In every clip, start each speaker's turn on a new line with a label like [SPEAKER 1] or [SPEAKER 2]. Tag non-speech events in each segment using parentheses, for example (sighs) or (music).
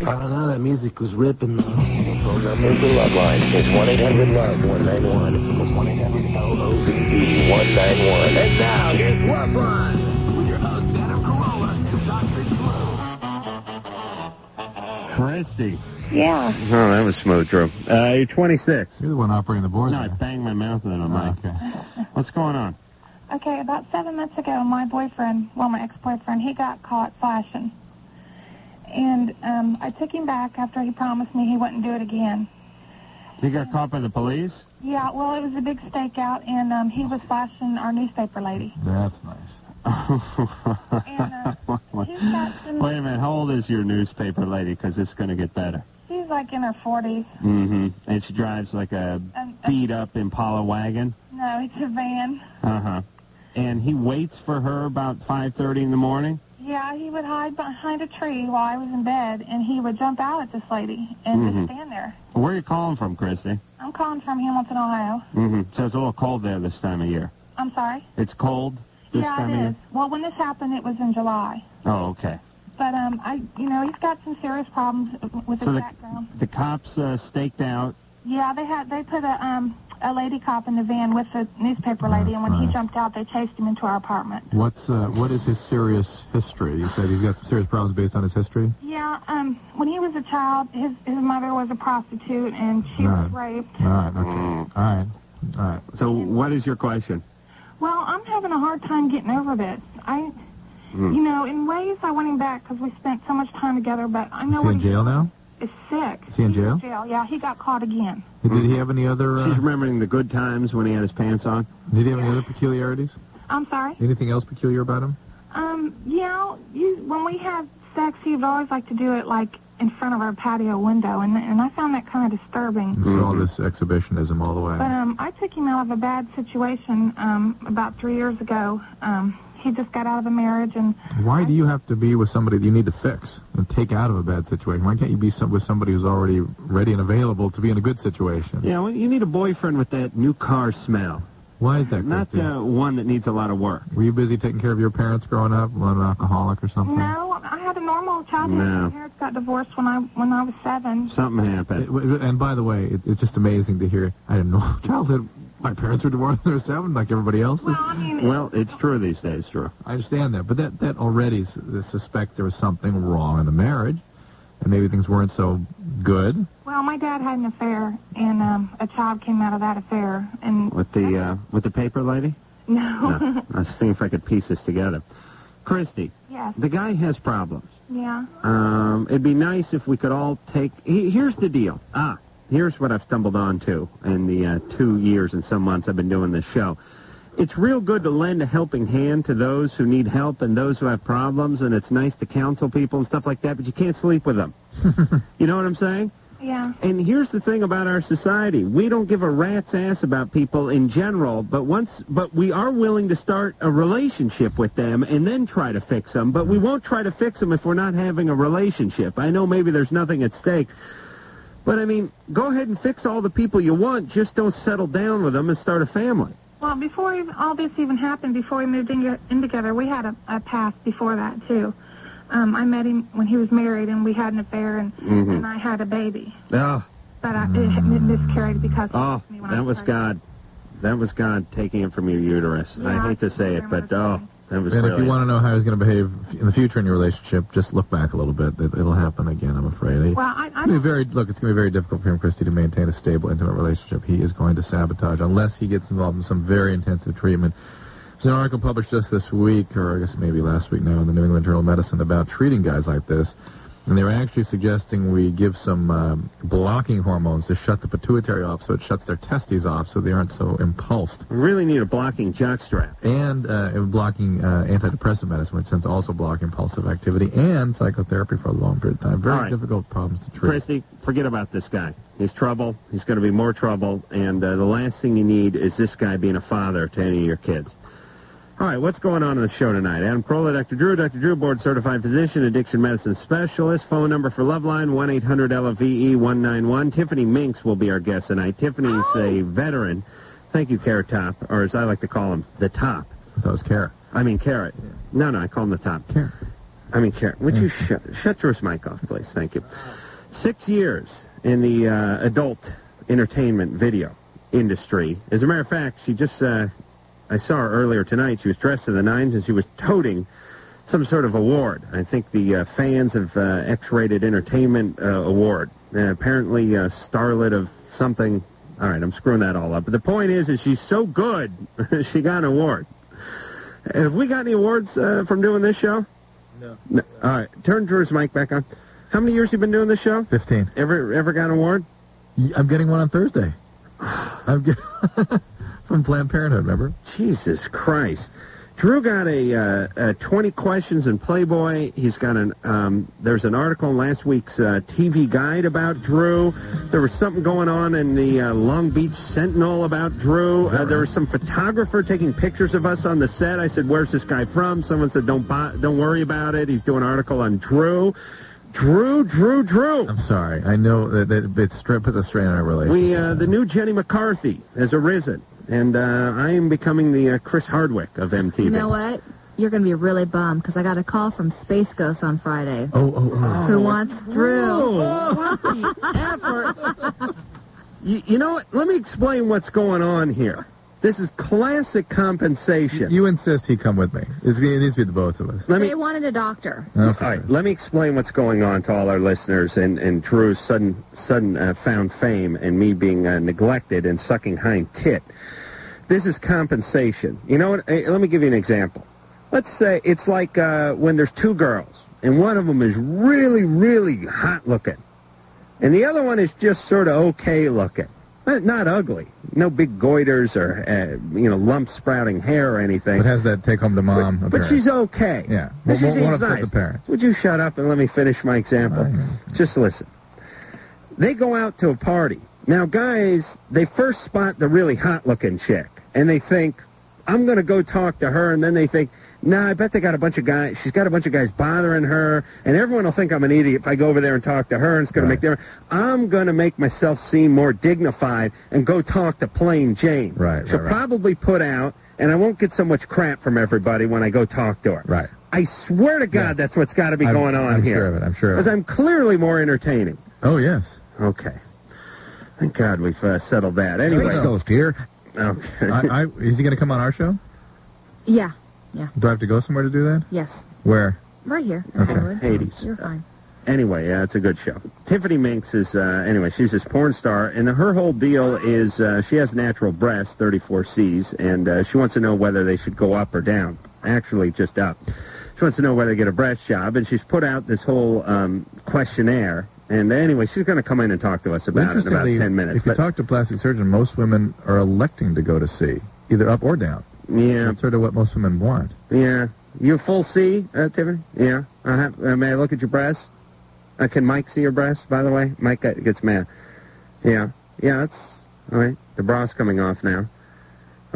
[SPEAKER 1] I don't know, that music was ripping.
[SPEAKER 2] Oh,
[SPEAKER 3] Phone number of the Love Line is 1 800 Love 191. 1 800 LOVE 191. And now, here's Love Line with your host, Adam Carolla, the Dr.
[SPEAKER 2] Christy.
[SPEAKER 4] Yeah.
[SPEAKER 2] Oh, that was smooth, Drew. Uh, you're 26.
[SPEAKER 1] You're the one operating the board.
[SPEAKER 2] No, I banged my mouth into the mic. What's going on?
[SPEAKER 4] Okay, about seven months ago, my boyfriend, well, my ex-boyfriend, he got caught flashing. And um, I took him back after he promised me he wouldn't do it again.
[SPEAKER 2] You got caught by the police?
[SPEAKER 4] Yeah, well, it was a big stakeout, and um, he was flashing our newspaper lady.
[SPEAKER 1] That's
[SPEAKER 2] (laughs)
[SPEAKER 1] nice.
[SPEAKER 4] She's got some,
[SPEAKER 2] Wait a minute. How old is your newspaper lady? Because it's going to get better.
[SPEAKER 4] she's like in her 40s.
[SPEAKER 2] Mm-hmm. And she drives like a
[SPEAKER 4] Um,
[SPEAKER 2] beat-up Impala wagon.
[SPEAKER 4] No, it's a van.
[SPEAKER 2] Uh-huh. And he waits for her about 5.30 in the morning?
[SPEAKER 4] Yeah, he would hide behind a tree while I was in bed, and he would jump out at this lady and just stand there.
[SPEAKER 2] Where are you calling from, Christy?
[SPEAKER 4] I'm calling from Hamilton, Ohio.
[SPEAKER 2] Mm-hmm. So it's a little cold there this time of year.
[SPEAKER 4] I'm sorry.
[SPEAKER 2] It's cold this
[SPEAKER 4] yeah,
[SPEAKER 2] time
[SPEAKER 4] it
[SPEAKER 2] of
[SPEAKER 4] is.
[SPEAKER 2] year?
[SPEAKER 4] Well, when this happened, it was in July.
[SPEAKER 2] Oh, okay.
[SPEAKER 4] But um, I, you know, he's got some serious problems with his
[SPEAKER 2] So the,
[SPEAKER 4] background.
[SPEAKER 2] the cops uh, staked out.
[SPEAKER 4] Yeah, they had they put a um a lady cop in the van with the newspaper lady, and when he
[SPEAKER 1] right.
[SPEAKER 4] jumped out, they chased him into our apartment.
[SPEAKER 1] What's uh, what is his serious history? You said he's got some serious problems based on his history.
[SPEAKER 4] Yeah, um, when he was a child, his his mother was a prostitute, and she was
[SPEAKER 1] Right.
[SPEAKER 4] raped.
[SPEAKER 1] All right, okay, all right, all right.
[SPEAKER 2] So what is your question?
[SPEAKER 4] Well, I'm having a hard time getting over this. I,
[SPEAKER 1] Hmm.
[SPEAKER 4] you know, in ways I want him back because we spent so much time together, but I know
[SPEAKER 1] Is he
[SPEAKER 4] what
[SPEAKER 1] in jail now?
[SPEAKER 4] is sick.
[SPEAKER 1] Is he in
[SPEAKER 4] He's
[SPEAKER 1] jail?
[SPEAKER 4] jail. Yeah, he got caught again.
[SPEAKER 1] Did he have any other? Uh,
[SPEAKER 2] Mm-hmm. She's remembering the good times when he had his pants on.
[SPEAKER 1] did he have any other peculiarities?
[SPEAKER 4] I'm sorry.
[SPEAKER 1] Anything else peculiar about him?
[SPEAKER 4] Um, you know, you, when we have sex, you'd always like to do it like in front of our patio window, and and I found that kind of disturbing.
[SPEAKER 1] It's all
[SPEAKER 2] Mm-hmm.
[SPEAKER 1] this exhibitionism all the way.
[SPEAKER 4] But um, I took him out of a bad situation um, about three years ago. Um, he just got out of a marriage, and
[SPEAKER 1] Why do you have to be with somebody that you need to fix and take out of a bad situation? Why can't you be some, with somebody who's already ready and available to be in a good situation?
[SPEAKER 2] Yeah, well, you need a boyfriend with that new car smell.
[SPEAKER 1] Why is that,
[SPEAKER 2] Not
[SPEAKER 1] Christy?
[SPEAKER 2] uh, one that needs a lot of work.
[SPEAKER 1] Were you busy taking care of your parents growing up? Were an alcoholic or something?
[SPEAKER 4] no, I had a normal childhood.
[SPEAKER 2] No.
[SPEAKER 4] My parents got divorced when I when I was seven.
[SPEAKER 2] Something happened.
[SPEAKER 1] It- w- And by the way, it, it's just amazing to hear. I had a normal (laughs) childhood. My parents were divorced when they were seven, like everybody else.
[SPEAKER 4] Well, I mean,
[SPEAKER 2] Well, it's true these days, Drew.
[SPEAKER 1] I understand that, but that that already s- they suspect there was something wrong in the marriage, and maybe things weren't so good.
[SPEAKER 4] well, my dad had an affair, and um, a child came out of that affair, and (laughs)
[SPEAKER 2] With the uh, with the paper lady?
[SPEAKER 4] no, (laughs)
[SPEAKER 2] No. I was seeing if I could piece this together. Christy,
[SPEAKER 4] yes,
[SPEAKER 2] the guy has problems.
[SPEAKER 4] yeah.
[SPEAKER 2] Um, it'd be nice if we could all take. he- Here's the deal. Ah, here's what I've stumbled onto in the uh, two years and some months I've been doing this show. It's real good to lend a helping hand to those who need help and those who have problems, and it's nice to counsel people and stuff like that. But you can't sleep with them. you know what I'm saying?
[SPEAKER 4] Yeah.
[SPEAKER 2] And here's the thing about our society. We don't give a rat's ass about people in general, but once but we are willing to start a relationship with them and then try to fix them, but we won't try to fix them if we're not having a relationship. I know maybe there's nothing at stake, but I mean, go ahead and fix all the people you want, just don't settle down with them and start a family.
[SPEAKER 4] Well, before even, all this even happened, before we moved in, in together, we had a, a past before that too. Um, I met him when he was married, and we had an affair, and,
[SPEAKER 2] Mm-hmm.
[SPEAKER 4] and I had a baby.
[SPEAKER 2] Oh,
[SPEAKER 4] But I, it, it miscarried because
[SPEAKER 2] Mm-hmm.
[SPEAKER 4] he
[SPEAKER 2] oh,
[SPEAKER 4] left me when I
[SPEAKER 2] that was
[SPEAKER 4] pregnant.
[SPEAKER 2] God. That was God taking it from your uterus.
[SPEAKER 4] Yeah,
[SPEAKER 2] I hate to
[SPEAKER 4] I
[SPEAKER 2] say it, but oh,
[SPEAKER 4] remember.
[SPEAKER 2] that was
[SPEAKER 1] and if you
[SPEAKER 2] brilliant.
[SPEAKER 1] want to know how he's going to behave f- in the future in your relationship, just look back a little bit. It, it'll happen again, I'm afraid. He-
[SPEAKER 4] Well, I, I
[SPEAKER 1] It's gonna
[SPEAKER 4] don't,
[SPEAKER 1] be very look. It's going to be very difficult for him, Christy, to maintain a stable, intimate relationship. He is going to sabotage unless he gets involved in some very intensive treatment. There's an article published just this week, or I guess maybe last week now, in the New England Journal of Medicine about treating guys like this. And they were actually suggesting we give some um, blocking hormones to shut the pituitary off, so it shuts their testes off, so they aren't so impulsed
[SPEAKER 2] We really need a blocking jockstrap.
[SPEAKER 1] and uh, and blocking uh, antidepressant medicine, which tends to also block impulsive activity, and psychotherapy for a long period of time. Very
[SPEAKER 2] All right.
[SPEAKER 1] difficult problems to treat.
[SPEAKER 2] Christy, forget about this guy. He's trouble. He's going to be more trouble. And uh, the last thing you need is this guy being a father to any of your kids. All right, what's going on in the show tonight? Adam Carolla, Dr. Drew, Dr. Drew, board certified physician, addiction medicine specialist. Phone number for Loveline, E 1-800-LOVE-191. Tiffany Minks will be our guest tonight. Tiffany's a veteran. Thank you, Carrot Top, or as I like to call him, the Top.
[SPEAKER 1] That was care.
[SPEAKER 2] I mean, Carrot. No, no, I call him the Top.
[SPEAKER 1] Care.
[SPEAKER 2] I mean, Karen, would you shut, shut your mic off, please? Thank you. Six years in the uh, adult entertainment video industry. As a matter of fact, she just, uh, I saw her earlier tonight. She was dressed to the nines and she was toting some sort of award. I think the uh, fans of uh, X-rated entertainment uh, award. And apparently, uh, starlet of something. All right, I'm screwing that all up. But the point is, is she's so good, (laughs) she got an award. Have we got any awards uh, from doing this show?
[SPEAKER 1] No.
[SPEAKER 2] no. All right, turn Drew's mic back on. How many years you been doing this show?
[SPEAKER 1] 15.
[SPEAKER 2] Ever ever got an award?
[SPEAKER 1] Y- I'm getting one on Thursday. I'm get- (laughs) from Planned Parenthood, remember?
[SPEAKER 2] Jesus Christ. Drew got a, uh, a 20 questions in Playboy. He's got an, um, there's an article in last week's uh, TV guide about Drew. There was something going on in the uh, Long Beach Sentinel about Drew. Uh, there was some photographer taking pictures of us on the set. I said, where's this guy from? Someone said, don't, bo- don't worry about it. He's doing an article on Drew. Drew, Drew, Drew.
[SPEAKER 1] I'm sorry. I know that, that it stra- puts a strain on our relationship.
[SPEAKER 2] We, uh, the new Jenny McCarthy has arisen, and uh, I am becoming the uh, Chris Hardwick of MTV.
[SPEAKER 5] You know what? You're going to be really bummed because I got a call from Space Ghost on Friday
[SPEAKER 1] Oh, oh, oh.
[SPEAKER 5] who wants Drew.
[SPEAKER 2] Oh, what the effort. You, you know what? Let me explain what's going on here. This is classic compensation.
[SPEAKER 1] You insist he come with me. It's, it needs to be the both of us.
[SPEAKER 2] let me
[SPEAKER 5] They wanted a doctor.
[SPEAKER 1] Okay.
[SPEAKER 2] All right, let me explain what's going on to all our listeners and, and Drew's sudden sudden uh, found fame and me being uh, neglected and sucking hind tit. This is compensation. You know what? eh, Let me give you an example. Let's say it's like uh, when there's two girls and one of them is really, really hot looking, and the other one is just sort of okay looking, not, not ugly, no big goiters or uh, you know lumps sprouting hair or anything.
[SPEAKER 1] It has that take home to mom.
[SPEAKER 2] But
[SPEAKER 1] apparent.
[SPEAKER 2] she's okay.
[SPEAKER 1] Yeah.
[SPEAKER 2] But
[SPEAKER 1] Won't-
[SPEAKER 2] she
[SPEAKER 1] won't
[SPEAKER 2] seems
[SPEAKER 1] upset
[SPEAKER 2] nice.
[SPEAKER 1] the parents.
[SPEAKER 2] Would you shut up and let me finish my example? Just listen. They go out to a party. Now, guys, they first spot the really hot-looking chick, and they think, "I'm going to go talk to her," and then they think, "Nah, I bet they got a bunch of guys. She's got a bunch of guys bothering her, and everyone will think I'm an idiot if I go over there and talk to her. And it's going
[SPEAKER 1] Right.
[SPEAKER 2] to make them. I'm going to make myself seem more dignified and go talk to plain Jane.
[SPEAKER 1] Right,
[SPEAKER 2] She'll
[SPEAKER 1] right, right.
[SPEAKER 2] probably put out, and I won't get so much crap from everybody when I go talk to her.
[SPEAKER 1] Right.
[SPEAKER 2] I swear to God,
[SPEAKER 1] Yes.
[SPEAKER 2] that's what's got to be
[SPEAKER 1] I'm-
[SPEAKER 2] going on
[SPEAKER 1] I'm
[SPEAKER 2] here.
[SPEAKER 1] sure of it, I'm sure of
[SPEAKER 2] Because
[SPEAKER 1] it.
[SPEAKER 2] I'm clearly more entertaining.
[SPEAKER 1] Oh, yes.
[SPEAKER 2] Okay. Thank God we've uh, settled that. Anyway.
[SPEAKER 1] Let's go.
[SPEAKER 6] here.
[SPEAKER 2] Okay.
[SPEAKER 1] I, I, is he going to come on our show?
[SPEAKER 5] Yeah. Yeah.
[SPEAKER 1] Do I have to go somewhere to do that?
[SPEAKER 5] Yes.
[SPEAKER 1] Where?
[SPEAKER 5] Right here.
[SPEAKER 1] Okay.
[SPEAKER 5] Howard.
[SPEAKER 2] Hades.
[SPEAKER 5] You're fine.
[SPEAKER 2] Anyway, uh, it's a good show. Tiffany Minx is, uh, anyway, she's this porn star, and her whole deal is uh, she has natural breasts, 34 C's, and uh, she wants to know whether they should go up or down. Actually, just up. She wants to know whether to get a breast job, and she's put out this whole um, questionnaire. And anyway, she's going to come in and talk to us
[SPEAKER 1] Well,
[SPEAKER 2] about it in about 10 minutes.
[SPEAKER 1] if you
[SPEAKER 2] but-
[SPEAKER 1] talk to plastic surgeon, most women are electing to go to C, either up or down.
[SPEAKER 2] yeah,
[SPEAKER 1] That's sort of what most women want.
[SPEAKER 2] yeah. You a full C, uh, Tiffany? Yeah. I have, uh, may I look at your breasts? Uh, can Mike see your breasts, by the way? Mike uh, gets mad. Yeah. Yeah, it's... All right. The bra's coming off now.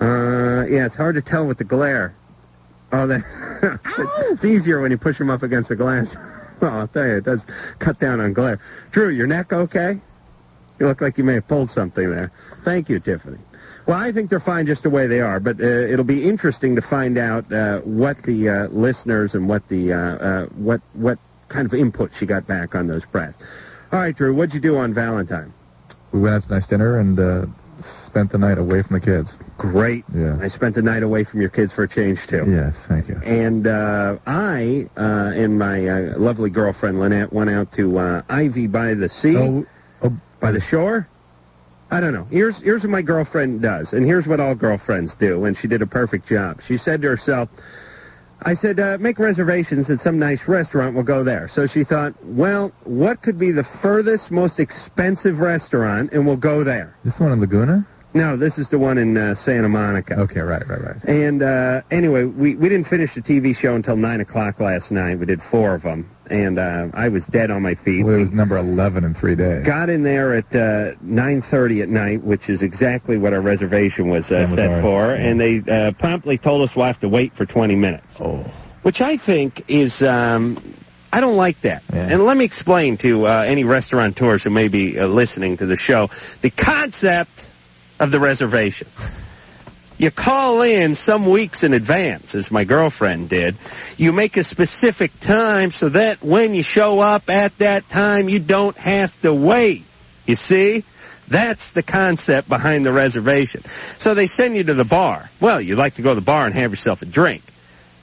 [SPEAKER 2] Uh, yeah, it's hard to tell with the glare. Oh, that... (laughs) it's, it's easier when you push them up against the glass. (laughs) oh, I'll tell you, it does cut down on glare. Drew, your neck okay? You look like you may have pulled something there. Thank you, Tiffany. Well, I think they're fine just the way they are, but uh, it'll be interesting to find out uh, what the uh, listeners and what the uh, uh, what what kind of input she got back on those breasts. All right, Drew, what'd you do on Valentine?
[SPEAKER 1] We went out to nice dinner and uh, spent the night away from the kids.
[SPEAKER 2] Great.
[SPEAKER 1] Yeah.
[SPEAKER 2] I spent the night away from your kids for a change too.
[SPEAKER 1] Yes, thank you.
[SPEAKER 2] (laughs) And uh, I uh, and my uh, lovely girlfriend Lynette went out to uh, Ivy by the Sea.
[SPEAKER 1] Oh, oh,
[SPEAKER 2] By the shore? I don't know. Here's here's what my girlfriend does, and here's what all girlfriends do, and she did a perfect job. She said to herself, I said, uh, make reservations at some nice restaurant, we'll go there. So she thought, well, what could be the furthest, most expensive restaurant, and we'll go there.
[SPEAKER 1] this one in Laguna?
[SPEAKER 2] No, this is the one in uh, Santa Monica.
[SPEAKER 1] Okay, right, right, right.
[SPEAKER 2] And uh, anyway, we, we didn't finish the TV show until 9 o'clock last night. We did four of them, and uh, I was dead on my feet.
[SPEAKER 1] Well, it was number 11 in three days.
[SPEAKER 2] Got in there at uh, 9.30 at night, which is exactly what our reservation was uh,
[SPEAKER 1] Same with
[SPEAKER 2] set
[SPEAKER 1] ours.
[SPEAKER 2] for, and they uh, promptly told us we'll have to wait for 20 minutes.
[SPEAKER 1] Oh.
[SPEAKER 2] Which I think is, um, I don't like that.
[SPEAKER 1] Yeah.
[SPEAKER 2] And let me explain to uh, any restaurateurs who may be uh, listening to the show the concept of the reservation. You call in some weeks in advance, as my girlfriend did. You make a specific time so that when you show up at that time, you don't have to wait. You see? That's the concept behind the reservation. So they send you to the bar. Well, you'd like to go to the bar and have yourself a drink.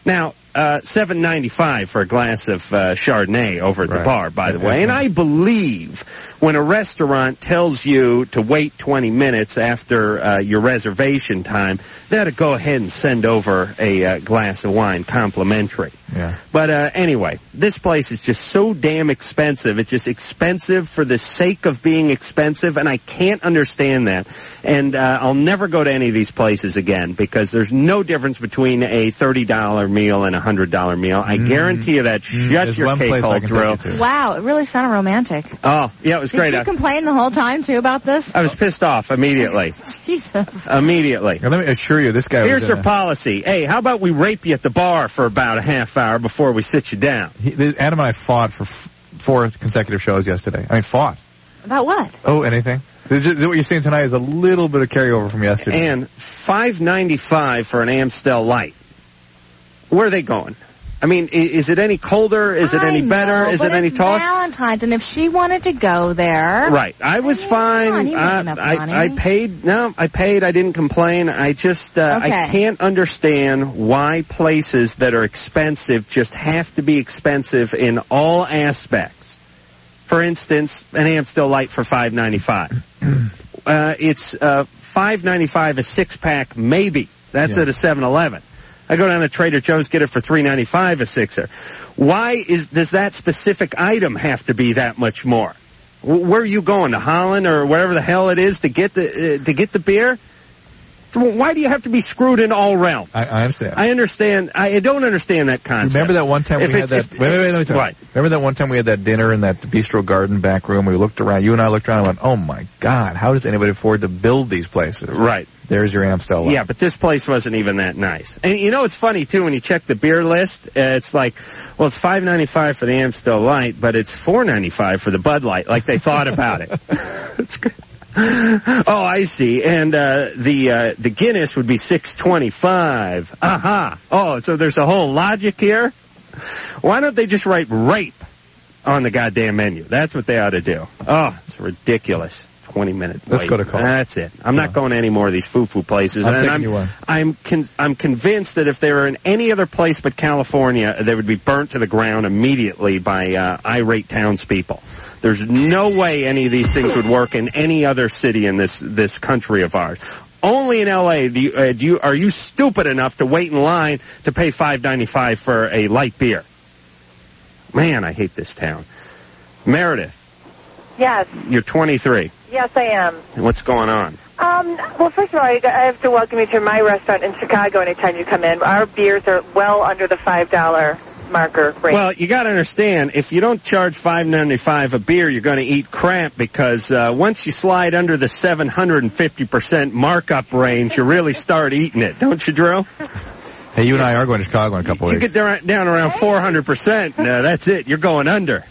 [SPEAKER 2] Now, uh, seven ninety five for a glass of uh, Chardonnay over at the
[SPEAKER 7] Right.
[SPEAKER 2] bar, by the
[SPEAKER 7] Yeah,
[SPEAKER 2] way. And
[SPEAKER 7] yeah.
[SPEAKER 2] I believe when a restaurant tells you to wait twenty minutes after uh, your reservation time, that'll go ahead and send over a uh, glass of wine complimentary.
[SPEAKER 1] Yeah.
[SPEAKER 2] But uh, anyway, this place is just so damn expensive. It's just expensive for the sake of being expensive, and I can't understand that. And uh, I'll never go to any of these places again because there's no difference between a thirty dollar meal and a hundred dollar meal. I guarantee you that. Shut
[SPEAKER 1] Mm-hmm. Mm, There's
[SPEAKER 2] your
[SPEAKER 1] one
[SPEAKER 2] cake
[SPEAKER 1] place I
[SPEAKER 2] hole,
[SPEAKER 1] can
[SPEAKER 2] Drew.
[SPEAKER 1] take you to.
[SPEAKER 5] Wow, it really sounded romantic.
[SPEAKER 2] Oh, yeah, it was
[SPEAKER 5] Did
[SPEAKER 2] great. Uh,
[SPEAKER 5] you
[SPEAKER 2] I,
[SPEAKER 5] complain the whole time too about this?
[SPEAKER 2] I was pissed off immediately.
[SPEAKER 5] Jesus.
[SPEAKER 2] Immediately.
[SPEAKER 1] Now, let me assure you, this guy
[SPEAKER 2] Here's
[SPEAKER 1] was,
[SPEAKER 2] their
[SPEAKER 1] uh,
[SPEAKER 2] policy. Hey, how about we rape you at the bar for about a half hour before we sit you down?
[SPEAKER 1] he, th- Adam and I fought for f- four consecutive shows yesterday. I mean, fought.
[SPEAKER 5] About what?
[SPEAKER 1] Oh, anything. This is, what you're seeing tonight is a little bit of carryover from yesterday.
[SPEAKER 2] and five ninety five for an Amstel Light. Where are they going? I mean, i- is it any colder? Is it any
[SPEAKER 5] I
[SPEAKER 2] better?
[SPEAKER 5] know,
[SPEAKER 2] is
[SPEAKER 5] but
[SPEAKER 2] it any
[SPEAKER 5] it's
[SPEAKER 2] taller?
[SPEAKER 5] Valentine's, and if she wanted to go there,
[SPEAKER 2] Right. I was
[SPEAKER 5] mean,
[SPEAKER 2] fine.
[SPEAKER 5] come on, you make
[SPEAKER 2] Uh,
[SPEAKER 5] enough money.
[SPEAKER 2] I, I paid. No, I paid. I didn't complain. I just uh, I
[SPEAKER 5] Okay.
[SPEAKER 2] can't understand why places that are expensive just have to be expensive in all aspects. For instance, an Amstel Light for five ninety five. uh, it's uh, five ninety five a six pack, maybe. That's
[SPEAKER 1] Yeah.
[SPEAKER 2] at a Seven Eleven. I go down to Trader Joe's, get it for three ninety five a sixer. Why is does that specific item have to be that much more? W- where are you going to Holland or wherever the hell it is to get the uh, to get the beer? Why do you have to be screwed in all realms?
[SPEAKER 1] I, I understand.
[SPEAKER 2] I understand. I I don't understand that concept.
[SPEAKER 1] Remember that one time
[SPEAKER 2] If
[SPEAKER 1] we had
[SPEAKER 2] it's-
[SPEAKER 1] that?
[SPEAKER 2] if-
[SPEAKER 1] wait, wait, wait, let me tell you.
[SPEAKER 2] What?
[SPEAKER 1] Remember that one time we had that dinner in that bistro garden back room. We looked around. You and I looked around and went, "Oh my God! How does anybody afford to build these places?"
[SPEAKER 2] Right.
[SPEAKER 1] There's your Amstel. Light.
[SPEAKER 2] Yeah, but this place wasn't even that nice. And you know, it's funny too when you check the beer list. Uh, it's like, well, it's five ninety five for the Amstel Light, but it's four ninety five for the Bud Light. Like they thought about it. It's good. Oh, I see. And uh, the uh, the Guinness would be six twenty five. Aha! Oh, so there's a whole logic here. Why don't they just write rape on the goddamn menu? That's what they ought to do. Oh, it's ridiculous. Twenty minute.
[SPEAKER 1] Let's
[SPEAKER 2] wait.
[SPEAKER 1] go to call.
[SPEAKER 2] That's it. I'm not going to any more of these foo foo places.
[SPEAKER 1] I'm
[SPEAKER 2] and
[SPEAKER 1] taking
[SPEAKER 2] I'm
[SPEAKER 1] you one.
[SPEAKER 2] I'm con- I'm convinced that if they were in any other place but California, they would be burnt to the ground immediately by uh, irate townspeople. There's no way any of these things would work in any other city in this this country of ours. Only in L.A. Do you, uh, do you are you stupid enough to wait in line to pay five ninety five for a light beer? Man, I hate this town. Meredith,
[SPEAKER 8] Yes,
[SPEAKER 2] you're 23.
[SPEAKER 8] yes, I am.
[SPEAKER 2] What's going on?
[SPEAKER 8] Um, well, first of all, I I have to welcome you to my restaurant in Chicago anytime you come in. Our beers are well under the $5 marker rate.
[SPEAKER 2] Well, you got to understand, if you don't charge five ninety five a beer, you're going to eat crap because uh, once you slide under the seven hundred and fifty percent markup range, you really start eating it, don't you, Drew?
[SPEAKER 1] Hey, you and I are going to Chicago in a couple
[SPEAKER 2] You
[SPEAKER 1] weeks.
[SPEAKER 2] get down down around four hundred percent. No, that's it. You're going under.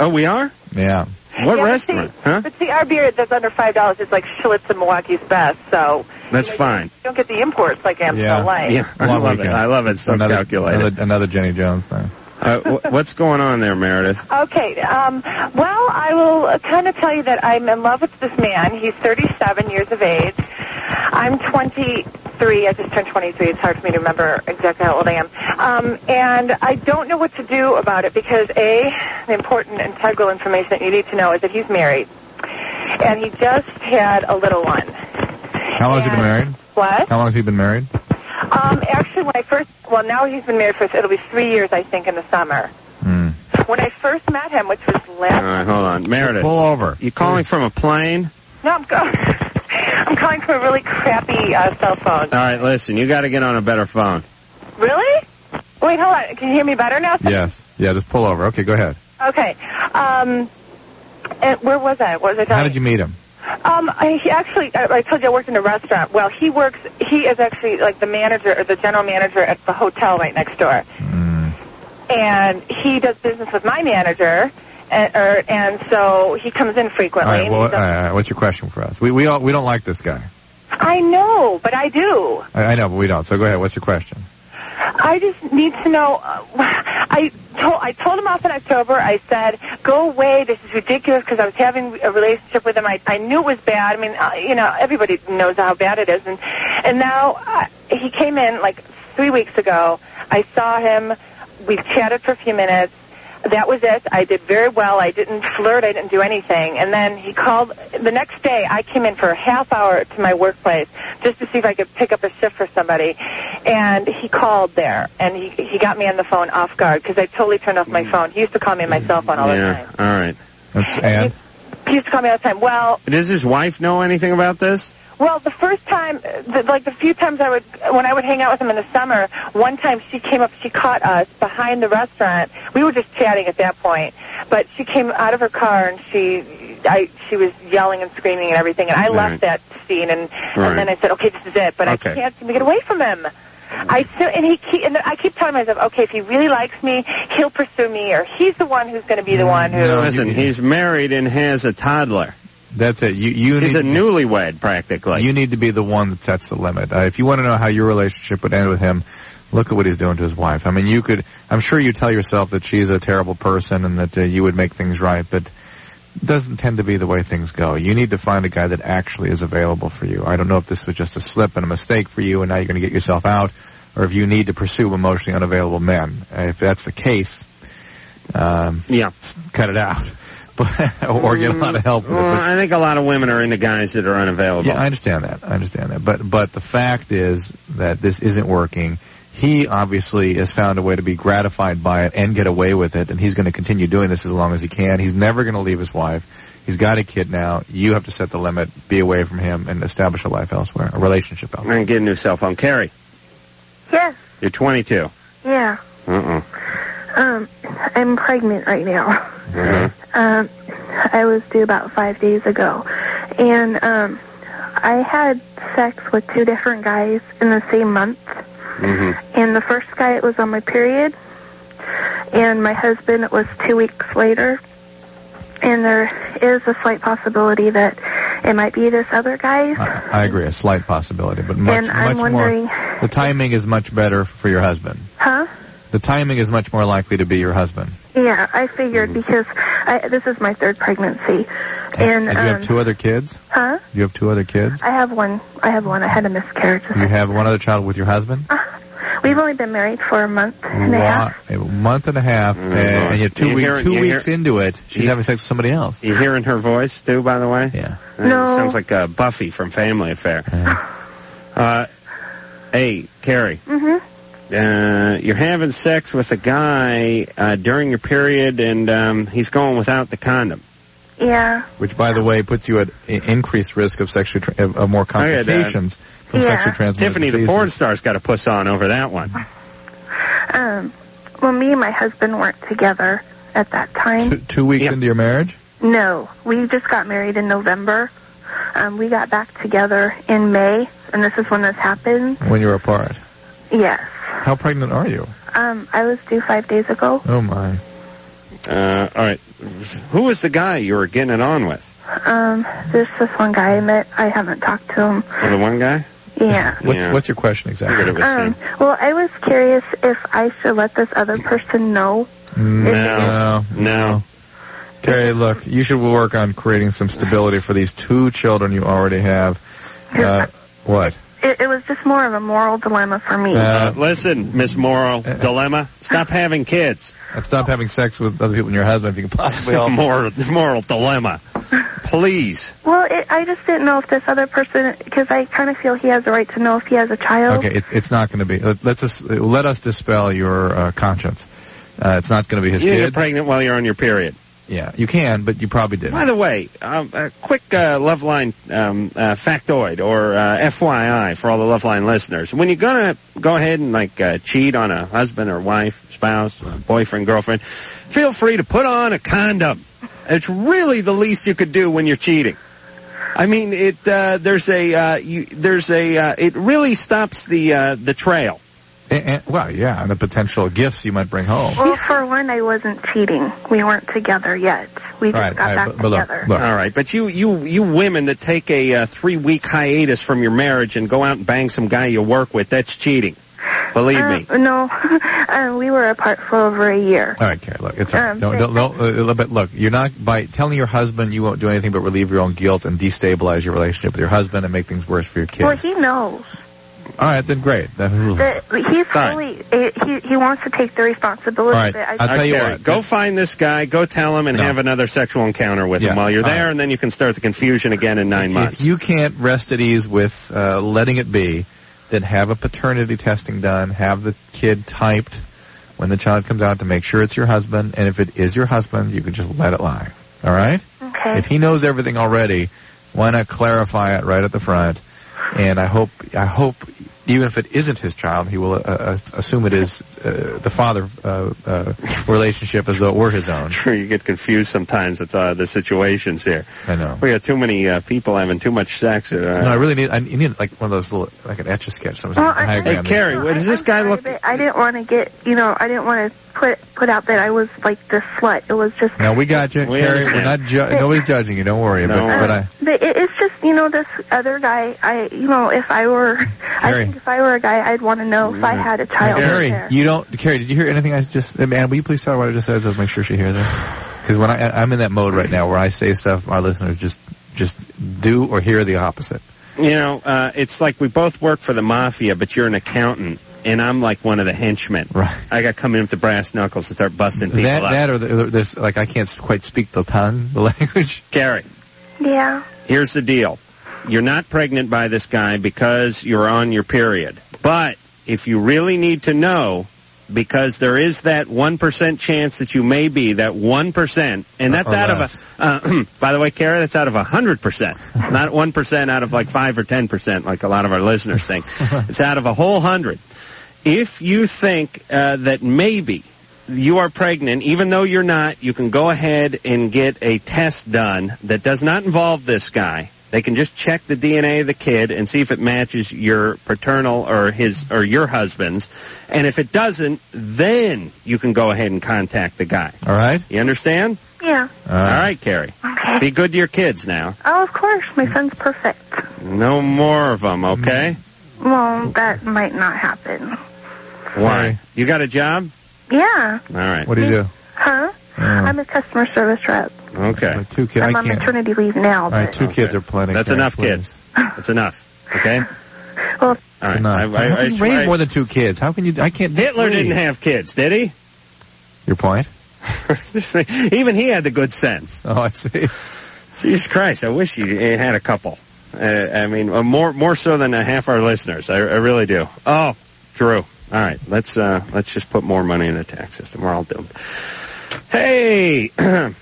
[SPEAKER 2] Oh, we are.
[SPEAKER 1] Hmm. yeah.
[SPEAKER 2] What
[SPEAKER 8] Yeah, but
[SPEAKER 2] restaurant?
[SPEAKER 8] See,
[SPEAKER 2] Huh?
[SPEAKER 8] But see, our beer that's under $5 is like Schlitz and Milwaukee's Best, so.
[SPEAKER 2] That's
[SPEAKER 8] you know,
[SPEAKER 2] fine.
[SPEAKER 8] You don't get the imports like Amstel
[SPEAKER 1] Yeah.
[SPEAKER 8] Light.
[SPEAKER 2] Yeah, I
[SPEAKER 1] Long
[SPEAKER 2] love it.
[SPEAKER 1] weekend.
[SPEAKER 2] I love it. So
[SPEAKER 1] another,
[SPEAKER 2] calculated.
[SPEAKER 1] Another, another Jenny Jones thing.
[SPEAKER 2] Uh, wh- what's going on there, Meredith?
[SPEAKER 8] Okay. Um, well, I will kind of tell you that I'm in love with this man. He's 37 years of age. I'm 23. I just turned 23. It's hard for me to remember exactly how old I am. Um, and I don't know what to do about it because a the important integral information that you need to know is that he's married, and he just had a little one.
[SPEAKER 1] How long has he been
[SPEAKER 8] And-
[SPEAKER 1] married?
[SPEAKER 8] What?
[SPEAKER 1] How long has he been married?
[SPEAKER 8] Um, actually, when I first, well, now he's been married for, it'll be three years, I think, in the summer. When I first met him, which was
[SPEAKER 2] All
[SPEAKER 8] last
[SPEAKER 2] right, hold on, Meredith.
[SPEAKER 1] Pull over.
[SPEAKER 2] You calling from a plane?
[SPEAKER 8] No, I'm go- (laughs) I'm calling from a really crappy uh, cell phone.
[SPEAKER 2] All right, listen. You got to get on a better phone.
[SPEAKER 8] Really? Wait, hold on. Can you hear me better now?
[SPEAKER 1] Yes. Yeah. Just pull over. Okay. Go ahead.
[SPEAKER 8] Okay. Um, and where was I? What was I talking?
[SPEAKER 1] How did you meet him?
[SPEAKER 8] Um, I, he actually, I, I told you I worked in a restaurant. Well, he works. He is actually like the manager or the general manager at the hotel right next door,
[SPEAKER 1] Hmm.
[SPEAKER 8] and he does business with my manager. And, or, and so he comes in
[SPEAKER 1] All
[SPEAKER 8] frequently.
[SPEAKER 1] right.
[SPEAKER 8] and
[SPEAKER 1] Well, uh,
[SPEAKER 8] he
[SPEAKER 1] all
[SPEAKER 8] does-
[SPEAKER 1] right, all right, what's your question for us? We we all, we don't like this guy.
[SPEAKER 8] I know, but I do.
[SPEAKER 1] I, I know, but we don't. So go ahead. What's your question?
[SPEAKER 8] I just need to know. Uh, (sighs) I told I told him off in October. I said, "Go away. This is ridiculous." Because I was having a relationship with him. I I knew it was bad. I mean, uh, you know, everybody knows how bad it is. And and now uh, he came in like three weeks ago. I saw him. We chatted for a few minutes. That was it. I did very well. I didn't flirt. I didn't do anything. And then he called the next day. I came in for a half hour to my workplace just to see if I could pick up a shift for somebody. And he called there, and he he got me on the phone off guard because I totally turned off my phone. He used to call me on my cell phone all the
[SPEAKER 2] yeah.
[SPEAKER 8] time.
[SPEAKER 2] All right.
[SPEAKER 1] That's, and
[SPEAKER 8] He used to call me all the time. Well,
[SPEAKER 2] Does his wife know anything about this?
[SPEAKER 8] Well, the first time, the, like the few times I would, when I would hang out with him in the summer, one time she came up, she caught us behind the restaurant. We were just chatting at that point, but she came out of her car and she, I, she was yelling and screaming and everything, and I
[SPEAKER 2] Right.
[SPEAKER 8] left that scene, and,
[SPEAKER 2] Right.
[SPEAKER 8] and then I said, okay, this is it, but
[SPEAKER 2] Okay.
[SPEAKER 8] I can't seem to get away from him. I still, and he keep, and I keep telling myself, okay, if he really likes me, he'll pursue me, or he's the one who's going to be the one who.
[SPEAKER 1] No,
[SPEAKER 2] Mm, Listen,
[SPEAKER 1] you-
[SPEAKER 2] he's married and has a toddler.
[SPEAKER 1] that's it. You you
[SPEAKER 2] He's
[SPEAKER 1] need
[SPEAKER 2] a newlywed, practically.
[SPEAKER 1] you need to be the one that sets the limit. Uh, if you want to know how your relationship would end with him, look at what he's doing to his wife. I mean, you could. I'm sure you tell yourself that she's a terrible person and that uh, you would make things right, but it doesn't tend to be the way things go. You need to find a guy that actually is available for you. I don't know if this was just a slip and a mistake for you, and now you're going to get yourself out, or if you need to pursue emotionally unavailable men. Uh, If that's the case, um,
[SPEAKER 2] yeah.
[SPEAKER 1] cut it out, (laughs) but or get a lot of help. With it.
[SPEAKER 2] Well,
[SPEAKER 1] But
[SPEAKER 2] Mm, I think a lot of women are into guys that are unavailable.
[SPEAKER 1] Yeah, I understand that. I understand that. But but the fact is that this isn't working. He obviously has found a way to be gratified by it and get away with it, and he's going to continue doing this as long as he can. He's never going to leave his wife. He's got a kid now. You have to set the limit, be away from him, and establish a life elsewhere, a relationship elsewhere.
[SPEAKER 2] and get a new cell phone. Carrie,
[SPEAKER 9] Yeah,
[SPEAKER 2] you're 22.
[SPEAKER 9] yeah.
[SPEAKER 2] Uh-uh.
[SPEAKER 9] Um, I'm pregnant right now. Um, I was due about five days ago, and um, I had sex with two different guys in the same month. And the first guy, it was on my period, and my husband, it was two weeks later. And there is a slight possibility that it might be this other guy.
[SPEAKER 1] I, I agree, a slight possibility, but Uh, much
[SPEAKER 9] And I'm
[SPEAKER 1] much
[SPEAKER 9] wondering-
[SPEAKER 1] more. The timing is much better for your husband.
[SPEAKER 9] Huh?
[SPEAKER 1] The timing is much more likely to be your husband.
[SPEAKER 9] Yeah, I figured
[SPEAKER 1] Mm-hmm.
[SPEAKER 9] because I, this is my third pregnancy, and,
[SPEAKER 1] you
[SPEAKER 9] um,
[SPEAKER 1] have two other kids.
[SPEAKER 9] huh?
[SPEAKER 1] You have two other kids.
[SPEAKER 9] I have one. I have one. I had a miscarriage.
[SPEAKER 1] You have one other child with your husband.
[SPEAKER 9] We've only been married for a month and a
[SPEAKER 1] Wa-
[SPEAKER 9] half.
[SPEAKER 1] a month and a half, and, and yet two,
[SPEAKER 2] Mm-hmm. You
[SPEAKER 1] week,
[SPEAKER 2] hear-
[SPEAKER 1] two
[SPEAKER 2] you
[SPEAKER 1] weeks
[SPEAKER 2] hear-
[SPEAKER 1] into it, she's
[SPEAKER 2] you-
[SPEAKER 1] having sex with somebody else.
[SPEAKER 2] You hearing her voice, too, by the way?
[SPEAKER 1] Yeah.
[SPEAKER 2] Uh,
[SPEAKER 9] No.
[SPEAKER 2] Sounds like uh, Buffy from Family Affair.
[SPEAKER 1] Uh-huh.
[SPEAKER 2] Uh, hey, Carrie. Mm-hmm. Uh, you're having sex with a guy uh, during your period, and um, he's going without the condom.
[SPEAKER 9] Yeah.
[SPEAKER 1] Which, by the way, puts you at i- increased risk of sexually tra- of, of more
[SPEAKER 2] Oh, yeah, Dad.
[SPEAKER 1] complications from
[SPEAKER 9] Yeah.
[SPEAKER 1] sexually transmitted
[SPEAKER 2] Tiffany, the
[SPEAKER 1] diseases.
[SPEAKER 2] porn star's got a puss on over that one.
[SPEAKER 9] Um. Well, me and my husband weren't together at that
[SPEAKER 1] (laughs)
[SPEAKER 9] time.
[SPEAKER 1] Two, two weeks
[SPEAKER 2] Yeah.
[SPEAKER 1] into your marriage,
[SPEAKER 9] No, we just got married in November. Um, we got back together in May, and this is when this happened.
[SPEAKER 1] when you're apart,
[SPEAKER 9] Yes.
[SPEAKER 1] how pregnant are you?
[SPEAKER 9] Um, I was due five days ago.
[SPEAKER 1] Oh my!
[SPEAKER 2] Uh, all right. Who was the guy you were getting it on with?
[SPEAKER 9] Um, there's this one guy I met. I haven't talked to him.
[SPEAKER 2] Oh, the one guy?
[SPEAKER 9] Yeah.
[SPEAKER 1] What,
[SPEAKER 2] Yeah.
[SPEAKER 1] What's your question
[SPEAKER 2] Figured it
[SPEAKER 1] exactly?
[SPEAKER 2] was him.
[SPEAKER 9] Um, well, I was curious if I should let this other person know.
[SPEAKER 1] No,
[SPEAKER 2] No.
[SPEAKER 1] Carrie, look, you should work on creating some stability for these two children you already have. Uh, what?
[SPEAKER 9] It, it was just more of a moral dilemma for me.
[SPEAKER 2] Uh, (laughs) listen, Miss Moral Dilemma, stop having kids.
[SPEAKER 1] Uh, And stop having sex with other people and your husband if you can possibly.
[SPEAKER 2] (laughs) Well, moral, moral Dilemma. Please.
[SPEAKER 9] Well, it, I just didn't know if this other person, because I kind of feel he has a right to know if he has a child.
[SPEAKER 1] Okay, it, it's not going to be. Let, let's just, let us dispel your uh, conscience. Uh, it's not going to be his
[SPEAKER 2] You get
[SPEAKER 1] kid.
[SPEAKER 2] pregnant while you're on your period.
[SPEAKER 1] yeah, you can, but you probably didn't.
[SPEAKER 2] By the way, um, a quick uh, Loveline um, uh, factoid or uh, FYI for all the Loveline listeners. When you're going to go ahead and like uh, cheat on a husband or wife, spouse, boyfriend, girlfriend, feel free to put on a condom. It's really the least you could do when you're cheating. I mean, it uh, there's a uh, you, there's a uh, it really stops the uh, the trail.
[SPEAKER 1] And, and- well, yeah, and the potential gifts you might bring home.
[SPEAKER 9] Well, for one, I wasn't cheating. We weren't together yet. We just
[SPEAKER 1] Right,
[SPEAKER 9] got
[SPEAKER 1] right,
[SPEAKER 9] back
[SPEAKER 1] but- but look,
[SPEAKER 9] together.
[SPEAKER 1] look.
[SPEAKER 2] All right, but you you you women that take a uh, three week hiatus from your marriage and go out and bang some guy you work with, that's cheating. Believe me.
[SPEAKER 9] Uh, no, (laughs) uh, we were apart for over a year.
[SPEAKER 1] All right, Carrie. Look, it's all right.
[SPEAKER 9] Um,
[SPEAKER 1] Don't, don't, don't, uh, but look, you're not by telling your husband you won't do anything but relieve your own guilt and destabilize your relationship with your husband and make things worse for your kids.
[SPEAKER 9] Well, he knows.
[SPEAKER 1] all right, then great. Then-
[SPEAKER 9] That he's fully, uh, he, he wants to take the responsibility.
[SPEAKER 1] All right,
[SPEAKER 9] but
[SPEAKER 1] I'll tell you
[SPEAKER 2] Carrie,
[SPEAKER 1] what.
[SPEAKER 2] Go find this guy, go tell him, and
[SPEAKER 1] No.
[SPEAKER 2] have another sexual encounter with
[SPEAKER 1] Yeah,
[SPEAKER 2] him while you're
[SPEAKER 1] all
[SPEAKER 2] there,
[SPEAKER 1] right.
[SPEAKER 2] and then you can start the confusion again in nine months.
[SPEAKER 1] If you can't rest at ease with uh, letting it be, then have a paternity testing done. Have the kid typed when the child comes out to make sure it's your husband. And if it is your husband, you can just let it lie. All right?
[SPEAKER 9] Okay.
[SPEAKER 1] If he knows everything already, why not clarify it right at the front? And I hope, I hope, even if it isn't his child, he will uh, uh, assume it is uh, the father uh, uh, relationship as though it were his own.
[SPEAKER 2] (laughs) sure you get confused sometimes with uh, the situations here.
[SPEAKER 1] I know.
[SPEAKER 2] We got too many uh, people having too much sex. Uh,
[SPEAKER 1] No, I really need. I you need like one of those little, like an etch a sketch. Some
[SPEAKER 9] Well, I-
[SPEAKER 1] diagram.
[SPEAKER 2] hey, Carrie, what does this
[SPEAKER 9] I'm
[SPEAKER 2] guy
[SPEAKER 9] sorry,
[SPEAKER 2] look?
[SPEAKER 9] but I didn't want to get, you know, I didn't want to put put out that I was like this slut. It was just.
[SPEAKER 1] No, we got you,
[SPEAKER 2] We
[SPEAKER 1] Carrie.
[SPEAKER 2] understand.
[SPEAKER 1] We're not ju- nobody's judging you. Don't worry.
[SPEAKER 2] No.
[SPEAKER 1] But, but I,
[SPEAKER 9] But it, it's just, you know, this other guy. I, you know, if I were, (laughs) I
[SPEAKER 1] Carrie.
[SPEAKER 9] think if I were a guy, I'd want to know if I had a child.
[SPEAKER 1] Carrie,
[SPEAKER 9] there.
[SPEAKER 1] you don't. Carrie, did you hear anything I just? uh, Man, will you please tell her what I just said? Just make sure she hears it. Because when I, I'm in that mode right now where I say stuff, our listeners just just do or hear the opposite.
[SPEAKER 2] You know, uh, it's like we both work for the mafia, but you're an accountant, and I'm like one of the henchmen.
[SPEAKER 1] Right.
[SPEAKER 2] I got to come in with the brass knuckles and start busting people
[SPEAKER 1] that
[SPEAKER 2] up.
[SPEAKER 1] that or the, this like I can't quite speak the tongue, (laughs) the language.
[SPEAKER 2] Gary,
[SPEAKER 9] Yeah.
[SPEAKER 2] here's the deal. You're not pregnant by this guy because you're on your period. But if you really need to know, because there is that 1% chance that you may be, that 1%, and that's
[SPEAKER 1] Or
[SPEAKER 2] out
[SPEAKER 1] less.
[SPEAKER 2] of a, uh, (clears throat) by the way, Kara, that's out of 100%, not 1% out of like 5 or 10%, like a lot of our
[SPEAKER 1] (laughs)
[SPEAKER 2] listeners think. it's out of a whole hundred. If you think uh, that maybe you are pregnant, even though you're not, you can go ahead and get a test done that does not involve this guy. They can just check the DNA of the kid and see if it matches your paternal or his or your husband's. And if it doesn't, then you can go ahead and contact the guy.
[SPEAKER 1] All right.
[SPEAKER 2] You understand?
[SPEAKER 9] Yeah.
[SPEAKER 2] All right, Carrie. Be good to your kids now.
[SPEAKER 9] Oh, of course. My son's perfect.
[SPEAKER 2] No more of them, okay?
[SPEAKER 9] Well, that might not happen.
[SPEAKER 2] Why? You got a job?
[SPEAKER 9] Yeah.
[SPEAKER 2] All right.
[SPEAKER 1] Mm-hmm. What do you do?
[SPEAKER 9] Huh? I'm a customer service rep.
[SPEAKER 2] Okay.
[SPEAKER 1] Like, two kids. Oh. I
[SPEAKER 9] I'm on
[SPEAKER 1] can't. All
[SPEAKER 9] maternity leave now.
[SPEAKER 1] right,
[SPEAKER 9] But,
[SPEAKER 1] two kids are plenty.
[SPEAKER 2] That's
[SPEAKER 1] Carrie,
[SPEAKER 2] enough,
[SPEAKER 1] please.
[SPEAKER 2] kids. That's enough. Okay.
[SPEAKER 9] well,
[SPEAKER 2] All right.
[SPEAKER 1] Enough.
[SPEAKER 2] I- I-
[SPEAKER 1] How
[SPEAKER 2] I-
[SPEAKER 1] can (laughs) you raise
[SPEAKER 2] I-
[SPEAKER 1] more than two kids. How can you? I can't. do
[SPEAKER 2] Hitler
[SPEAKER 1] three.
[SPEAKER 2] didn't have kids, did he?
[SPEAKER 1] Your point?
[SPEAKER 2] (laughs) Even he had the good sense.
[SPEAKER 1] Oh, I see.
[SPEAKER 2] Jesus Christ! I wish you had a couple. Uh, I mean, uh, more more so than a half our listeners. I, I really do. Oh, Drew. All right, let's uh, let's just put more money in the tax system. We're all doomed. Hey, (clears throat) that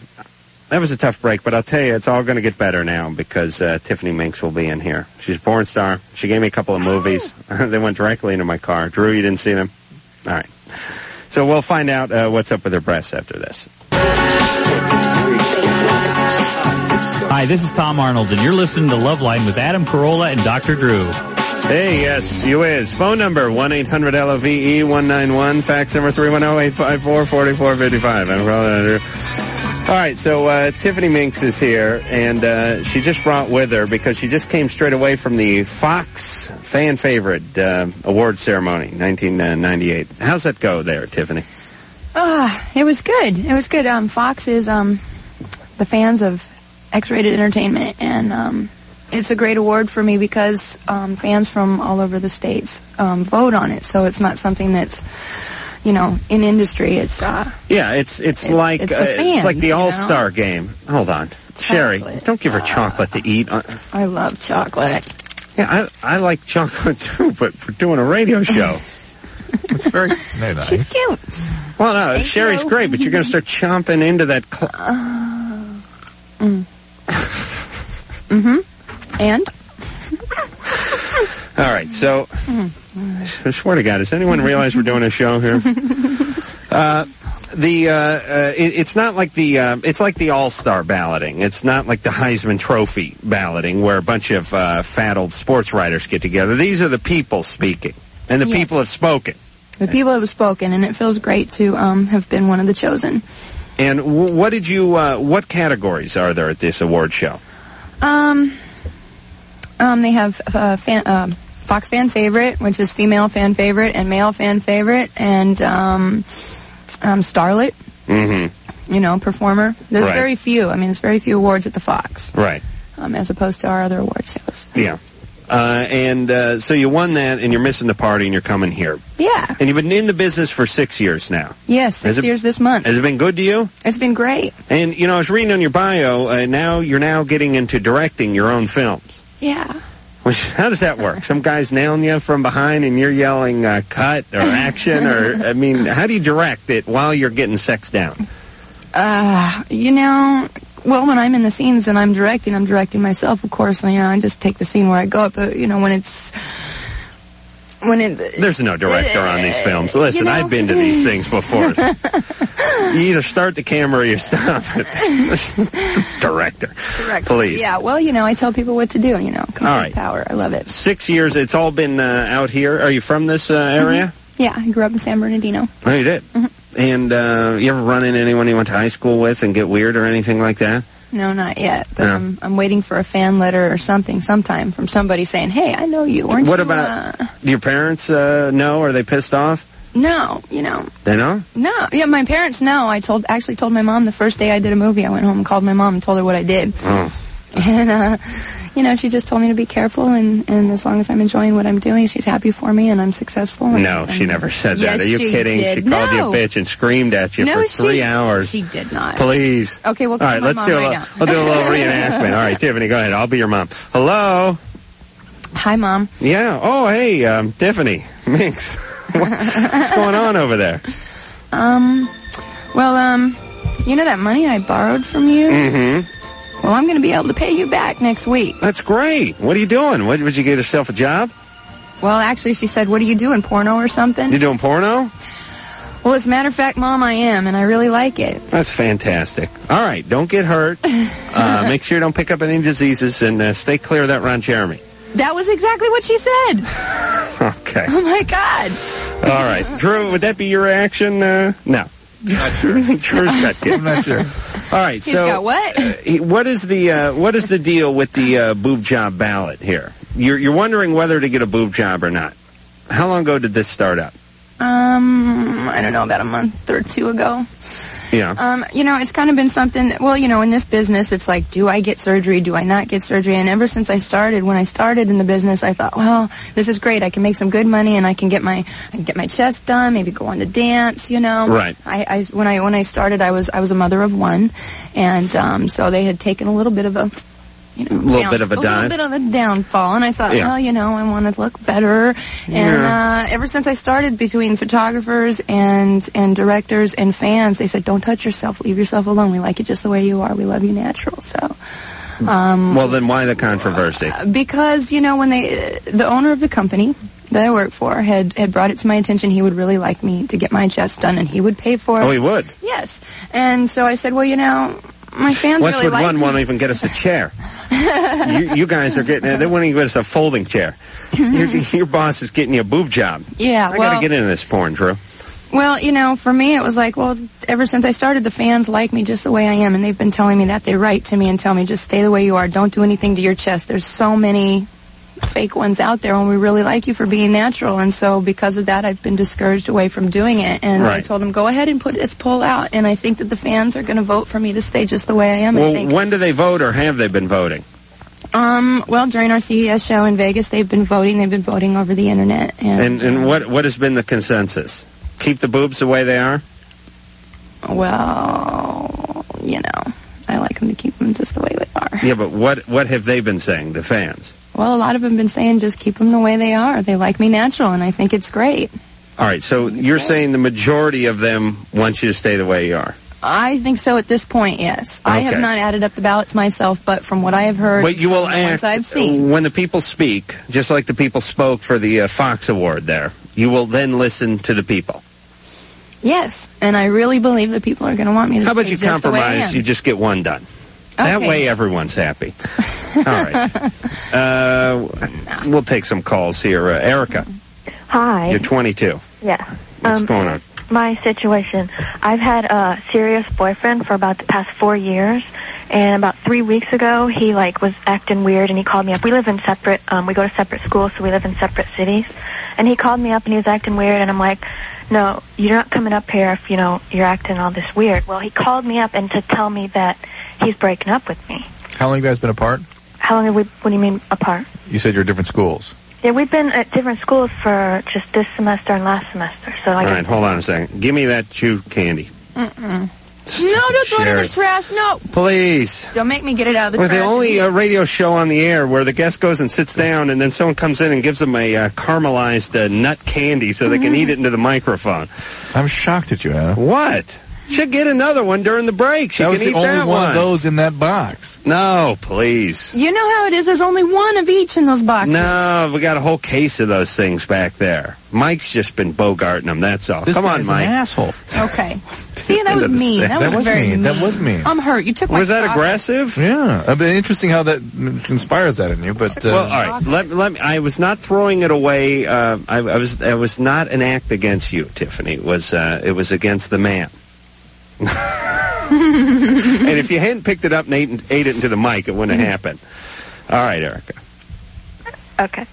[SPEAKER 2] was a tough break, but I'll tell you, it's all going to get better now because uh, Tiffany Minx will be in here. She's a porn star. She gave me a couple of movies. (laughs) they went directly into my car. Drew, you didn't see them. All right. So we'll find out uh, what's up with her breasts after this.
[SPEAKER 10] Hi, this is Tom Arnold, and you're listening to Love Line with Adam Carolla and Dr. Drew.
[SPEAKER 2] Hey, yes, you is. Phone number E, 1-800-LOVE-191. Fax number 310-854-4455. I'm calling it. All right, so uh, Tiffany Minx is here, and uh, she just brought with her because she just came straight away from the Fox Fan Favorite uh, Award Ceremony, 1998. How's that go there, Tiffany?
[SPEAKER 11] Ah, it was good. It was good. Um, Fox is um, the fans of X-rated entertainment, and um, it's a great award for me because um, fans from all over the states um, vote on it. So it's not something that's, you know, in industry. It's uh,
[SPEAKER 2] Yeah, it's it's,
[SPEAKER 11] It's-
[SPEAKER 2] like
[SPEAKER 11] it's the
[SPEAKER 2] uh, it's
[SPEAKER 11] fans,
[SPEAKER 2] like the
[SPEAKER 11] you know?
[SPEAKER 2] All Star Game. Hold on, Sherry,
[SPEAKER 11] Chocolate.
[SPEAKER 2] don't give her chocolate to eat. Uh,
[SPEAKER 11] I love chocolate.
[SPEAKER 2] yeah, I I like chocolate (laughs) too, but we're doing a radio show.
[SPEAKER 1] It's
[SPEAKER 2] (laughs)
[SPEAKER 1] very no,
[SPEAKER 11] (laughs)
[SPEAKER 1] nice.
[SPEAKER 11] She's cute.
[SPEAKER 2] Well, no,
[SPEAKER 11] Thank
[SPEAKER 2] Sherry's
[SPEAKER 11] you. Uh,
[SPEAKER 2] great, but you're going
[SPEAKER 11] (laughs)
[SPEAKER 2] to start chomping into that. Cl-
[SPEAKER 11] mm. Mm-hmm. And
[SPEAKER 2] (laughs) All right, so I swear to God, does anyone realize we're doing a show here?
[SPEAKER 11] (laughs)
[SPEAKER 2] Uh, the uh, uh, it, it's not like the uh, it's like the All Star balloting. It's not like the Heisman Trophy balloting where a bunch of uh, fat old sports writers get together. These are the people speaking, and the
[SPEAKER 11] Yes.
[SPEAKER 2] people have spoken.
[SPEAKER 11] The people have spoken, and it feels great to um, have been one of the chosen.
[SPEAKER 2] And w- what did you? Uh, what categories are there at this award show?
[SPEAKER 11] Um, um, they have uh, fan, uh, Fox fan favorite, which is female fan favorite, and male fan favorite, and um, um, starlet,
[SPEAKER 2] Mm-hmm.
[SPEAKER 11] you know, performer. There's
[SPEAKER 2] Right.
[SPEAKER 11] very few. I mean, there's very few awards at the Fox,
[SPEAKER 2] Right.
[SPEAKER 11] um, as opposed to our other award shows.
[SPEAKER 2] Yeah. Uh, and uh, so you won that, and you're missing the party, and you're coming here.
[SPEAKER 11] Yeah.
[SPEAKER 2] And you've been in the business for six years now.
[SPEAKER 11] Yes.
[SPEAKER 2] Has
[SPEAKER 11] Six
[SPEAKER 2] it-
[SPEAKER 11] years this month.
[SPEAKER 2] Has it been good to you?
[SPEAKER 11] it's been great.
[SPEAKER 2] And you know, I was reading on your bio. Uh, now you're now getting into directing your own films.
[SPEAKER 11] Yeah.
[SPEAKER 2] Which, (laughs) how does that work? Some guy's nailing you from behind, and you're yelling uh, "cut" or "action," or I mean, how do you direct it while you're getting sex down?
[SPEAKER 11] Uh, you know, well, when I'm in the scenes and I'm directing, I'm directing myself, of course. And, you know, I just take the scene where I go. But you know, when it's when it uh,
[SPEAKER 2] There's no director on these films. Listen,
[SPEAKER 11] You know-
[SPEAKER 2] I've been to
[SPEAKER 11] (laughs)
[SPEAKER 2] these things before. you either start the camera or you stop it. (laughs) director, please.
[SPEAKER 11] Yeah, well, you know, I tell people what to do. You know, complete
[SPEAKER 2] All right.
[SPEAKER 11] power. I love it.
[SPEAKER 2] Six years. It's all been uh, out here. Are you from this uh, area?
[SPEAKER 11] Mm-hmm. Yeah, I grew up in San Bernardino.
[SPEAKER 2] Oh, you did.
[SPEAKER 11] Mm-hmm.
[SPEAKER 2] And uh, you ever run into anyone you went to high school with and get weird or anything like that?
[SPEAKER 11] No, not yet. But
[SPEAKER 2] Yeah.
[SPEAKER 11] I'm, I'm waiting for a fan letter or something sometime from somebody saying, "Hey, I know you." Weren't
[SPEAKER 2] what
[SPEAKER 11] you,
[SPEAKER 2] about?
[SPEAKER 11] uh,
[SPEAKER 2] Do your parents uh, know? Are they pissed off?
[SPEAKER 11] no, you know.
[SPEAKER 2] They know.
[SPEAKER 11] No, yeah, my parents know. I told actually told my mom the first day I did a movie. I went home and called my mom and told her what I did. (laughs)
[SPEAKER 2] Oh.
[SPEAKER 11] And uh, you know, she just told me to be careful and and as long as I'm enjoying what I'm doing, she's happy for me and I'm successful. and-
[SPEAKER 2] No, she never said that.
[SPEAKER 11] Oh, Yes,
[SPEAKER 2] Are you
[SPEAKER 11] she
[SPEAKER 2] kidding?
[SPEAKER 11] did.
[SPEAKER 2] She
[SPEAKER 11] No.
[SPEAKER 2] called you a bitch and screamed at you
[SPEAKER 11] no,
[SPEAKER 2] for
[SPEAKER 11] she-
[SPEAKER 2] three hours.
[SPEAKER 11] She did not.
[SPEAKER 2] Please.
[SPEAKER 11] Okay, well,
[SPEAKER 2] All
[SPEAKER 11] call
[SPEAKER 2] right,
[SPEAKER 11] my
[SPEAKER 2] let's
[SPEAKER 11] mom
[SPEAKER 2] do a
[SPEAKER 11] right
[SPEAKER 2] little.
[SPEAKER 11] now.
[SPEAKER 2] I'll do a
[SPEAKER 11] (laughs)
[SPEAKER 2] little reenactment. All right, Tiffany, go ahead. I'll be your mom. Hello.
[SPEAKER 11] Hi, mom.
[SPEAKER 2] Yeah. Oh, hey, um, Tiffany (laughs) Minx. What- What's going on over there?
[SPEAKER 11] Um, well, um, you know that money I borrowed from you.
[SPEAKER 2] Mm-hmm.
[SPEAKER 11] Well, I'm going to be able to pay you back next week.
[SPEAKER 2] That's great. What are you doing? What would you get yourself a job?
[SPEAKER 11] Well, actually, she said, "What are you doing, porno or something?"
[SPEAKER 2] You doing porno?
[SPEAKER 11] Well, as a matter of fact, mom, I am, and I really like it.
[SPEAKER 2] That's fantastic. All right, don't get hurt.
[SPEAKER 11] (laughs)
[SPEAKER 2] Uh, make sure you don't pick up any diseases and uh, stay clear of that Ron Jeremy. (laughs)
[SPEAKER 11] That was exactly what she said.
[SPEAKER 2] Okay.
[SPEAKER 11] (laughs) Oh my god.
[SPEAKER 2] All right, Drew. Would that be your reaction? Uh, no. Not sure. (laughs) Drew's
[SPEAKER 11] (laughs)
[SPEAKER 2] got
[SPEAKER 11] I'm
[SPEAKER 2] kids.
[SPEAKER 11] not sure.
[SPEAKER 2] All right,
[SPEAKER 11] She's
[SPEAKER 2] so
[SPEAKER 11] got what?
[SPEAKER 2] uh, he- what is the uh, what is the deal with the uh, boob job ballot here? You're you're wondering whether to get a boob job or not. How long ago did this start up?
[SPEAKER 11] Um, I don't know, about a month or two ago.
[SPEAKER 2] Yeah.
[SPEAKER 11] Um, you know, it's kind of been something, well, you know, in this business, it's like, do I get surgery? Do I not get surgery? And ever since I started, when I started in the business, I thought, well, this is great. I can make some good money and I can get my, I can get my chest done, maybe go on to dance, you know.
[SPEAKER 12] Right.
[SPEAKER 11] I, I, when I, when I started, I was, I was a mother of one. And, um, so they had taken a little bit of a, you know,
[SPEAKER 2] Little
[SPEAKER 11] down-
[SPEAKER 2] bit of a
[SPEAKER 11] little
[SPEAKER 2] dive.
[SPEAKER 11] bit of a downfall. And I thought,
[SPEAKER 2] Yeah.
[SPEAKER 11] well, you know, I want to look better. And
[SPEAKER 2] Yeah.
[SPEAKER 11] uh, ever since I started between photographers and and directors and fans, they said, "Don't touch yourself. Leave yourself alone. We like you just the way you are. We love you natural." So. Um,
[SPEAKER 2] well, then why the controversy?
[SPEAKER 11] because you know when they the owner of the company that I work for had had brought it to my attention he would really like me to get my chest done and he would pay for it.
[SPEAKER 2] Oh, he would.
[SPEAKER 11] Yes. And so I said, well, you know, my fans
[SPEAKER 2] Westwood
[SPEAKER 11] really like
[SPEAKER 2] One
[SPEAKER 11] me. (laughs)
[SPEAKER 2] won't even get us a chair. you, you guys are getting they won't even get us a
[SPEAKER 11] (laughs)
[SPEAKER 2] folding chair. your, your boss is getting you a boob job.
[SPEAKER 11] Yeah,
[SPEAKER 2] I
[SPEAKER 11] well-
[SPEAKER 2] gotta get into this porn, Drew.
[SPEAKER 11] Well, you know, for me, it was like, well, ever since I started, the fans like me just the way I am, and they've been telling me that. They write to me and tell me, just stay the way you are. Don't do anything to your chest. There's so many fake ones out there, and we really like you for being natural. And so, because of that, I've been discouraged away from doing it. And I
[SPEAKER 2] Right.
[SPEAKER 11] told them, go ahead and put this poll out. And I think that the fans are going to vote for me to stay just the way I am. I
[SPEAKER 2] Well,
[SPEAKER 11] think,
[SPEAKER 2] when do they vote, or have they been voting?
[SPEAKER 11] um, well, during our CES show in Vegas, they've been voting. They've been voting over the internet. And,
[SPEAKER 2] And and what what has been the consensus? Keep the boobs the way they are.
[SPEAKER 11] well, you know, I like them to keep them just the way they are.
[SPEAKER 2] Yeah, but what what have they been saying? The fans.
[SPEAKER 11] Well, a lot of them have been saying just keep them the way they are. They like me natural, and I think it's great.
[SPEAKER 2] All right, so you're saying the majority of them want you to stay the way you are.
[SPEAKER 11] I think so at this point, yes. I have
[SPEAKER 2] Okay.
[SPEAKER 11] not added up the ballots myself, but from what I have heard,
[SPEAKER 2] But you will
[SPEAKER 11] from the ones
[SPEAKER 2] act
[SPEAKER 11] I've seen.
[SPEAKER 2] when the people speak, just like the people spoke for the uh, Fox Award. There, you will then listen to the people.
[SPEAKER 11] Yes, and I really believe that people are going to want me to
[SPEAKER 2] Oh. How about
[SPEAKER 11] stay
[SPEAKER 2] you
[SPEAKER 11] just The way I
[SPEAKER 2] compromise?
[SPEAKER 11] am.
[SPEAKER 2] You just get one done. That
[SPEAKER 11] Okay.
[SPEAKER 2] way, everyone's happy.
[SPEAKER 11] (laughs)
[SPEAKER 2] All right.
[SPEAKER 13] (laughs)
[SPEAKER 2] Uh, we'll take some calls here. Uh, Erica,
[SPEAKER 14] Hi.
[SPEAKER 2] you're 22.
[SPEAKER 14] Yeah.
[SPEAKER 2] What's
[SPEAKER 13] Um,
[SPEAKER 2] going on?
[SPEAKER 13] My situation. I've had a serious boyfriend for about the past four years, and about three weeks ago, he like was acting weird, and he called me up. We live in separate. Um, we go to separate schools, so we live in separate cities. And he called me up, and he was acting weird, and I'm like, "No, you're not coming up here if you know you're acting all this weird." Well, he called me up and to tell me that he's breaking up with me.
[SPEAKER 1] How long have you guys been apart?
[SPEAKER 13] How long have we? What do you mean apart?
[SPEAKER 1] You said you're at different schools.
[SPEAKER 13] Yeah, we've been at different schools for just this semester and last semester. So
[SPEAKER 2] All
[SPEAKER 13] like,
[SPEAKER 2] right, hold on a second. Give me that chew candy,
[SPEAKER 11] Mm-mm. No, don't throw it in the
[SPEAKER 2] Sherry.
[SPEAKER 11] trash. No.
[SPEAKER 2] please.
[SPEAKER 11] Don't make me get it out of the
[SPEAKER 2] We're
[SPEAKER 11] trash.
[SPEAKER 2] the only uh, radio show on the air where the guest goes and sits down, and then someone comes in and gives them a uh, caramelized uh, nut candy so they
[SPEAKER 11] Mm-hmm.
[SPEAKER 2] can eat it into the microphone.
[SPEAKER 1] I'm shocked at you, Anna.
[SPEAKER 2] What? Should get another one during the break. She
[SPEAKER 1] that was
[SPEAKER 2] can
[SPEAKER 1] the
[SPEAKER 2] eat
[SPEAKER 1] only
[SPEAKER 2] that
[SPEAKER 1] one, of those in that box.
[SPEAKER 2] No, please.
[SPEAKER 11] You know how it is. There's only one of each in those boxes.
[SPEAKER 2] No, we got a whole case of those things back there. Mike's just been bogarting them. That's all.
[SPEAKER 11] This
[SPEAKER 2] Come
[SPEAKER 11] guy
[SPEAKER 2] on,
[SPEAKER 11] is an
[SPEAKER 2] Mike.
[SPEAKER 1] asshole.
[SPEAKER 11] Okay. See, that
[SPEAKER 2] (laughs) End
[SPEAKER 11] was
[SPEAKER 2] of the
[SPEAKER 11] mean. That,
[SPEAKER 2] thing.
[SPEAKER 11] was, very mean. I'm hurt. You took my chocolate.
[SPEAKER 2] aggressive?
[SPEAKER 1] Yeah. I mean, Interesting how that mm, inspires that in you, but. Uh,
[SPEAKER 2] well, all right. Let, let me, I was not throwing it away. Uh, I, I was. It was not an act against you, Tiffany. It was. Uh, it was against the man. (laughs) and if you hadn't picked it up and ate, ate it into the mic, it wouldn't have happened. All right, Erica.
[SPEAKER 13] okay.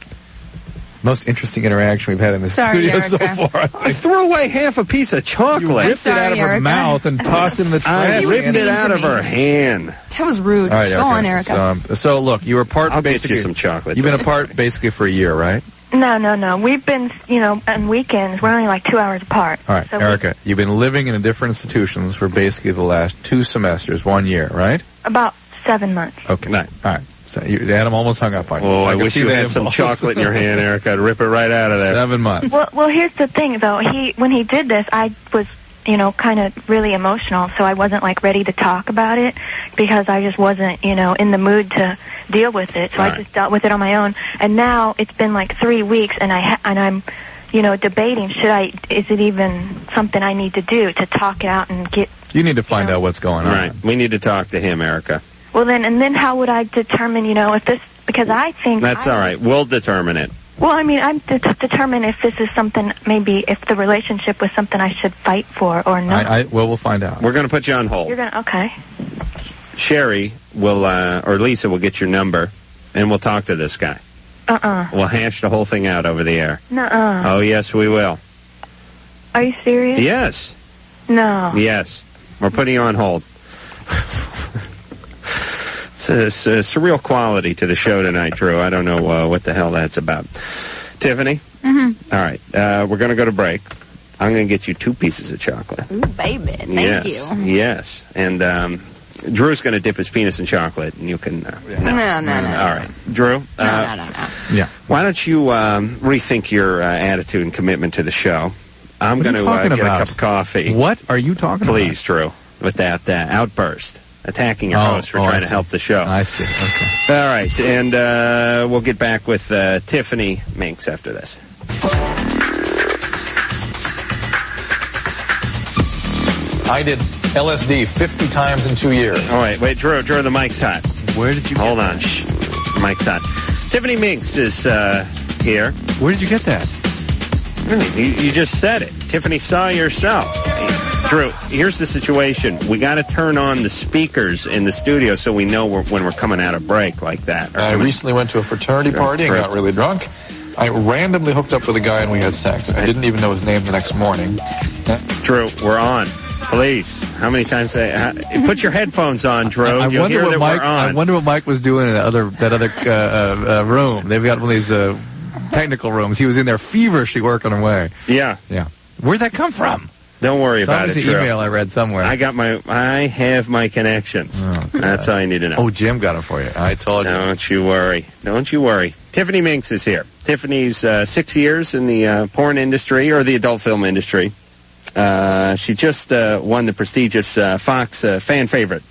[SPEAKER 1] Most interesting interaction we've had in the
[SPEAKER 2] Sorry,
[SPEAKER 1] studio so
[SPEAKER 2] Erica.
[SPEAKER 1] far.
[SPEAKER 2] I threw away half a piece of chocolate.
[SPEAKER 1] You ripped it out of her mouth and tossed it in the
[SPEAKER 2] (laughs) I
[SPEAKER 1] trash.
[SPEAKER 2] ripped it out of her hand.
[SPEAKER 11] That was rude.
[SPEAKER 1] All right, Erica.
[SPEAKER 11] Go on, Erica.
[SPEAKER 1] So, um, so look, you were apart.
[SPEAKER 2] I'll get you
[SPEAKER 1] basically,
[SPEAKER 2] some chocolate.
[SPEAKER 1] You've been apart basically for a year, right?
[SPEAKER 13] No, no, no. We've been, you know, on weekends. We're only like two hours apart.
[SPEAKER 1] All right,
[SPEAKER 13] So we-
[SPEAKER 1] Erica, you've been living in different institutions for basically the last two semesters, one year, right?
[SPEAKER 13] About seven months.
[SPEAKER 1] Okay. All right. So you, Adam almost hung up on you.
[SPEAKER 2] Oh, I
[SPEAKER 1] can
[SPEAKER 2] wish
[SPEAKER 1] see
[SPEAKER 2] you
[SPEAKER 1] the
[SPEAKER 2] had some
[SPEAKER 1] impulse. (laughs)
[SPEAKER 2] chocolate in your hand, Erica. I'd rip it right out of there.
[SPEAKER 1] Seven months.
[SPEAKER 13] Well, well, here's the thing, though. He, when he did this, I was, you know, kind of really emotional, so I wasn't like ready to talk about it because I just wasn't, you know, in the mood to deal with it. So I
[SPEAKER 2] Right.
[SPEAKER 13] just dealt with it on my own. And now it's been like three weeks, and I ha- and I'm, you know, debating should I? Is it even something I need to do to talk it out and get
[SPEAKER 1] You need to find out what's going on.
[SPEAKER 2] Right. We need to talk to him, Erica.
[SPEAKER 13] Well, then, and then how would I determine, you know, if this, because I think,
[SPEAKER 2] That's all right. We'll determine it.
[SPEAKER 13] well, I mean, I'm to determine if this is something, maybe if the relationship was something I should fight for or not.
[SPEAKER 1] I, I, well, we'll find out.
[SPEAKER 2] We're going to put you on
[SPEAKER 13] You're
[SPEAKER 1] Oh.
[SPEAKER 2] hold.
[SPEAKER 13] going to, okay.
[SPEAKER 2] Sherry will, uh, or Lisa will get your number, and we'll talk to this guy.
[SPEAKER 13] Uh-uh.
[SPEAKER 2] We'll hash the whole thing out over the air.
[SPEAKER 13] Nuh-uh.
[SPEAKER 2] Oh, yes, we will.
[SPEAKER 13] Are you serious?
[SPEAKER 2] Yes.
[SPEAKER 13] No.
[SPEAKER 2] Yes. We're putting you on hold. (laughs) it's, a, it's a surreal quality to the show tonight, Drew. I don't know uh, what the hell that's about. Tiffany?
[SPEAKER 11] Mm-hmm.
[SPEAKER 2] All right. Uh, we're going to go to break. I'm going to get you two pieces of chocolate.
[SPEAKER 11] mm-hmm. Ooh, baby. Thank
[SPEAKER 2] yes.
[SPEAKER 11] you.
[SPEAKER 2] Yes. And um, Drew's going to dip his penis in chocolate, and you can. Uh,
[SPEAKER 11] No, no, no, no.
[SPEAKER 2] All right. Drew?
[SPEAKER 11] No,
[SPEAKER 2] uh,
[SPEAKER 11] no, no, no.
[SPEAKER 1] Yeah.
[SPEAKER 2] Why don't you um, rethink your uh, attitude and commitment to the show? I'm
[SPEAKER 1] What are
[SPEAKER 2] going
[SPEAKER 1] you
[SPEAKER 2] to uh,
[SPEAKER 1] talking
[SPEAKER 2] get
[SPEAKER 1] about?
[SPEAKER 2] a cup of coffee.
[SPEAKER 1] What are you talking about?
[SPEAKER 2] Please, Drew, with that uh, outburst, attacking your
[SPEAKER 1] Oh,
[SPEAKER 2] host for
[SPEAKER 1] oh, I
[SPEAKER 2] trying to
[SPEAKER 1] see.
[SPEAKER 2] help the show.
[SPEAKER 1] I see. Okay.
[SPEAKER 2] All right, and uh, we'll get back with uh, Tiffany Minks after this.
[SPEAKER 1] I did LSD 50 times in two years.
[SPEAKER 2] All right, wait, Drew, Drew, the mic's hot.
[SPEAKER 1] Where did you?
[SPEAKER 2] Hold on, shh, mic's hot. Tiffany Minks is uh, here.
[SPEAKER 1] Where did you get that?
[SPEAKER 2] You, you just said it. Tiffany saw yourself. Drew, here's the situation. We got to turn on the speakers in the studio so we know we're, when we're coming out of break like that. Or
[SPEAKER 1] I
[SPEAKER 2] coming-
[SPEAKER 1] recently went to a fraternity party and got really drunk. I randomly hooked up with a guy and we had sex. I didn't even know his name the next morning.
[SPEAKER 2] Drew, we're on. Please, how many times? They, how, put your headphones on, Drew.
[SPEAKER 1] I
[SPEAKER 2] Oh, You'll
[SPEAKER 1] wonder
[SPEAKER 2] hear
[SPEAKER 1] what
[SPEAKER 2] that
[SPEAKER 1] Mike.
[SPEAKER 2] we're
[SPEAKER 1] I
[SPEAKER 2] on.
[SPEAKER 1] wonder what Mike was doing in that other that other uh, uh, uh, room. They've got one of these uh, technical rooms. He was in there feverishly working away.
[SPEAKER 2] yeah,
[SPEAKER 1] Yeah. Where'd that come from?
[SPEAKER 2] don't worry
[SPEAKER 1] It's
[SPEAKER 2] about it,
[SPEAKER 1] obviously
[SPEAKER 2] Drew.
[SPEAKER 1] email I read somewhere.
[SPEAKER 2] I got my, I have my connections. That's all you need to know.
[SPEAKER 1] oh, Jim got it for you. I told you.
[SPEAKER 2] Don't you worry. Don't you worry. Tiffany Minks is here. Tiffany's uh, six years in the uh, porn industry or the adult film industry. Uh, she just uh, won the prestigious uh, Fox uh, Fan Favorite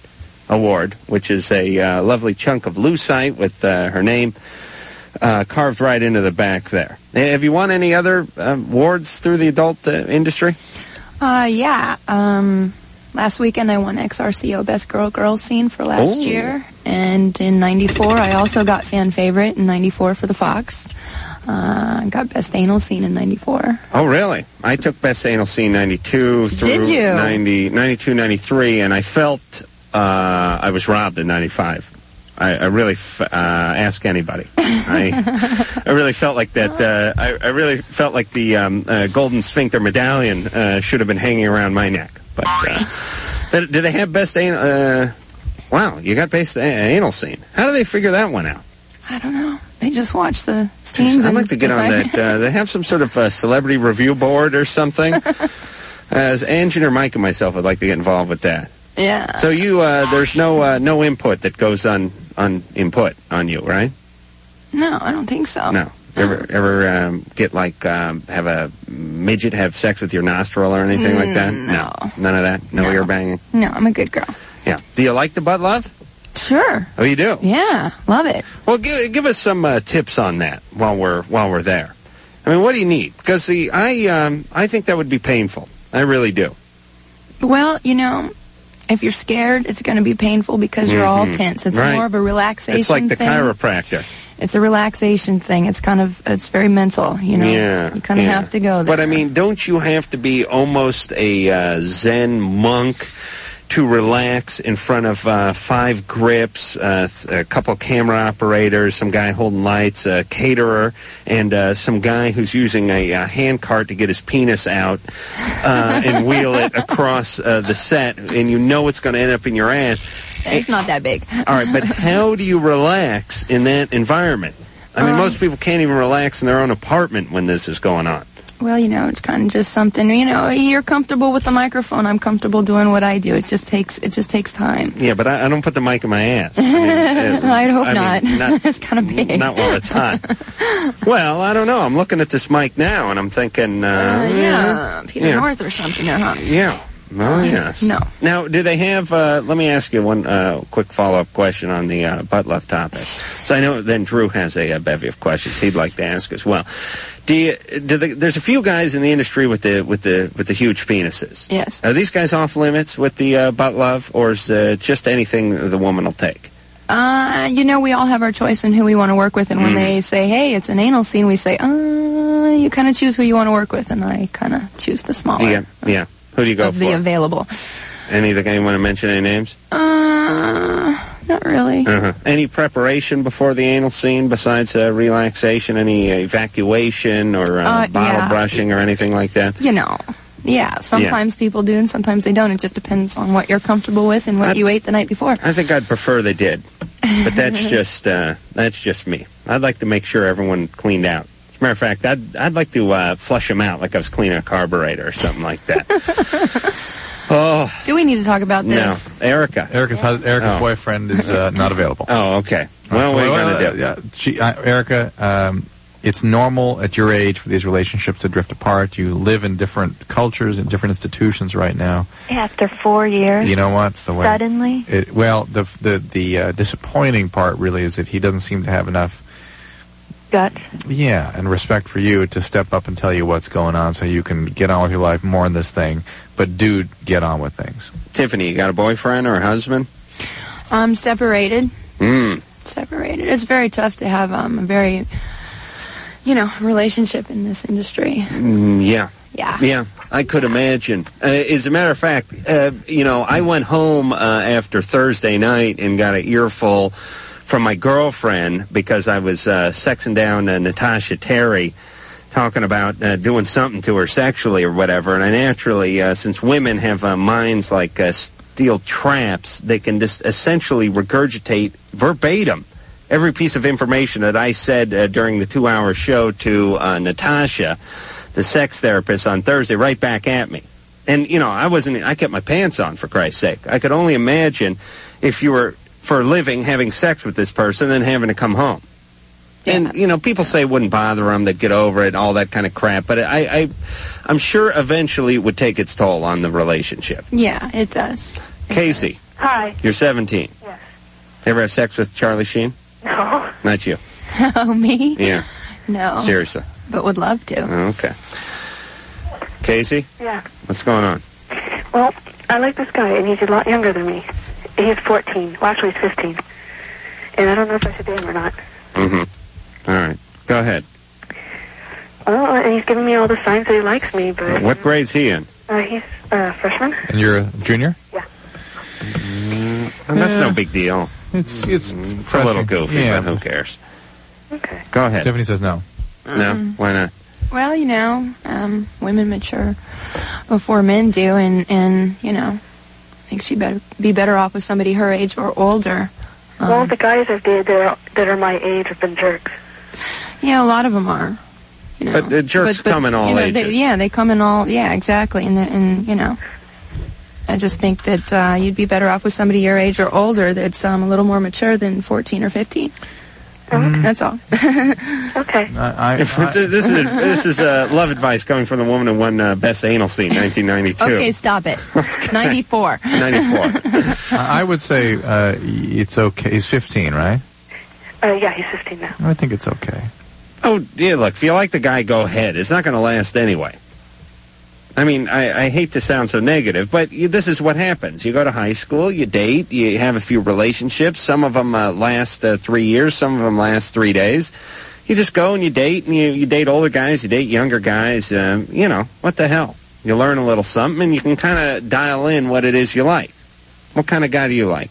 [SPEAKER 2] Award, which is a uh, lovely chunk of lucite with uh, her name uh, carved right into the back there. Uh, Have you won any other uh, awards through the adult uh, industry?
[SPEAKER 11] Uh, yeah. Um, last weekend I won XRCO Best Girl Girl Scene for last
[SPEAKER 2] Ooh.
[SPEAKER 11] year, and in '94 I also got fan favorite in '94 for the Fox. Uh, got best anal scene in '94.
[SPEAKER 2] Oh, really? I took Best Anal Scene 92 through
[SPEAKER 11] Did you?
[SPEAKER 2] 90, 92, 93, and I felt uh, I was robbed in 95. I, I really f- uh, ask
[SPEAKER 11] (laughs)
[SPEAKER 2] anybody. I, I really felt like that. Uh, I, I really felt like the um, uh, golden sphincter medallion uh, should have been hanging around my neck. But uh, but do they have best anal? Uh, wow, you got best a- anal scene. How do they figure that one out?
[SPEAKER 11] I don't know. They just watch the scenes.
[SPEAKER 2] I'd
[SPEAKER 11] and
[SPEAKER 2] like to get on
[SPEAKER 11] decide-
[SPEAKER 2] that. Uh, they have some sort of uh, celebrity review board or something. As engineer Mike and myself would like to get involved with that.
[SPEAKER 11] yeah.
[SPEAKER 2] So you, uh, there's no uh, no input that goes on on input on you, right?
[SPEAKER 11] No, I don't think so.
[SPEAKER 2] No. Ever ever um, get like um, have a midget have sex with your nostril or anything like that? No, none of that. No, ear banging.
[SPEAKER 11] Mm, No, I'm a good girl.
[SPEAKER 2] Yeah. Do you like the butt love?
[SPEAKER 11] Sure.
[SPEAKER 2] Oh, you do.
[SPEAKER 11] Yeah. Love it.
[SPEAKER 2] Well, give, give us some uh, tips on that while we're while we're there. I mean, what do you need? Because the I um, I think that would be painful. I really do.
[SPEAKER 11] Well, you know, if you're scared, it's going to be painful because you're all
[SPEAKER 2] Mhm.
[SPEAKER 11] tense. It's
[SPEAKER 2] Right.
[SPEAKER 11] more of a relaxation.
[SPEAKER 2] It's like the
[SPEAKER 11] thing.
[SPEAKER 2] chiropractor.
[SPEAKER 11] It's a relaxation thing. It's kind of it's very mental. You know.
[SPEAKER 2] yeah,
[SPEAKER 11] You kind of
[SPEAKER 2] yeah.
[SPEAKER 11] have to go Oh, there.
[SPEAKER 2] But I mean, don't you have to be almost a uh, Zen monk to relax in front of uh, five grips, uh, th- a couple camera operators, some guy holding lights, a caterer, and uh, some guy who's using a, uh hand cart to get his penis out
[SPEAKER 11] (laughs)
[SPEAKER 2] uh, and wheel it across uh, the set, and you know it's going to end up in your ass. Eh,
[SPEAKER 11] it's not that big.
[SPEAKER 2] (laughs) All right, but how do you relax in that environment? I
[SPEAKER 11] Um,
[SPEAKER 2] mean, most people can't even relax in their own apartment when this is going on.
[SPEAKER 11] (laughs) Well, you know, it's kind of just something. You know, you're comfortable with the microphone. I'm comfortable doing what I do. It just takes it just takes time.
[SPEAKER 2] Yeah, but I, I don't put the mic in my
[SPEAKER 11] (laughs)
[SPEAKER 2] ass.
[SPEAKER 11] I'd hope
[SPEAKER 2] I
[SPEAKER 11] not.
[SPEAKER 2] mean,
[SPEAKER 11] (laughs)
[SPEAKER 2] not-
[SPEAKER 11] it's kind of big.
[SPEAKER 2] Not while it's hot.
[SPEAKER 11] (laughs)
[SPEAKER 2] well, I don't know. I'm looking at this mic now, and I'm thinking, uh,
[SPEAKER 11] Uh, yeah, Peter
[SPEAKER 2] yeah.
[SPEAKER 11] North or something there, huh?
[SPEAKER 2] Yeah. Oh, yes.
[SPEAKER 11] No.
[SPEAKER 2] Now, do they have? Uh, let me ask you one uh, quick follow-up question on the uh, butt love topic. So I know then Drew has a, uh bevy of questions he'd like to ask as well. Do you? Do the, there's a few guys in the industry with the with the with the huge penises.
[SPEAKER 11] Yes.
[SPEAKER 2] Are these guys off limits with the uh, butt love, or is uh, just anything the woman will take?
[SPEAKER 11] Uh, you know, we all have our choice in who we want to work with, and
[SPEAKER 2] Mm.
[SPEAKER 11] when they say, "Hey, it's an anal scene," we say, "Uh, you kind of choose who you want to work with," and I kind of choose the smaller
[SPEAKER 2] Yeah. uh, Yeah. Who do you go
[SPEAKER 11] of the um,
[SPEAKER 2] for?
[SPEAKER 11] available.
[SPEAKER 2] Any that anyone to mention any names?
[SPEAKER 11] Uh, not really.
[SPEAKER 2] Uh-huh. Any preparation before the anal scene besides uh, relaxation? Any evacuation or uh,
[SPEAKER 11] Uh,
[SPEAKER 2] bottle
[SPEAKER 11] yeah.
[SPEAKER 2] brushing or anything like that?
[SPEAKER 11] You know. Yeah, sometimes people do and sometimes they don't. It just depends on what you're comfortable with and what you ate the night before.
[SPEAKER 2] I think I'd prefer they did, but
[SPEAKER 11] (laughs)
[SPEAKER 2] that's just uh, that's just me. I'd like to make sure everyone cleaned out. As a matter of fact, I'd I'd like to uh, flush them out like I was cleaning a carburetor or something like
[SPEAKER 11] (laughs)
[SPEAKER 2] that. oh
[SPEAKER 11] Do we need to talk about
[SPEAKER 2] no,
[SPEAKER 11] this?
[SPEAKER 2] Erica.
[SPEAKER 1] Erica's hus- Erica's boyfriend is uh, not available.
[SPEAKER 2] Oh, okay. Well,
[SPEAKER 1] So,
[SPEAKER 2] what are you
[SPEAKER 1] uh,
[SPEAKER 2] gonna do?
[SPEAKER 1] Yeah, she, uh, Erica, um, it's normal at your age for these relationships to drift apart. You live in different cultures and different institutions right now.
[SPEAKER 12] After four years,
[SPEAKER 1] You know what's the way?
[SPEAKER 12] suddenly.
[SPEAKER 1] It, well, the the the uh, disappointing part really is that he doesn't seem to have enough
[SPEAKER 12] Guts.
[SPEAKER 1] Yeah, and respect for you to step up and tell you what's going on, so you can get on with your life more in this thing. But do get on with things.
[SPEAKER 2] Tiffany, you got a boyfriend or a husband?
[SPEAKER 11] Um, separated.
[SPEAKER 2] Mm.
[SPEAKER 11] Separated. It's very tough to have um, a very, you know, relationship in this industry.
[SPEAKER 2] Mm, yeah.
[SPEAKER 11] Yeah.
[SPEAKER 2] Yeah, I could imagine. Uh, as a matter of fact, uh, you know, I went home uh, after Thursday night and got an earful from my girlfriend because I was uh, sexing down uh, Natasha Terry talking about uh, doing something to her sexually or whatever. And I naturally, uh, since women have uh, minds like uh, steel traps, they can just essentially regurgitate verbatim every piece of information that I said uh, during the two-hour show to uh, Natasha, the sex therapist, on Thursday, right back at me. And you know, I wasn't. I kept my pants on for Christ's sake. I could only imagine if you were for a living having sex with this person and having to come home. And you know, people say it wouldn't bother them; they'd get over it, all that kind of crap. But I, I, I'm sure eventually it would take its toll on the relationship.
[SPEAKER 11] Yeah, it does.
[SPEAKER 2] Casey, (laughs)
[SPEAKER 11] (laughs)
[SPEAKER 8] Hi.
[SPEAKER 2] you're 17. Yes. Ever have sex with Charlie Sheen?
[SPEAKER 8] No.
[SPEAKER 2] Not you.
[SPEAKER 11] oh, me?
[SPEAKER 2] Yeah.
[SPEAKER 11] No.
[SPEAKER 2] Seriously. Oh,
[SPEAKER 11] But would love to.
[SPEAKER 2] Okay. Casey,
[SPEAKER 12] Yeah.
[SPEAKER 2] what's going on?
[SPEAKER 12] Well, I like this guy, and he's a lot younger than me. He's 14. Well, actually, he's 15. And I don't know if I should date him or not.
[SPEAKER 2] Mm-hmm. All right. Go ahead.
[SPEAKER 12] Well, uh, and he's giving me all the signs that he likes me, but
[SPEAKER 2] What grade's he in?
[SPEAKER 12] uh, he's uh, freshman.
[SPEAKER 1] And you're a junior?
[SPEAKER 2] Mm, that's no
[SPEAKER 1] Yeah.
[SPEAKER 2] big deal.
[SPEAKER 1] It's it's,
[SPEAKER 2] It's a little goofy,
[SPEAKER 1] Yeah.
[SPEAKER 2] but who cares? Okay. Go ahead. Tiffany
[SPEAKER 1] says no.
[SPEAKER 2] No? Why not?
[SPEAKER 11] Well, you know, um, women mature before men do, and and you know, I think she'd better be better off with somebody her age or older.
[SPEAKER 12] Well, the guys I've dated that are, that are my age have been jerks.
[SPEAKER 11] Yeah, a lot of them are.
[SPEAKER 2] But the jerks
[SPEAKER 11] But- but,
[SPEAKER 2] come in all
[SPEAKER 11] you know,
[SPEAKER 2] ages.
[SPEAKER 11] They, yeah, they come in all. Yeah, exactly. And the- and you know, I just think that uh, you'd be better off with somebody your age or older that's um, a little more mature than fourteen or fifteen. That's all. (laughs) okay.
[SPEAKER 1] I,
[SPEAKER 2] (laughs) this is this is uh, love advice coming from the woman who won uh, best
[SPEAKER 11] (laughs)
[SPEAKER 2] anal scene, 1992.
[SPEAKER 11] Okay, stop it.
[SPEAKER 1] (laughs)
[SPEAKER 11] Ninety-four. (laughs)
[SPEAKER 2] 94.
[SPEAKER 1] I I would say uh, it's okay. He's 15, right?
[SPEAKER 12] Uh, yeah, he's 15 now.
[SPEAKER 1] I think it's okay.
[SPEAKER 2] Oh, dear, look, if you like the guy, go ahead. It's not going to last anyway. I mean, I, I hate to sound so negative, but you, this is what happens. You go to high school, you date, you have a few relationships. Some of them uh, last uh, three years, some of them last three days. You just go and you date, and you, you date older guys, you date younger guys. Um, you know, what the hell? You learn a little something, and you can kind of dial in what it is you like. What kind of guy do you like?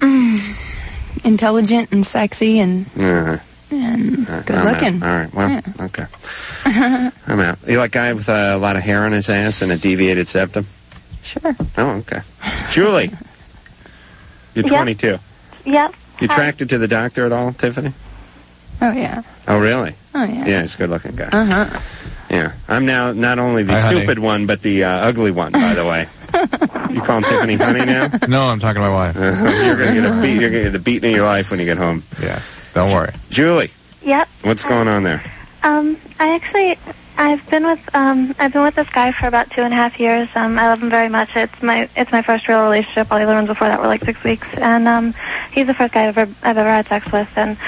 [SPEAKER 11] Mm. Intelligent and sexy and
[SPEAKER 2] Uh-huh.
[SPEAKER 11] and
[SPEAKER 2] Uh,
[SPEAKER 11] Hmm, good
[SPEAKER 2] I'm out.
[SPEAKER 11] looking.
[SPEAKER 2] All right, well, okay.
[SPEAKER 11] (laughs)
[SPEAKER 2] I'm out. You like guy with uh, a lot of hair on his ass and a deviated septum?
[SPEAKER 11] Sure.
[SPEAKER 2] Oh, okay. Julie, you're
[SPEAKER 12] Yeah.
[SPEAKER 2] 22.
[SPEAKER 12] Yep.
[SPEAKER 2] You attracted to the doctor at all, Tiffany?
[SPEAKER 11] Oh yeah.
[SPEAKER 2] Oh, really?
[SPEAKER 11] Oh yeah.
[SPEAKER 2] Yeah, he's a good-looking guy.
[SPEAKER 11] Uh huh.
[SPEAKER 2] Yeah, I'm now not only the
[SPEAKER 1] Hi, honey.
[SPEAKER 2] stupid one, but the uh, ugly one, by
[SPEAKER 11] (laughs)
[SPEAKER 2] the way. you call him Tiffany Honey now? Uh-huh.
[SPEAKER 1] No, I'm talking to my wife.
[SPEAKER 2] you're gonna get a beat. You're gonna get the beating of your life when you get home.
[SPEAKER 1] Yeah, don't worry.
[SPEAKER 2] Julie,
[SPEAKER 14] Yep.
[SPEAKER 2] what's going on there?
[SPEAKER 14] Um, I actually, I've been with, um, I've been with this guy for about two and a half years. Um, I love him very much. It's my, it's my first real relationship. All the other ones before that were like six weeks, and um, he's the first guy I've ever, I've ever had sex with, and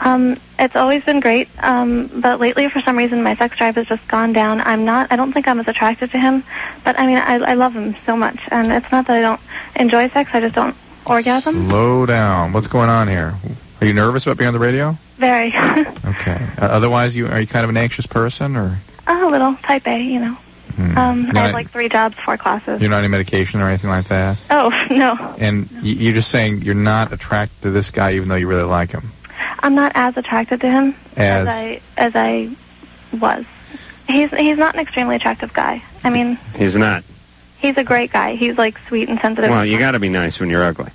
[SPEAKER 14] um, it's always been great. Um, but lately, for some reason, my sex drive has just gone down. I'm not, I don't think I'm as attracted to him, but I mean, I, I love him so much, and it's not that I don't enjoy sex. I just don't orgasm
[SPEAKER 1] Slow down. What's going on here? Are you nervous about being on the radio?
[SPEAKER 14] very. (laughs)
[SPEAKER 1] Okay. Uh, otherwise, you are you kind of an anxious person, or
[SPEAKER 14] a little type A, you know. Um, I have
[SPEAKER 1] Right.
[SPEAKER 14] like three jobs, four classes.
[SPEAKER 1] Hmm. you're not on any medication or anything like that?
[SPEAKER 14] Oh (laughs) no,
[SPEAKER 1] And y- you're just saying you're not attracted to this guy, even though you really like him.
[SPEAKER 14] I'm not as attracted to him
[SPEAKER 1] As-
[SPEAKER 14] I as I was. He's he's not an extremely attractive guy. I mean,
[SPEAKER 2] He's not.
[SPEAKER 14] he's a great guy. He's like sweet and sensitive.
[SPEAKER 2] Well, you got to be nice when you're ugly.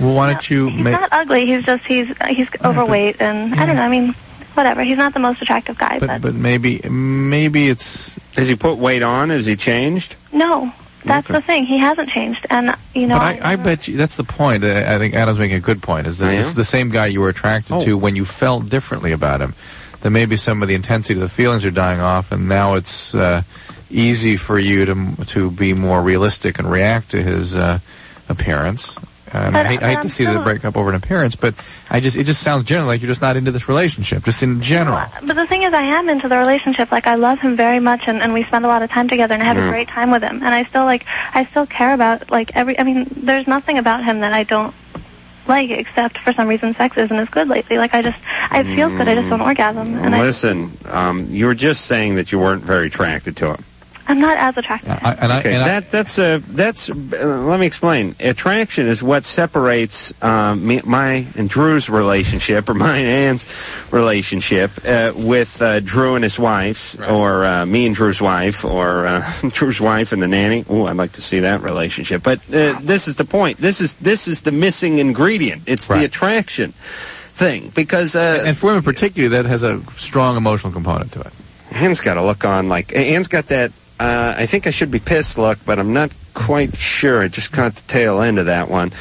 [SPEAKER 1] Well, why don't you
[SPEAKER 14] he's not ugly. He's just he's he's overweight and I don't know. I mean, whatever. He's not the most attractive guy, but,
[SPEAKER 1] but maybe maybe it's
[SPEAKER 2] has he put weight on? Has he changed?
[SPEAKER 14] no, that's
[SPEAKER 1] Okay.
[SPEAKER 14] the thing. He hasn't changed, and you know,
[SPEAKER 1] but I, I bet you that's the point. I, I think Adam's making a good point. Is that
[SPEAKER 2] I am?
[SPEAKER 1] this is the same guy you were attracted to when you felt differently about him? That maybe some of the intensity of the feelings are dying off, and now it's uh, easy for you to to be more realistic and react to his uh, appearance. And I
[SPEAKER 14] But-
[SPEAKER 1] hate, I
[SPEAKER 14] but
[SPEAKER 1] hate
[SPEAKER 14] I'm
[SPEAKER 1] to see the
[SPEAKER 14] still-
[SPEAKER 1] breakup over an appearance, but I just it just sounds generally like you're just not into this relationship, just in general.
[SPEAKER 14] But the thing is, I am into the relationship. Like, I love him very much, and, and we spend a lot of time together, and I have
[SPEAKER 1] Yeah.
[SPEAKER 14] a great time with him. And I still like, I still care about like every. I mean, there's nothing about him that I don't like, except for some reason, sex isn't as good lately. Like, I just, I feel good, I just don't orgasm, and I,
[SPEAKER 2] Listen, um, you were just saying that you weren't very attracted to him.
[SPEAKER 14] I'm not as attractive.
[SPEAKER 2] okay, that, that's a that's. Uh, let me explain. Attraction is what separates um, me, my and Drew's relationship, or mine and Ann's relationship, uh, with uh, Drew and his wife, or uh, me and Drew's wife, or uh, (laughs) Drew's wife and the nanny. Ooh, I'd like to see that relationship. But uh, this is the point. This is this is the missing ingredient. It's the attraction thing because uh,
[SPEAKER 1] And for women particularly, that has a strong emotional component to it.
[SPEAKER 2] Ann's got a look on like Ann's got that. Uh, I think I should be pissed look, but I'm not quite sure. I just caught the tail end of that one.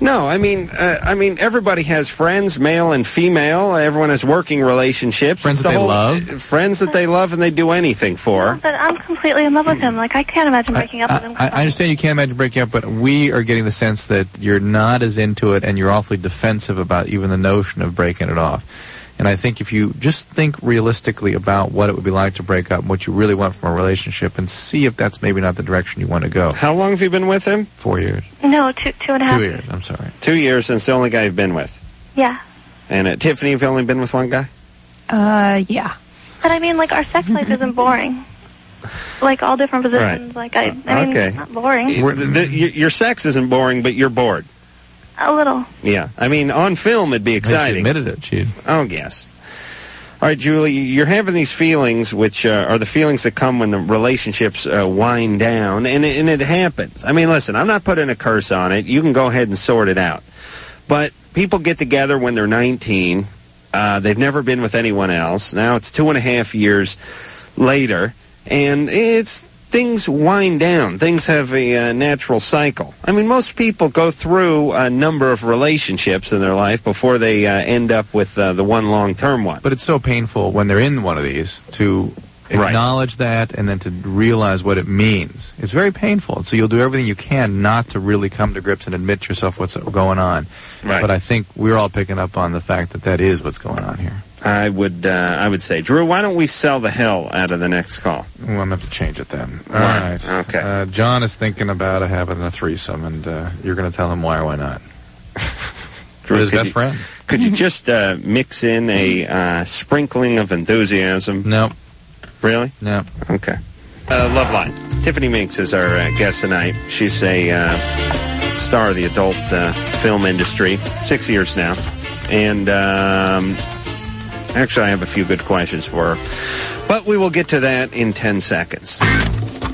[SPEAKER 2] No, I mean, uh, I mean, everybody has friends, male and female. Everyone has working relationships. Friends
[SPEAKER 1] that they love?
[SPEAKER 2] Friends that they love and they do anything for.
[SPEAKER 14] But I'm completely in love with him. Like, I can't imagine breaking up with him.
[SPEAKER 1] I, I understand you can't imagine breaking up, but we are getting the sense that you're not as into it and you're awfully defensive about even the notion of breaking it off. And I think if you just think realistically about what it would be like to break up and what you really want from a relationship and see if that's maybe not the direction you want to go.
[SPEAKER 2] How long have you been with him?
[SPEAKER 1] Four years.
[SPEAKER 14] No, two, two and a half.
[SPEAKER 1] Two years, I'm sorry.
[SPEAKER 2] Two years, and it's the only guy you've been with.
[SPEAKER 14] Yeah.
[SPEAKER 2] And uh, Tiffany, you've only been with one guy.
[SPEAKER 11] Uh, yeah.
[SPEAKER 14] But I mean, like our sex life isn't boring. Like all different positions. Like I, I mean,
[SPEAKER 2] okay.
[SPEAKER 14] it's not boring.
[SPEAKER 2] We're- the- y- your sex isn't boring, but you're bored.
[SPEAKER 14] A little.
[SPEAKER 2] Yeah, I mean, on film it'd be exciting. admitted it, she. Oh yes. All right, Julie, you're having these feelings, which uh, are the feelings that come when the relationships uh, wind down, and it, and it happens. I mean, listen, I'm not putting a curse on it. You can go ahead and sort it out. But people get together when they're 19. Uh, they've never been with anyone else. Now it's two and a half years later, and it's things wind down. Things have a uh, natural cycle. I mean, most people go through a number of relationships in their life before they uh, end up with uh, the one long-term one.
[SPEAKER 1] But it's so painful when they're in one of these to acknowledge that and then to realize what it means. It's very painful. So you'll do everything you can not to really come to grips and admit to yourself what's going on.
[SPEAKER 2] Right.
[SPEAKER 1] But I think we're all picking up on the fact that that is what's going on here.
[SPEAKER 2] I would, uh, I would say, Drew, why don't we sell the hell out of the next call?
[SPEAKER 1] Well, I'm going to have to change it then. All
[SPEAKER 2] Why?
[SPEAKER 1] right. Okay. Uh, John is thinking about having a threesome, and uh, you're going to tell him why or why not.
[SPEAKER 2] Drew,
[SPEAKER 1] his
[SPEAKER 2] could
[SPEAKER 1] best
[SPEAKER 2] you-
[SPEAKER 1] friend.
[SPEAKER 2] Could you just uh, mix in a uh, sprinkling of enthusiasm?
[SPEAKER 1] No.
[SPEAKER 2] Really?
[SPEAKER 1] No.
[SPEAKER 2] Okay. Uh, love line. Tiffany Minks is our uh, guest tonight. She's a uh, star of the adult uh, film industry, six years now, and um, actually, I have a few good questions for her, but we will get to that in ten seconds.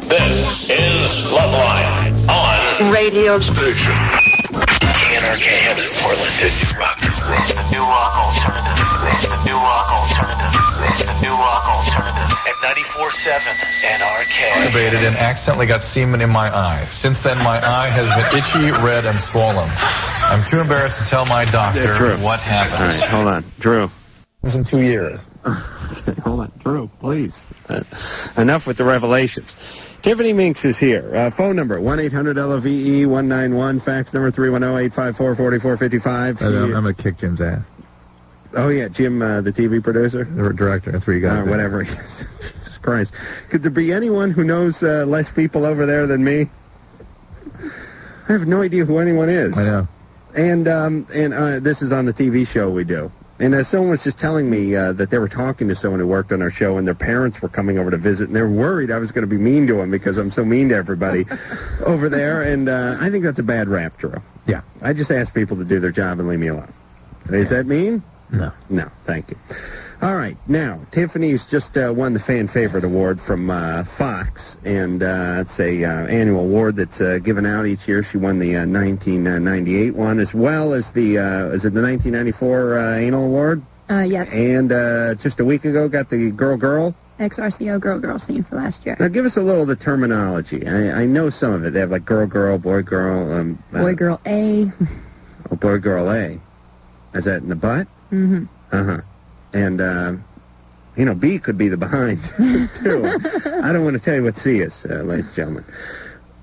[SPEAKER 3] This is Loveline on Radio Station. KNRK Heaven, Portland. It's rock, rock. The new rock alternative. The new rock alternative. The new rock alternative. At 94.7 NRK.
[SPEAKER 1] Debated and accidentally got semen in my eye. Since then, my eye has been itchy, red, and swollen. I'm too embarrassed to tell my
[SPEAKER 2] Yeah, Drew.
[SPEAKER 1] doctor what
[SPEAKER 2] All right,
[SPEAKER 1] happened.
[SPEAKER 2] hold on, Drew.
[SPEAKER 1] It's in two years.
[SPEAKER 2] (laughs) Hold on, Drew, please. Uh, enough with the revelations. Tiffany Minks is here. Uh, phone number E 1-800-LOVE-191. Fax number 310-854-4455.
[SPEAKER 1] I'm going to kick Jim's ass.
[SPEAKER 2] Oh, yeah, Jim, uh, the TV producer.
[SPEAKER 1] The director, that's where you got
[SPEAKER 2] Uh,
[SPEAKER 1] it.
[SPEAKER 2] whatever he is. Jesus Christ. Could there be anyone who knows uh, less people over there than me? I have no idea who anyone is. I
[SPEAKER 1] know.
[SPEAKER 2] And, um, and uh, this is on the TV show we do. And uh, someone was just telling me uh, that they were talking to someone who worked on our show, and their parents were coming over to visit, and they're worried I was going to be mean to them because I'm so mean
[SPEAKER 1] (laughs)
[SPEAKER 2] to everybody over there. And uh, I think that's a bad rap, Drew.
[SPEAKER 1] Yeah.
[SPEAKER 2] I just ask people to do their job and leave me alone. Is that mean?
[SPEAKER 1] No.
[SPEAKER 2] No, thank you. All right, now Tiffany's just uh, won the fan favorite award from uh, Fox, and uh, it's a uh, annual award that's uh, given out each year. She won the uh, 1998 one as well as the uh, is it the 1994 uh, anal award,
[SPEAKER 15] Uh, yes.
[SPEAKER 2] and uh, just a week ago got the Girl Girl.
[SPEAKER 15] XRCO Girl Girl scene for last year.
[SPEAKER 2] Now give us a little of the terminology. I, I know some of it. They have like Girl Girl, Boy Girl, um, uh,
[SPEAKER 15] Boy Girl A. (laughs)
[SPEAKER 2] oh, Boy Girl A. Is that in the butt?
[SPEAKER 15] hmm
[SPEAKER 2] Uh huh. And, uh, you know, B could be the behind, (laughs) too. I don't want to tell you what C is, uh, ladies and gentlemen.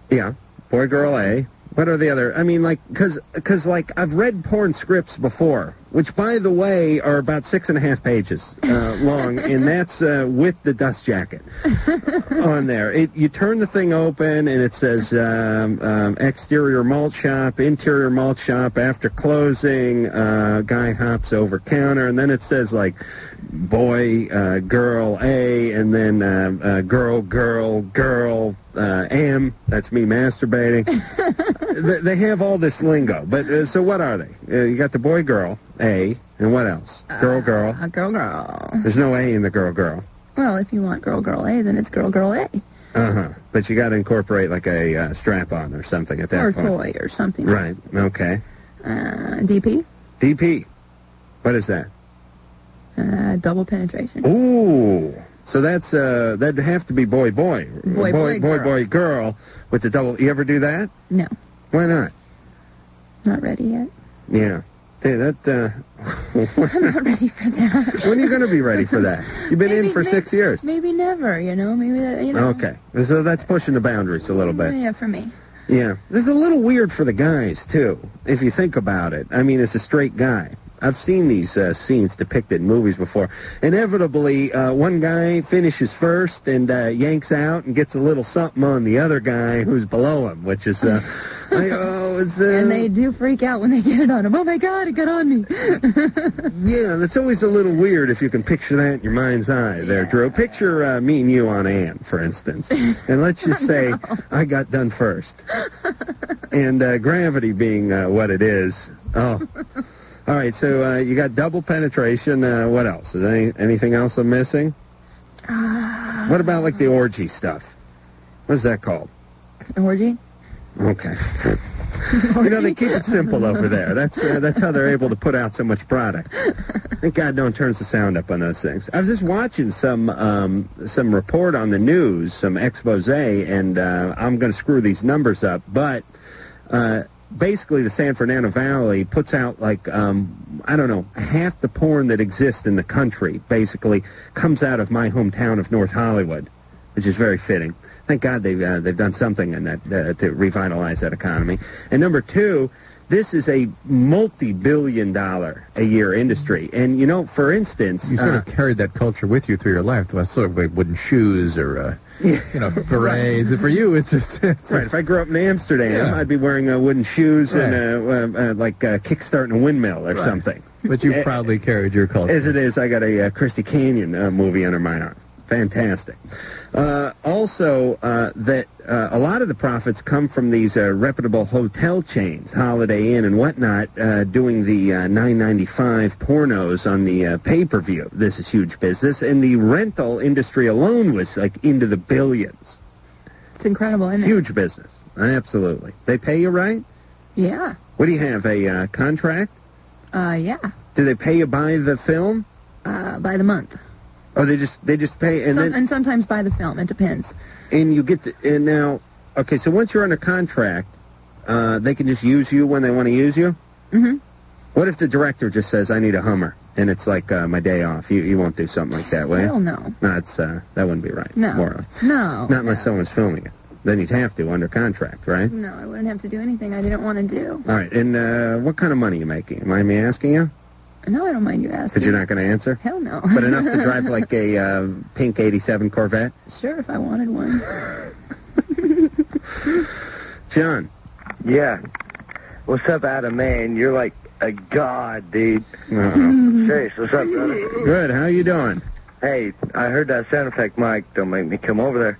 [SPEAKER 2] Yeah. Boy, girl, A. What are the other? I mean, like, cause, cause, like, I've read porn scripts before, which, by the way, are about six and a half pages uh, long, and that's uh, with the dust jacket on there. It, you turn the thing open, and it says um, um, exterior malt shop, interior malt shop. After closing, uh, guy hops over counter, and then it says like boy, uh, girl, A, and then um, uh, girl, girl, girl, uh, M. That's me masturbating. they, they have all this lingo, but uh, so what are they? Uh, you got the boy, girl, A, and what else? Girl, girl.
[SPEAKER 15] A Girl Girl.
[SPEAKER 2] There's no A in the girl, girl.
[SPEAKER 15] Well, if you want Girl Girl A, then it's Girl Girl A.
[SPEAKER 2] Uh huh. But you got to incorporate like a uh, strap on or something at that
[SPEAKER 15] Or
[SPEAKER 2] point.
[SPEAKER 15] toy or something.
[SPEAKER 2] Right. Okay.
[SPEAKER 15] Uh, DP.
[SPEAKER 2] DP. What is that?
[SPEAKER 15] Uh, double penetration.
[SPEAKER 2] Ooh. So that's uh that'd have to be boy boy
[SPEAKER 15] Boy,
[SPEAKER 2] boy
[SPEAKER 15] boy,
[SPEAKER 2] boy,
[SPEAKER 15] girl.
[SPEAKER 2] boy, girl with the double. You ever do that?
[SPEAKER 15] No,
[SPEAKER 2] Why not?
[SPEAKER 15] not ready yet. (laughs)
[SPEAKER 2] Yeah. Hey, that. Uh, (laughs)
[SPEAKER 15] I'm not ready for that.
[SPEAKER 2] when are you gonna be ready for that? You've been in (laughs) for six years.
[SPEAKER 15] Maybe never, you know? Maybe, that, you know?
[SPEAKER 2] Okay. So that's pushing the boundaries a little bit.
[SPEAKER 15] Yeah, for me.
[SPEAKER 2] Yeah. This is a little weird for the guys, too, if you think about it. I mean, as a straight guy. I've seen these uh, scenes depicted in movies before. Inevitably, uh, one guy finishes first and uh, yanks out and gets a little something on the other guy who's below him, which is, uh, I, oh, was. Uh,
[SPEAKER 11] and they do freak out when they get it on them. Oh my god, it got on me.
[SPEAKER 2] yeah, that's always a little weird if you can picture that in your mind's eye there, Drew. Picture uh, me and you on Ann, for instance. And let's just say I got done first. and uh, gravity being uh, what it is. Oh. All right, so uh, you got double penetration. Uh, what else? Is any, anything else I'm missing? What about like the orgy stuff? What is that called?
[SPEAKER 11] Orgy?
[SPEAKER 2] Okay. (laughs) you know they keep it simple
[SPEAKER 15] (laughs)
[SPEAKER 2] over there. That's uh, that's how they're able to put out so much product. Thank God no one turns the sound up on those things. I was just watching some um, some report on the news, some expose, and uh, I'm going to screw these numbers up, but uh, basically the San Fernando Valley puts out like um, I don't know half the porn that exists in the country. Basically, comes out of my hometown of North Hollywood, which is very fitting. Thank God they've uh, they've done something in that uh, to revitalize that economy. And number two, this is a multi-billion-dollar a year industry. And you know, for instance,
[SPEAKER 1] You sort
[SPEAKER 2] uh,
[SPEAKER 1] of carried that culture with you through your life. though. It's sort of like wooden shoes or, uh, (laughs) you know, berets. And for you, it's just... (laughs) It's
[SPEAKER 2] Right. If I grew up in Amsterdam,
[SPEAKER 1] Yeah.
[SPEAKER 2] I'd be wearing uh, wooden shoes and
[SPEAKER 1] Right.
[SPEAKER 2] uh, uh, uh, like uh, kickstarting a windmill or
[SPEAKER 1] Right.
[SPEAKER 2] something.
[SPEAKER 1] But you
[SPEAKER 2] Eh,
[SPEAKER 1] proudly carried your culture.
[SPEAKER 2] As it is, I got a uh, Christy Canyon uh, movie under my arm. Fantastic. Uh, also, uh, that uh, a lot of the profits come from these uh, reputable hotel chains, Holiday Inn and whatnot, uh, doing the uh, 9.95 pornos on the uh, pay-per-view. This is huge business, and the rental industry alone was like into the billions.
[SPEAKER 11] It's incredible, isn't it?
[SPEAKER 2] Huge business, absolutely. They pay you right.
[SPEAKER 11] Yeah.
[SPEAKER 2] What do you have? A uh, contract?
[SPEAKER 11] Uh, yeah.
[SPEAKER 2] Do they pay you by the film?
[SPEAKER 11] Uh, by the month.
[SPEAKER 2] Or Oh, they just they just pay and
[SPEAKER 11] Some,
[SPEAKER 2] then
[SPEAKER 11] and sometimes by the film. It depends.
[SPEAKER 2] and you get to, and now okay so once you're under contract uh, they can just use you when they want to use you
[SPEAKER 11] Mm-hmm.
[SPEAKER 2] what if the director just says i need a hummer and it's like uh, my day off you you won't do something like that will you
[SPEAKER 11] Hell no.
[SPEAKER 2] no it's, uh, that wouldn't be right
[SPEAKER 11] No. Oh,
[SPEAKER 2] morally.
[SPEAKER 11] No.
[SPEAKER 2] not unless someone's filming it then you'd have to under contract right
[SPEAKER 11] No, I wouldn't have to do anything I didn't want to do.
[SPEAKER 2] all right and uh, what kind of money you making mind me asking you
[SPEAKER 11] No, I don't mind you
[SPEAKER 2] because
[SPEAKER 11] asking.
[SPEAKER 2] you're not going to answer
[SPEAKER 11] Hell no.
[SPEAKER 2] but enough to
[SPEAKER 11] (laughs)
[SPEAKER 2] drive like a uh, pink 87 corvette
[SPEAKER 11] Sure, if I wanted one.
[SPEAKER 2] john
[SPEAKER 16] Yeah. What's up, Adam? Man, you're like a god, dude.
[SPEAKER 2] Uh-oh.
[SPEAKER 16] Serious. What's up, brother?
[SPEAKER 2] Uh-huh. Good. How you doing?
[SPEAKER 16] Hey, I heard that sound effect, Mike. Don't make me come over there.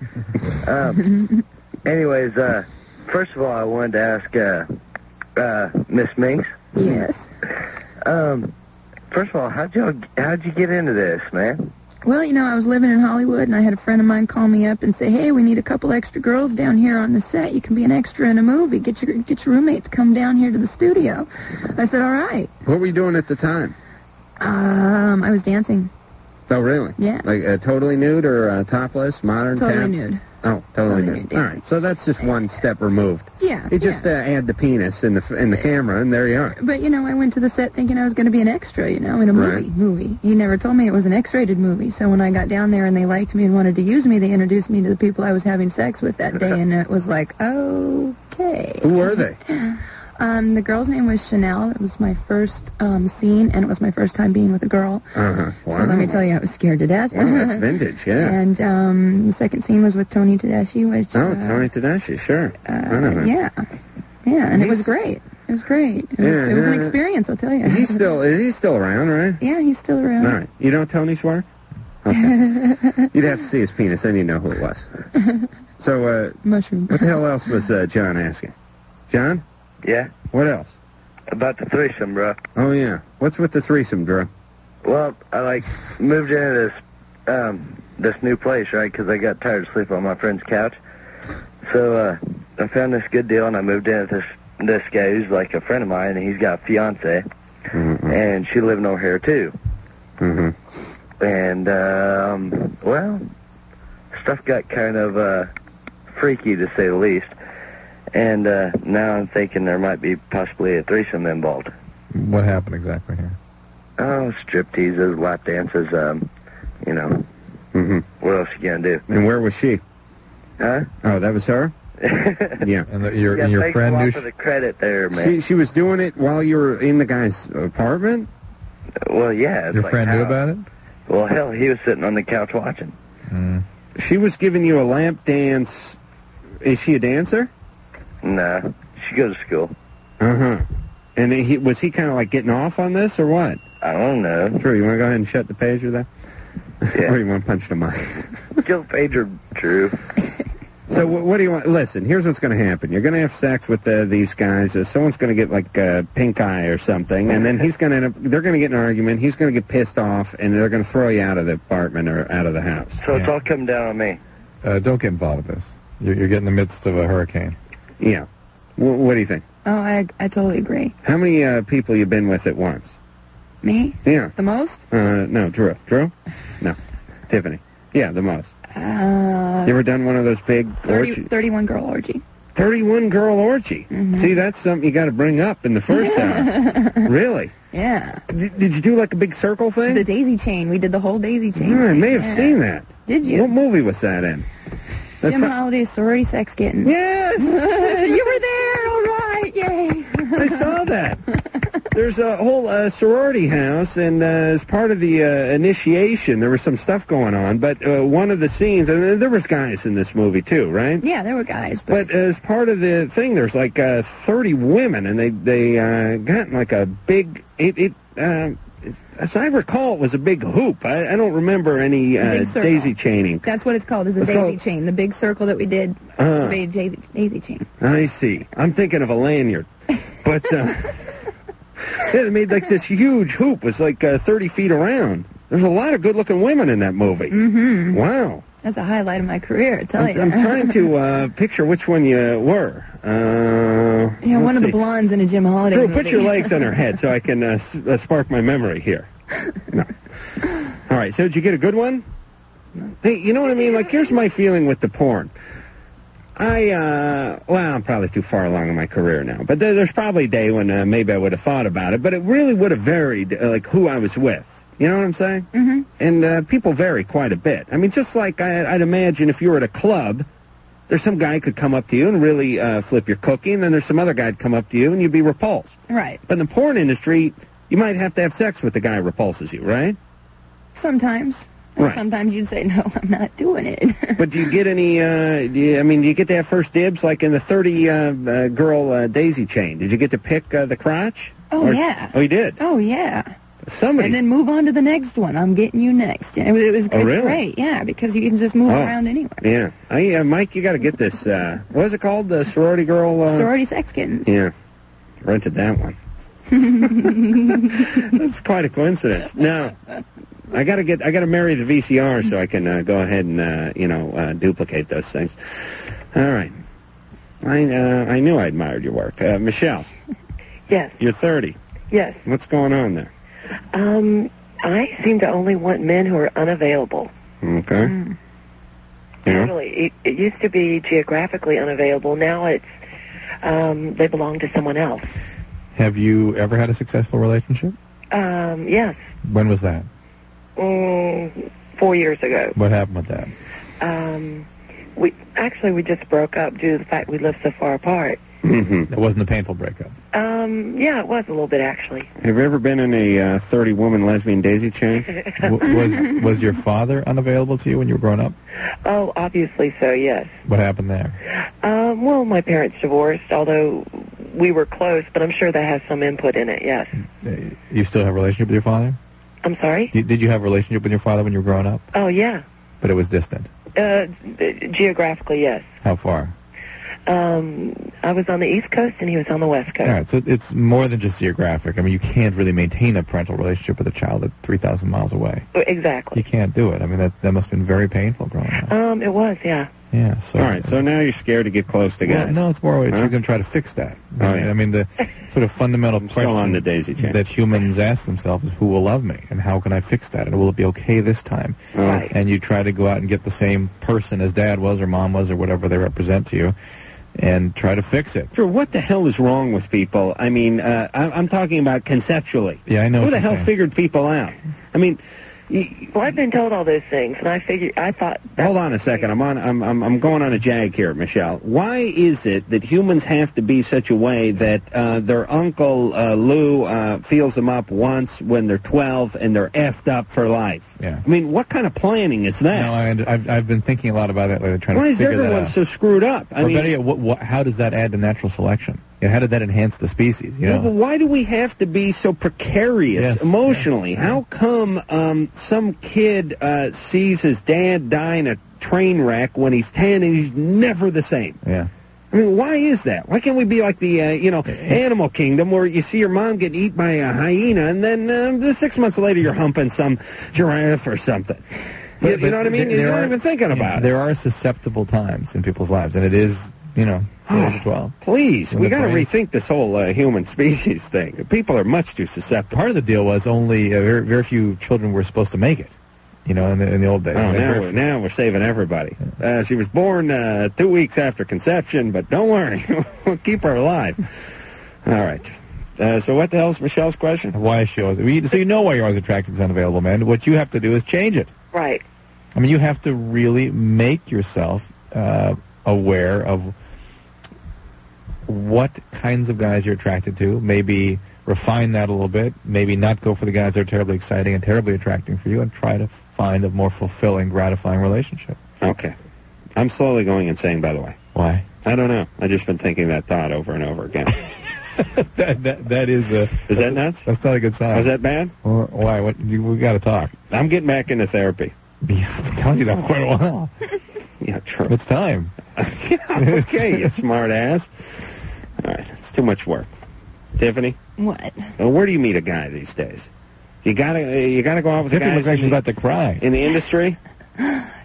[SPEAKER 2] (laughs)
[SPEAKER 16] Um, anyways, uh, first of all, I wanted to ask uh, uh, Miss Minks.
[SPEAKER 11] Yes.
[SPEAKER 16] Um, first of all, how'd you how'd you get into this, man?
[SPEAKER 11] Well, you know, I was living in Hollywood, and I had a friend of mine call me up and say, "Hey, we need a couple extra girls down here on the set. You can be an extra in a movie. Get your get your roommates come down here to the studio." I said, "All right."
[SPEAKER 2] what were you doing at the time
[SPEAKER 11] Um, I was dancing.
[SPEAKER 2] Oh, really?
[SPEAKER 11] Yeah.
[SPEAKER 2] Like uh, totally nude or uh, topless, modern?
[SPEAKER 11] Totally
[SPEAKER 2] tap?
[SPEAKER 11] nude.
[SPEAKER 2] Oh,
[SPEAKER 11] Totally
[SPEAKER 2] totally, nude.
[SPEAKER 11] nude, yeah.
[SPEAKER 2] All right, so that's just one step removed.
[SPEAKER 11] Yeah,
[SPEAKER 2] You just uh, add the penis in the f- in the camera, and there you are.
[SPEAKER 11] But you know, I went to the set thinking I was going to be an extra, you know, in a
[SPEAKER 2] Right.
[SPEAKER 11] movie. Movie. He never told me it was an X-rated movie. So when I got down there and they liked me and wanted to use me, they introduced me to the people I was having sex with that day, and it was like, okay.
[SPEAKER 2] Who
[SPEAKER 11] (laughs)
[SPEAKER 2] were they?
[SPEAKER 11] Um, the girl's name was Chanel. It was my first um, scene, and it was my first time being with a girl.
[SPEAKER 2] Uh huh. Wow.
[SPEAKER 11] So let me tell you, I was scared to death.
[SPEAKER 2] Wow,
[SPEAKER 11] (laughs)
[SPEAKER 2] that's vintage, yeah.
[SPEAKER 11] And um, the second scene was with Tony Tedeschi, which
[SPEAKER 2] oh,
[SPEAKER 11] uh,
[SPEAKER 2] Tony Tedeschi, sure. I don't know.
[SPEAKER 11] yeah, yeah, and it was
[SPEAKER 2] He's-
[SPEAKER 11] great. It was great. It was,
[SPEAKER 2] Yeah,
[SPEAKER 11] it was an
[SPEAKER 2] yeah.
[SPEAKER 11] experience, I'll tell you.
[SPEAKER 2] He's still is he still around, right?
[SPEAKER 11] yeah, he's still around.
[SPEAKER 2] All right. You know Tony Schwartz?
[SPEAKER 11] (laughs)
[SPEAKER 2] You'd have to see his penis, then you know who it was. So, uh,
[SPEAKER 11] mushroom.
[SPEAKER 2] What the hell else was uh, John asking? John,
[SPEAKER 16] Yeah,
[SPEAKER 2] what else?
[SPEAKER 16] about the threesome, bro.
[SPEAKER 2] Oh yeah, what's with the threesome, Drew?
[SPEAKER 16] Well, I like moved into this um, this new place, right? Because I got tired of sleeping on my friend's couch. So uh, I found this good deal, and I moved in with this this guy who's like a friend of mine, and he's got a fiance, and she living over here too.
[SPEAKER 2] Mm-hmm.
[SPEAKER 16] And um, well, stuff got kind of uh, freaky to say the least. And uh, now I'm thinking there might be possibly a threesome involved.
[SPEAKER 1] What happened exactly here?
[SPEAKER 16] Oh, strip teases, lap dances, um, you know.
[SPEAKER 2] Mm-hmm.
[SPEAKER 16] What else you gonna do?
[SPEAKER 2] And where was she?
[SPEAKER 16] Huh?
[SPEAKER 2] Oh, that was
[SPEAKER 16] (laughs)
[SPEAKER 2] her. Yeah.
[SPEAKER 1] And the, your,
[SPEAKER 16] yeah,
[SPEAKER 1] and your
[SPEAKER 16] thanks
[SPEAKER 1] friend
[SPEAKER 16] a lot
[SPEAKER 1] knew...
[SPEAKER 16] for
[SPEAKER 1] sh-
[SPEAKER 16] the credit there, man.
[SPEAKER 2] She she was doing it while you were in the guy's apartment.
[SPEAKER 16] well, yeah. it's
[SPEAKER 1] Your
[SPEAKER 16] like,
[SPEAKER 1] friend knew
[SPEAKER 16] how?
[SPEAKER 1] about it?
[SPEAKER 16] Well, hell, he was sitting on the couch watching.
[SPEAKER 1] Mm.
[SPEAKER 2] She was giving you a lap dance. Is she a dancer?
[SPEAKER 16] No, she goes to school.
[SPEAKER 2] Uh huh. And he was he kind of like getting off on this or what? I don't know. Sure, you want to go ahead and shut the pager there? Yeah. (laughs) or you want to punch the mic? Kill pager, Drew. So what, what do you want? Listen, here's what's going to happen. You're going to have sex with uh, these guys. Uh, someone's going to get like uh, pink eye or something, and then he's going to end up. They're going to get in an argument. He's going to get pissed off, and they're going to throw you out of the apartment or out of the house.
[SPEAKER 16] So it's all come down on me.
[SPEAKER 1] Uh, don't get involved with this. You're, you're getting in the midst of a hurricane.
[SPEAKER 2] Yeah. W- what do you think?
[SPEAKER 11] Oh, I, I totally agree.
[SPEAKER 2] How many uh, people you been with at once?
[SPEAKER 11] Me?
[SPEAKER 2] Yeah.
[SPEAKER 11] The most?
[SPEAKER 2] Uh, no, Drew. Drew? No. Tiffany. Yeah, the most.
[SPEAKER 11] Uh,
[SPEAKER 2] You ever done one of those big
[SPEAKER 11] 30,
[SPEAKER 2] orgy-
[SPEAKER 11] 31 girl orgy. (laughs)
[SPEAKER 2] 31 girl orgy. See, that's something you got to bring up in the first hour. Really?
[SPEAKER 11] Yeah.
[SPEAKER 2] Did, did you do like a big circle thing?
[SPEAKER 11] The daisy chain. We did the whole daisy chain.
[SPEAKER 2] Yeah, I may
[SPEAKER 11] Yeah.
[SPEAKER 2] have seen that.
[SPEAKER 11] Did you?
[SPEAKER 2] What movie was
[SPEAKER 11] (laughs)
[SPEAKER 2] that in? That's
[SPEAKER 11] Jim
[SPEAKER 2] pro-
[SPEAKER 11] Holiday's sorority sex kitten. (laughs)
[SPEAKER 2] Yes!
[SPEAKER 11] you were there! All right! Yay!
[SPEAKER 2] I saw that. There's a whole uh, sorority house, and uh, as part of the uh, initiation, there was some stuff going on. But uh, one of the scenes, and there was guys in this movie too,
[SPEAKER 11] (laughs)
[SPEAKER 2] right?
[SPEAKER 11] Yeah, there were guys.
[SPEAKER 2] But as part of the thing, there's like uh, 30 women, and they they uh, got in like a big it. it uh, as I recall, it was a big hoop. I, I don't remember any uh,
[SPEAKER 11] Big circle.
[SPEAKER 2] daisy chaining.
[SPEAKER 11] That's what it's called, is a
[SPEAKER 2] It's
[SPEAKER 11] daisy
[SPEAKER 2] called-
[SPEAKER 11] chain. The big circle that we did,
[SPEAKER 2] Uh-huh.
[SPEAKER 11] the big daisy, daisy chain.
[SPEAKER 2] I see. I'm thinking of a lanyard, but
[SPEAKER 11] (laughs)
[SPEAKER 2] uh, yeah, they made like this huge hoop. It was like uh, 30 feet around. There's a lot of good-looking women in that movie.
[SPEAKER 11] Mm-hmm.
[SPEAKER 2] Wow.
[SPEAKER 11] That's a highlight of my career, I tell
[SPEAKER 2] I'm,
[SPEAKER 11] you.
[SPEAKER 2] I'm
[SPEAKER 11] (laughs)
[SPEAKER 2] trying to uh, picture which one you were. Uh,
[SPEAKER 11] yeah,
[SPEAKER 2] let's
[SPEAKER 11] one of the
[SPEAKER 2] see.
[SPEAKER 11] blondes in a Jim Holiday
[SPEAKER 2] Drew,
[SPEAKER 11] movie.
[SPEAKER 2] put your legs on her head so I can uh, s- uh, spark my memory here. No. All right. So did you get a good one? Hey, you know what I mean? Like, here's my feeling with the porn. I, uh, well, I'm probably too far along in my career now, but there, there's probably a day when uh, maybe I would have thought about it, but it really would have varied, uh, like, who I was with. You know what I'm saying? Mm-hmm. And uh, people vary quite a bit. I mean, just like I, I'd imagine if you were at a club, there's some guy could come up to you and really uh, flip your cookie, and then there's some other guy'd come up to you and you'd be repulsed.
[SPEAKER 11] (laughs) Right.
[SPEAKER 2] But in the porn industry, you might have to have sex with the guy who repulses you,
[SPEAKER 11] (laughs)
[SPEAKER 2] right?
[SPEAKER 11] Sometimes. And
[SPEAKER 2] Right.
[SPEAKER 11] Sometimes you'd say, no, I'm not doing it. (laughs)
[SPEAKER 2] but do you get any? Uh, do you, I mean, do you get to have first dibs like in the thirty uh, uh, girl uh, daisy chain? Did you get to pick uh, the crotch?
[SPEAKER 11] Oh, yeah.
[SPEAKER 2] Oh, you did.
[SPEAKER 11] Oh, yeah.
[SPEAKER 2] Somebody.
[SPEAKER 11] And then move on to the next one. I'm getting you next. And It was, it was
[SPEAKER 2] Oh,
[SPEAKER 11] it's
[SPEAKER 2] really?
[SPEAKER 11] great, yeah, because you can just move
[SPEAKER 2] Oh.
[SPEAKER 11] around anywhere.
[SPEAKER 2] yeah, I, uh, Mike, you got to get this. Uh, what is it called? The sorority girl. Uh,
[SPEAKER 11] Sorority sex kittens.
[SPEAKER 2] Yeah, rented that one. That's quite a coincidence. No, I gotta get. I gotta marry the VCR so I can uh, go ahead and uh, you know uh, duplicate those things. All right. I uh, I knew I admired your work, uh, Michelle.
[SPEAKER 17] Yes.
[SPEAKER 2] You're 30.
[SPEAKER 17] Yes.
[SPEAKER 2] What's going on there?
[SPEAKER 17] Um, I seem to only want men who are unavailable.
[SPEAKER 2] Okay.
[SPEAKER 1] Mm.
[SPEAKER 2] Yeah.
[SPEAKER 17] Really, it, it used to be geographically unavailable. Now it's um, they belong to someone else.
[SPEAKER 1] Have you ever had a successful relationship?
[SPEAKER 17] Um, yes.
[SPEAKER 1] When was that?
[SPEAKER 17] Mm, four years ago.
[SPEAKER 1] What happened with that?
[SPEAKER 17] Um, we actually we just broke up due to the fact we lived so far apart.
[SPEAKER 1] Mm-hmm. It wasn't a painful breakup.
[SPEAKER 17] Um, yeah, it was a little bit actually.
[SPEAKER 2] Have you ever been in a 30 woman lesbian daisy
[SPEAKER 3] Hmm?
[SPEAKER 17] (laughs)
[SPEAKER 2] chain?
[SPEAKER 1] W- was was your father unavailable to you when you were growing up?
[SPEAKER 17] Oh, obviously so. Yes.
[SPEAKER 1] What happened there?
[SPEAKER 17] Um, well, my parents divorced, although we were close, but I'm sure that has some input in it. Yes.
[SPEAKER 1] Uh, You still have a relationship with your father?
[SPEAKER 17] I'm sorry.
[SPEAKER 1] Did did you have a relationship with your father when you were growing up?
[SPEAKER 17] Oh, yeah.
[SPEAKER 1] But it was distant.
[SPEAKER 17] Uh, geographically, yes.
[SPEAKER 1] How far?
[SPEAKER 17] Um, I was on the East Coast and he was on the West Coast.
[SPEAKER 1] All right, so it's more than just geographic. I mean, you can't really maintain a parental relationship with a child at 3,000 miles away.
[SPEAKER 17] Exactly.
[SPEAKER 1] You can't do it. I mean, that, that must have been very painful growing up.
[SPEAKER 17] Um, it was, yeah.
[SPEAKER 1] Yeah, so...
[SPEAKER 2] All right, so now you're scared to get close to
[SPEAKER 1] Well,
[SPEAKER 2] guys.
[SPEAKER 1] no, it's more. It's,
[SPEAKER 2] Huh?
[SPEAKER 1] You're going to try to fix that.
[SPEAKER 2] Oh, yeah.
[SPEAKER 1] I mean, the sort of fundamental question
[SPEAKER 2] still on the daisy chain.
[SPEAKER 1] that humans ask themselves is, "Who will love me, and how can I fix that, and will it be okay this time?"
[SPEAKER 2] Right.
[SPEAKER 1] And you try to go out and get the same person as dad was, or mom was, or whatever they represent to you, and try to fix it.
[SPEAKER 2] Drew, what the hell is wrong with people? I mean, uh, I, I'm talking about conceptually.
[SPEAKER 1] Yeah, I know.
[SPEAKER 2] Who
[SPEAKER 1] what
[SPEAKER 2] the
[SPEAKER 1] you're
[SPEAKER 2] hell
[SPEAKER 1] saying.
[SPEAKER 2] figured people out? I mean, y-
[SPEAKER 17] Well, I've been told all those things, and I figured, I thought,
[SPEAKER 2] hold on a second. I'm on. I'm, I'm I'm going on a jag here, Michelle. Why is it that humans have to be such a way that uh, their uncle uh, Lou uh, feels them up once when they're 12 and they're effed up for life?
[SPEAKER 1] Yeah.
[SPEAKER 2] I mean, what kind of planning is that?
[SPEAKER 1] No, I, I've I've been thinking a lot about that lately, trying
[SPEAKER 2] Why
[SPEAKER 1] to
[SPEAKER 2] is
[SPEAKER 1] figure that
[SPEAKER 2] everyone
[SPEAKER 1] out.
[SPEAKER 2] so screwed up? I
[SPEAKER 1] or
[SPEAKER 2] mean,
[SPEAKER 1] better yet, what, what, how does that add to natural selection? You know, how did that enhance the species? You
[SPEAKER 2] Well,
[SPEAKER 1] know,
[SPEAKER 2] but why do we have to be so precarious emotionally? How come um, some kid uh, sees his dad die in a train wreck when he's 10 and he's never the same?
[SPEAKER 1] yeah.
[SPEAKER 2] I mean, why is that? Why can't we be like the, uh, you know, animal kingdom where you see your mom get eaten by a hyena and then um, the six months later you're humping some giraffe or something? you, you know what I mean? You're not even thinking about it.
[SPEAKER 1] There are susceptible times in people's lives, and it is, you
[SPEAKER 2] (sighs)
[SPEAKER 1] know, the age of 12.
[SPEAKER 2] Please,
[SPEAKER 1] When
[SPEAKER 2] we
[SPEAKER 1] the
[SPEAKER 2] got to
[SPEAKER 1] brain-
[SPEAKER 2] rethink this whole uh, human (laughs) species thing. People are much too susceptible.
[SPEAKER 1] Part of the deal was only uh, very, very few children were supposed to make it, you know, in the, in the old days.
[SPEAKER 2] Oh,
[SPEAKER 1] You know,
[SPEAKER 2] now
[SPEAKER 1] very-
[SPEAKER 2] we're, now we're saving everybody. Uh, she was born uh, two weeks after conception, but don't worry, (laughs) we'll keep her alive. All right. Uh, so what the hell's Michelle's question?
[SPEAKER 1] Why is she always... we- So you know why you're always attracted to unavailable men. What you have to do is change it.
[SPEAKER 18] Right.
[SPEAKER 1] I mean, you have to really make yourself uh, aware of what kinds of guys you're attracted to. Maybe refine that a little bit. Maybe not go for the guys that are terribly exciting and terribly attracting for you, and try to find a more fulfilling, gratifying relationship. (laughs)
[SPEAKER 2] Okay. I'm slowly going insane, by the way.
[SPEAKER 1] Why?
[SPEAKER 2] I don't know. I've just been thinking that thought over and over again.
[SPEAKER 1] that, that, that is a...
[SPEAKER 2] Is that nuts?
[SPEAKER 1] That's not a good sign.
[SPEAKER 2] Is that bad?
[SPEAKER 1] Well, why? What? you- We got to talk.
[SPEAKER 2] I'm getting back into therapy.
[SPEAKER 1] Yeah, I've been telling you that for quite a while.
[SPEAKER 2] Yeah, true.
[SPEAKER 1] It's
[SPEAKER 2] (laughs)
[SPEAKER 1] time. (laughs)
[SPEAKER 2] okay, you smart ass. All right, it's too much work. Tiffany?
[SPEAKER 11] (laughs) What? (gasps)
[SPEAKER 2] Uh, where do you meet a guy these days? You gotta, uh, you gotta go out with
[SPEAKER 1] Tiffany
[SPEAKER 2] guys.
[SPEAKER 1] looks like she's about to cry.
[SPEAKER 2] In the industry,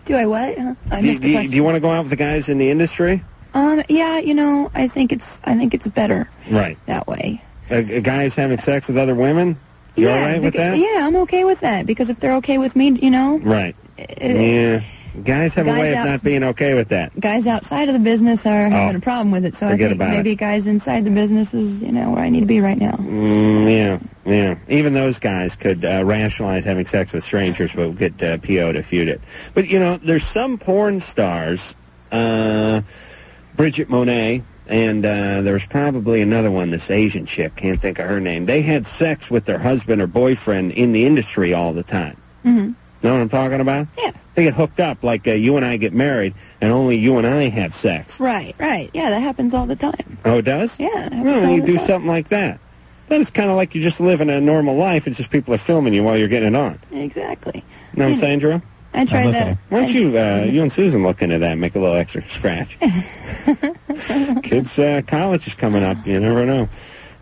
[SPEAKER 11] Do I what? Huh? I
[SPEAKER 2] do,
[SPEAKER 11] missed the
[SPEAKER 2] do,
[SPEAKER 11] question.
[SPEAKER 2] do you want to go out with the guys in the industry?
[SPEAKER 11] Um, yeah, you know, I think it's I think it's better
[SPEAKER 2] Right.
[SPEAKER 11] that way.
[SPEAKER 2] A, a guy who's having sex with other women. You all right with
[SPEAKER 11] beca-
[SPEAKER 2] that?
[SPEAKER 11] Yeah, I'm okay with that because if they're okay with me, you know,
[SPEAKER 2] Right.
[SPEAKER 11] It-
[SPEAKER 2] yeah. Guys have
[SPEAKER 11] Guys
[SPEAKER 2] a way of
[SPEAKER 11] out-
[SPEAKER 2] not being okay with that.
[SPEAKER 11] guys outside of the business are having a problem with it. So I
[SPEAKER 2] Oh, Forget
[SPEAKER 11] think
[SPEAKER 2] about
[SPEAKER 11] maybe guys inside the business is you know where I need to be right now.
[SPEAKER 2] Mm, yeah, yeah. Even those guys could uh, rationalize having sex with strangers, but would get uh, PO'd if you did. But you know, there's some porn stars, uh, Bridget Monet, and uh, there was probably another one, this Asian chick, can't think of her name. They had sex with their husband or boyfriend in the industry all the time.
[SPEAKER 19] Mm-hmm.
[SPEAKER 2] Know what I'm talking about?
[SPEAKER 11] Yeah.
[SPEAKER 2] They get hooked up like uh, you and I get married, and only you and I have sex.
[SPEAKER 11] Right, right. Yeah, that happens all the time.
[SPEAKER 2] Oh, it does?
[SPEAKER 11] Yeah.
[SPEAKER 2] Well, you do something like that. Then it's kind of like you're just living a normal life. It's just people are filming you while you're getting it on.
[SPEAKER 11] Exactly.
[SPEAKER 2] You know what I'm saying, Drew?
[SPEAKER 11] I tried that.
[SPEAKER 2] Why don't you, uh, you and Susan look into that and make a little extra
[SPEAKER 11] (laughs)
[SPEAKER 2] scratch? Kids, uh, college is coming up. You never know.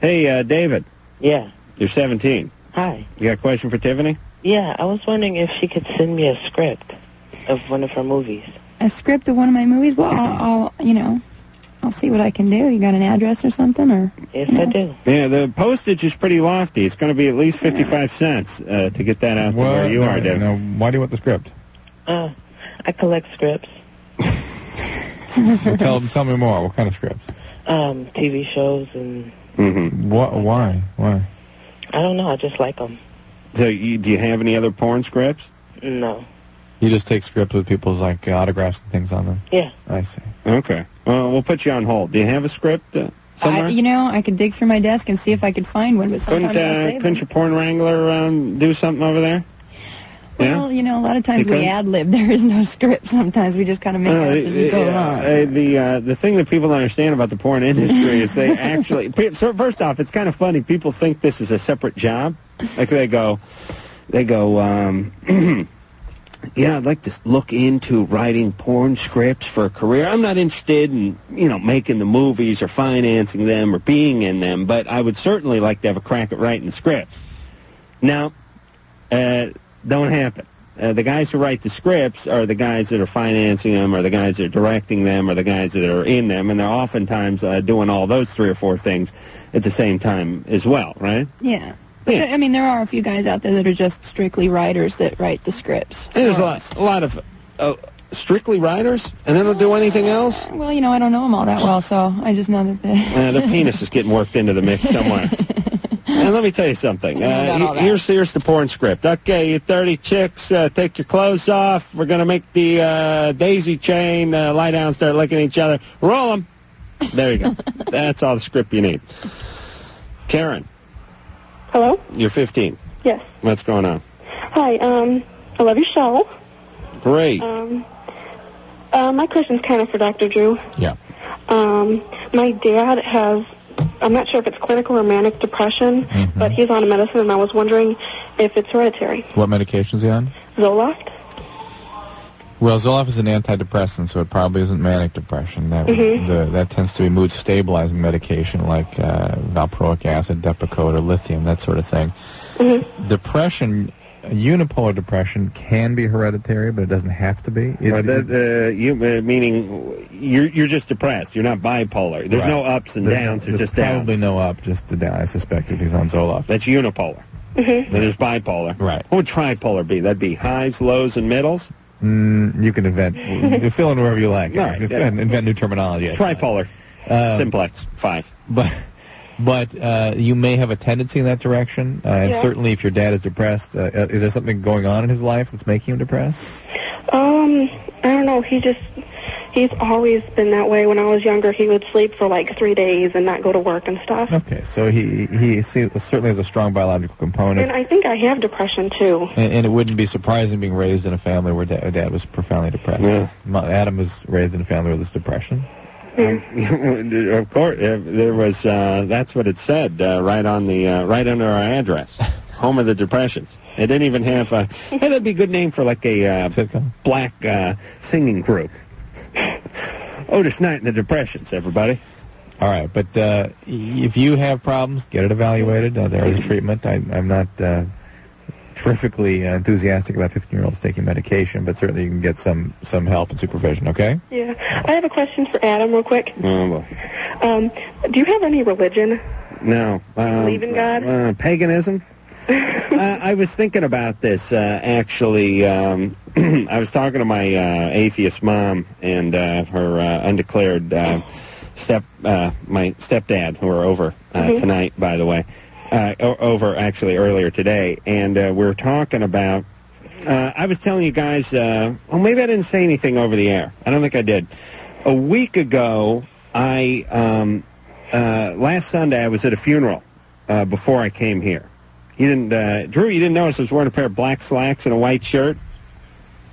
[SPEAKER 2] Hey, uh, David.
[SPEAKER 17] Yeah.
[SPEAKER 2] You're 17.
[SPEAKER 17] Hi.
[SPEAKER 2] You got a question for Tiffany?
[SPEAKER 17] Yeah, I was wondering if she could send me a script of one of her movies.
[SPEAKER 11] A script of one of my movies. Well, I'll, I'll you know, I'll see what I can do. You got an address or something or?
[SPEAKER 17] Yes,
[SPEAKER 11] you
[SPEAKER 17] I
[SPEAKER 11] know?
[SPEAKER 17] do.
[SPEAKER 2] Yeah, the postage is pretty lofty. It's going to be at least 55 cents uh, to get that out to
[SPEAKER 1] Well,
[SPEAKER 2] where you
[SPEAKER 1] no,
[SPEAKER 2] are, David.
[SPEAKER 1] no, why do you want the script?
[SPEAKER 17] Uh, I collect scripts,
[SPEAKER 1] tell, tell me more. What kind of script?
[SPEAKER 17] um, TV shows, and
[SPEAKER 2] Mm-hmm.
[SPEAKER 1] What? Why? Why?
[SPEAKER 17] I don't know. I just like them.
[SPEAKER 2] So, you, do you have any other porn scripts?
[SPEAKER 17] No.
[SPEAKER 1] You just take scripts with people's like autographs and things on them.
[SPEAKER 17] Yeah.
[SPEAKER 1] I see.
[SPEAKER 2] Okay. Well, we'll put you on hold. Do you have a script uh, somewhere?
[SPEAKER 11] I, you know, I could dig through my desk and see if I could find one, but sometimes
[SPEAKER 2] couldn't
[SPEAKER 11] I
[SPEAKER 2] uh,
[SPEAKER 11] save
[SPEAKER 2] couldn't your porn wrangler um, do something over there? Yeah.
[SPEAKER 11] Well, you know, a lot of times
[SPEAKER 2] You
[SPEAKER 11] we
[SPEAKER 2] couldn't?
[SPEAKER 11] ad lib. (laughs) There is no script. Sometimes we just kind of make
[SPEAKER 2] No,
[SPEAKER 11] it up as we
[SPEAKER 2] uh,
[SPEAKER 11] go
[SPEAKER 2] uh,
[SPEAKER 11] along.
[SPEAKER 2] uh, the uh, the thing that people don't understand about the porn industry
[SPEAKER 11] (laughs)
[SPEAKER 2] is they actually. pe- So first off, it's kind of funny. People think this is a separate job. Like they go, they go. Um, (clears throat) yeah, I'd like to look into writing porn scripts for a career. I'm not interested in you know making the movies or financing them or being in them, but I would certainly like to have a crack at writing scripts. Now, uh, don't happen. Uh, the guys who write the scripts are the guys that are financing them, or the guys that are directing them, or the guys that are in them, and they're oftentimes uh, doing all those three or four things at the same time as well, right?
[SPEAKER 11] Yeah. But I mean, there are a few guys out there that are just strictly writers that write the scripts.
[SPEAKER 2] There's a lot, a lot of uh, strictly writers, and they don't do anything else.
[SPEAKER 11] Well, you know, I don't know them all that well, so I just know that they.
[SPEAKER 2] Uh, the penis is getting worked into the mix (laughs) somewhere. and let me tell you
[SPEAKER 11] I
[SPEAKER 2] something. Uh,
[SPEAKER 11] got
[SPEAKER 2] he-
[SPEAKER 11] all that.
[SPEAKER 2] here's here's the porn script. Okay, you thirty chicks, uh, take your clothes off. We're gonna make the uh, daisy chain. Uh, lie down, start licking each other. Roll them. There you go. That's all the script you need. Karen,
[SPEAKER 12] Hello?
[SPEAKER 2] you're 15.
[SPEAKER 12] Yes.
[SPEAKER 2] What's going on?
[SPEAKER 12] Hi, um, I love your show.
[SPEAKER 2] Great.
[SPEAKER 12] Um, uh, my question's kind of for Dr. Drew.
[SPEAKER 2] Yeah.
[SPEAKER 12] Um, my dad has I'm not sure if it's clinical or manic depression, but he's on a medicine, and I was wondering if it's hereditary.
[SPEAKER 1] What medications he on?
[SPEAKER 12] Zoloft?
[SPEAKER 1] Well, Zoloft is an antidepressant, so it probably isn't manic depression. That
[SPEAKER 12] Mhm.
[SPEAKER 1] the, that tends to be mood stabilizing medication like uh, valproic acid, Depakote, or lithium, that sort of thing. Mm-hmm. Depression, unipolar depression, can be hereditary, but it doesn't have to be. It-
[SPEAKER 2] Or that, uh, you, uh, meaning you're you're just depressed. You're not bipolar. There's
[SPEAKER 1] Right.
[SPEAKER 2] no ups and
[SPEAKER 1] There's no-
[SPEAKER 2] downs. There's,
[SPEAKER 1] there's
[SPEAKER 2] just downs.
[SPEAKER 1] probably no up, just the down. I suspect if he's on Zoloft.
[SPEAKER 2] That's unipolar.
[SPEAKER 12] Mm-hmm.
[SPEAKER 2] Then there's bipolar. Right. What would tripolar be? That'd be highs, lows, and middles.
[SPEAKER 20] Mm, you can invent, you fill in wherever you like.
[SPEAKER 2] Right,
[SPEAKER 20] Just
[SPEAKER 2] yeah.
[SPEAKER 20] invent new terminology.
[SPEAKER 2] Tripolar.
[SPEAKER 20] Um,
[SPEAKER 2] Simplex. Five.
[SPEAKER 20] But but uh, you may have a tendency in that direction, uh, and
[SPEAKER 12] Yeah.
[SPEAKER 20] certainly if your dad is depressed, uh, is there something going on in his life that's making him depressed?
[SPEAKER 12] Um, I don't know. He just, he's always been that way. When I was younger, he would sleep for like three days and not go to work and stuff.
[SPEAKER 20] Okay, so he he se- certainly has a strong biological component.
[SPEAKER 12] And I think I have depression too.
[SPEAKER 20] And, and it wouldn't be surprising being raised in a family where da- dad was profoundly depressed. My- Adam was raised in a family with this depression.
[SPEAKER 2] (laughs) of course, uh, there was. Uh, that's what it said uh, right on the uh, right under our address, home of the depressions. It didn't even have. A, hey, that'd be a good name for like a uh, black uh, singing group. (laughs) Otis Knight and the Depressions, everybody.
[SPEAKER 20] All right, but uh, if you have problems, get it evaluated. Uh, there is treatment. I, I'm not uh, terrifically uh, enthusiastic about 15-year-olds taking medication, but certainly you can get some some help and supervision. Okay.
[SPEAKER 12] Yeah. I have a question for Adam, real quick. Um, do you have any religion?
[SPEAKER 2] No. Um,
[SPEAKER 12] Believe in God?
[SPEAKER 2] Uh,
[SPEAKER 12] (laughs)
[SPEAKER 2] paganism? uh, I was thinking about this, uh, actually. Um, (clears throat) I was talking to my uh, atheist mom and uh, her uh, undeclared uh, step, uh, my stepdad, who are over uh,
[SPEAKER 12] Mm-hmm.
[SPEAKER 3] Mhm.
[SPEAKER 2] tonight, by the way, uh, o- over actually earlier today, and uh, we were talking about uh, I was telling you guys, uh, well, maybe I didn't say anything over the air. I don't think I did. A week ago, I, um, uh, last Sunday, I was at a funeral uh, before I came here. You didn't, uh, Drew, you didn't notice I was wearing a pair of black slacks and a white shirt?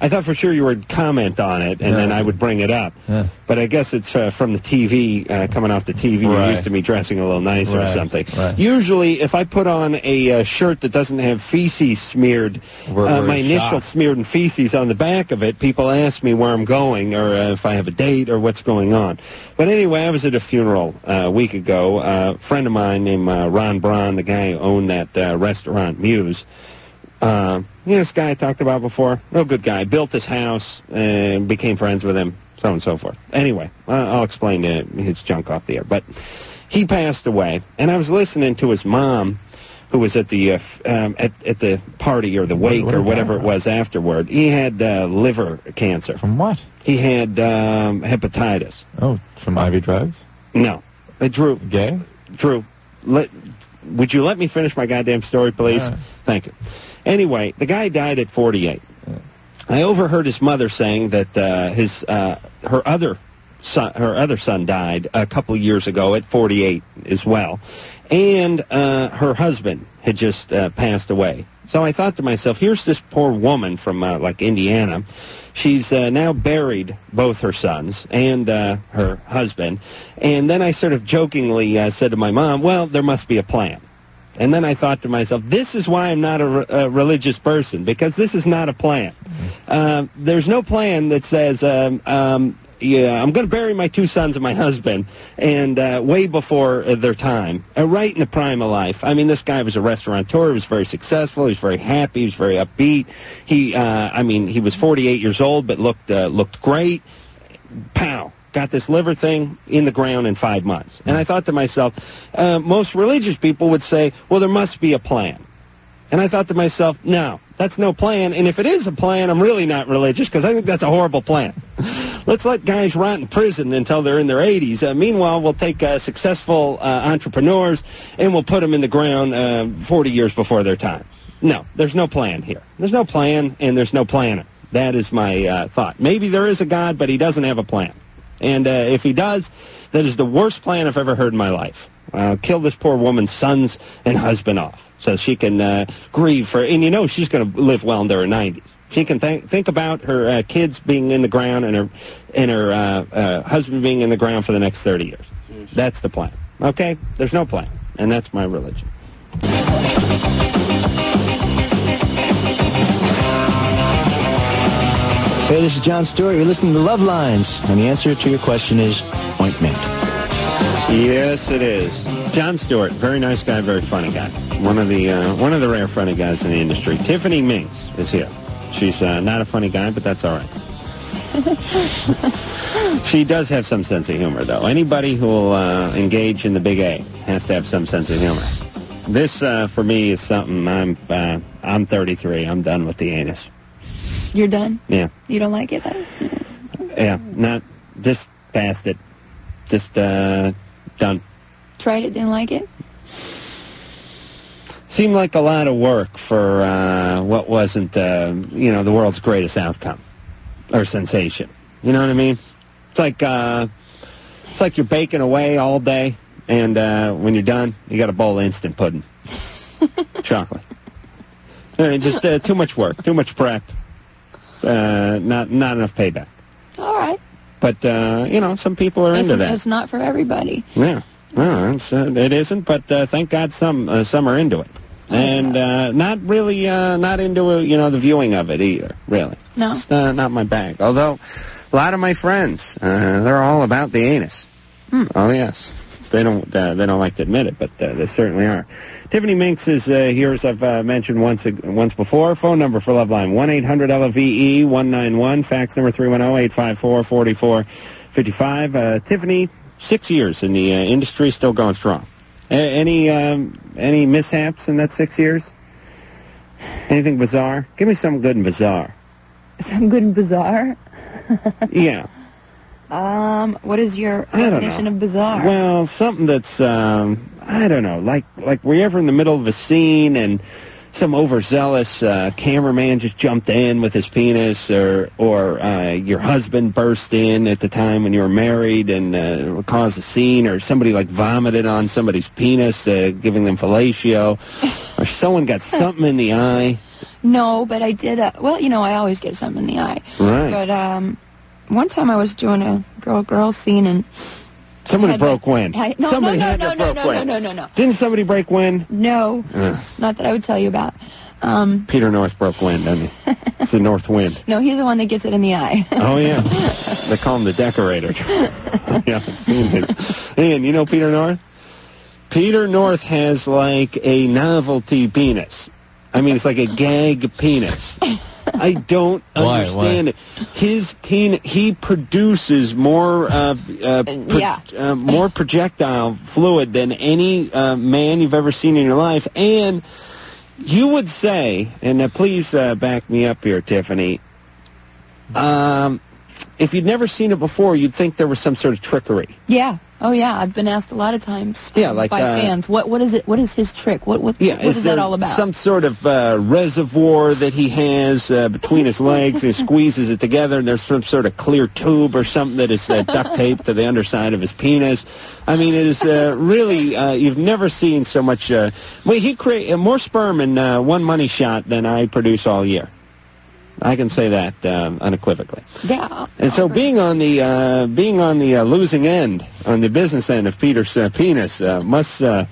[SPEAKER 2] I thought for sure you would comment on it, and then I would bring it up.
[SPEAKER 3] Yeah.
[SPEAKER 2] But I guess it's uh, from the TV, uh, coming off the TV. You're
[SPEAKER 3] Right.
[SPEAKER 2] used to me dressing a little nicer or
[SPEAKER 3] Right,
[SPEAKER 2] something.
[SPEAKER 3] right.
[SPEAKER 2] Usually, if I put on a uh, shirt that doesn't have feces smeared,
[SPEAKER 3] We're-
[SPEAKER 2] uh,
[SPEAKER 3] we're
[SPEAKER 2] my
[SPEAKER 3] in
[SPEAKER 2] initial
[SPEAKER 3] shock.
[SPEAKER 2] smeared and feces on the back of it, people ask me where I'm going or uh, if I have a date or what's going on. But anyway, I was at a funeral uh, a week ago. Uh, a friend of mine named uh, Ron Braun, the guy who owned that uh, restaurant Muse, uh, you know this guy I talked about before? Real good guy. Built his house and became friends with him, so on and so forth. Anyway, I- I'll explain uh, his junk off the air. But he passed away, and I was listening to his mom, who was at the uh, f- um, at at the party or the wake
[SPEAKER 3] what
[SPEAKER 2] or
[SPEAKER 3] about
[SPEAKER 2] whatever it was afterward. He had uh, liver cancer.
[SPEAKER 20] From what?
[SPEAKER 2] He had um, hepatitis.
[SPEAKER 20] Oh, from IV drugs?
[SPEAKER 2] No, uh, Drew.
[SPEAKER 20] Gay?
[SPEAKER 2] Drew, let, would you let me finish my goddamn story, please? Thank you. Anyway, the guy died at 48. I overheard his mother saying that uh, his uh, her other son, her other son died a couple years ago at 48 as well, and uh, her husband had just uh, passed away. So I thought to myself, here's this poor woman from uh, like Indiana. She's uh, now buried both her sons and uh, her husband. And then I sort of jokingly uh, said to my mom, well, there must be a plan. And then I thought to myself, this is why I'm not a, re- a religious person, because this is not a plan. Uh, there's no plan that says, um, um, yeah, I'm going to bury my two sons and my husband, and uh, way before uh, their time, uh, right in the prime of life. I mean, this guy was a restaurateur. He was very successful. He was very happy. He was very upbeat. He, uh, I mean, he was 48 years old, but looked uh, looked great pow, got this liver thing in the ground in five months. And I thought to myself, uh, most religious people would say, well, there must be a plan. And I thought to myself, no, that's no plan. And if it is a plan, I'm really not religious because I think that's a horrible plan. (laughs) Let's let guys rot in prison until they're in their 80s. Uh, meanwhile, we'll take uh, successful uh, entrepreneurs and we'll put them in the ground uh, 40 years before their time. No, there's no plan here. There's no plan and there's no planner. That is my uh, thought. Maybe there is a God, but he doesn't have a plan. And uh, if he does, that is the worst plan I've ever heard in my life. Uh, kill this poor woman's sons and husband off so she can uh, grieve for, and you know she's going to live well into her 90s. She can think think about her uh, kids being in the ground and her and her uh, uh, husband being in the ground for the next 30 years. That's the plan. Okay? There's no plan. And that's my religion.
[SPEAKER 21] Hey, this is John Stewart. You're listening to Love Lines, and the answer to your question is ointment.
[SPEAKER 2] Yes, it is. John Stewart, very nice guy, very funny guy. One of the uh, one of the rare funny guys in the industry. Tiffany Minks is here. She's uh, not a funny guy, but that's all right. she does have some sense of humor, though. Anybody who will uh, engage in the Big A has to have some sense of humor. This, uh, for me, is something. I'm uh, I'm 33. I'm done with the anus.
[SPEAKER 11] (laughs) You're done.
[SPEAKER 2] Yeah.
[SPEAKER 11] You don't like it. Then?
[SPEAKER 2] Yeah, not just past it. Just uh, done.
[SPEAKER 11] Tried it, didn't like it.
[SPEAKER 2] Seemed like a lot of work for uh, what wasn't, uh, you know, the world's greatest outcome or sensation. You know what I mean? It's like uh, it's like you're baking away all day, and uh, when you're done, you got a bowl of instant pudding, chocolate. Uh, just uh, too much work, too much prep, uh, not not enough payback.
[SPEAKER 11] All right.
[SPEAKER 2] But uh, you know, some people are
[SPEAKER 11] it's,
[SPEAKER 2] into that.
[SPEAKER 11] it's not for everybody.
[SPEAKER 2] Yeah, no, it's, uh, it isn't. But uh, thank God some uh, some are into it, and uh, not really uh, not into uh, you know the viewing of it either. Really,
[SPEAKER 11] No.
[SPEAKER 2] it's uh, not my bag. Although a lot of my friends, uh, they're all about the anus.
[SPEAKER 11] Hmm.
[SPEAKER 2] Oh yes, they don't uh, they don't like to admit it, but uh, they certainly are. Tiffany Minks is uh, here, as I've uh, mentioned once ag- once before. Phone number for Loveline one eight hundred L O V E one nine one. Fax number three one zero eight five four forty four fifty five. Uh, Tiffany, six years in the uh, industry, still going strong. A- any um, any mishaps in that six years? Anything bizarre? Give me something good and bizarre.
[SPEAKER 22] Some good and bizarre.
[SPEAKER 2] Yeah.
[SPEAKER 22] Um, what is your
[SPEAKER 2] I don't
[SPEAKER 22] definition
[SPEAKER 2] know.
[SPEAKER 22] of bizarre?
[SPEAKER 2] Well, something that's um, I don't know, like like we're ever in the middle of a scene and some overzealous uh, cameraman just jumped in with his penis, or or uh, your husband burst in at the time when you were married and uh, caused a scene, or somebody like vomited on somebody's penis, uh, giving them fellatio, or someone got something in the eye.
[SPEAKER 11] No, but I did. Uh, well, you know, I always get something in the eye.
[SPEAKER 2] Right.
[SPEAKER 11] But um, one time I was doing a girl-girl scene and
[SPEAKER 2] Somebody
[SPEAKER 11] Had
[SPEAKER 2] broke
[SPEAKER 11] been-
[SPEAKER 2] wind.
[SPEAKER 11] I- no,
[SPEAKER 2] somebody
[SPEAKER 11] no, no,
[SPEAKER 2] had
[SPEAKER 11] no,
[SPEAKER 2] to
[SPEAKER 11] no,
[SPEAKER 2] broke
[SPEAKER 11] no,
[SPEAKER 2] wind.
[SPEAKER 11] no, no, no.
[SPEAKER 2] Didn't somebody break wind?
[SPEAKER 11] no,
[SPEAKER 2] Ugh.
[SPEAKER 11] not that I would tell you about. Um,
[SPEAKER 2] Peter North broke wind,
[SPEAKER 11] (laughs)
[SPEAKER 2] doesn't he? It's the North Wind.
[SPEAKER 11] no, he's the one that gets it in the eye. (laughs)
[SPEAKER 2] (laughs) Oh yeah, they call him the decorator. (laughs) yeah, I've seen his. And you know Peter North. Peter North has like a novelty penis. I mean, it's like a gag penis. I don't
[SPEAKER 3] Why,
[SPEAKER 2] understand it. His penis, he produces more, uh, uh, pro-
[SPEAKER 3] Yeah.
[SPEAKER 2] uh, more projectile fluid than any uh, man you've ever seen in your life, and you would say, and uh, please uh, back me up here, Tiffany. Um, if you'd never seen it before, you'd think there was some sort of trickery.
[SPEAKER 11] yeah. Oh yeah. I've been asked a lot of times.
[SPEAKER 2] Yeah, like,
[SPEAKER 11] by
[SPEAKER 2] uh,
[SPEAKER 11] fans. What what is it? What is his trick? What what
[SPEAKER 2] Yeah,
[SPEAKER 11] what is,
[SPEAKER 2] there
[SPEAKER 11] that all about?
[SPEAKER 2] Some sort of uh, reservoir that he has uh, between his
[SPEAKER 11] (laughs)
[SPEAKER 2] legs. he squeezes it together, and there's some sort of clear tube or something that is uh, duct taped to the underside of his penis. I mean, it is uh, really uh, you've never seen so much. Uh, well, he create uh, more sperm in uh, one money shot than I produce all year. I can say that um, unequivocally.
[SPEAKER 11] yeah.
[SPEAKER 2] And so being on the uh, being on the uh, losing end, on the business end of Peter's uh, penis, uh, must uh,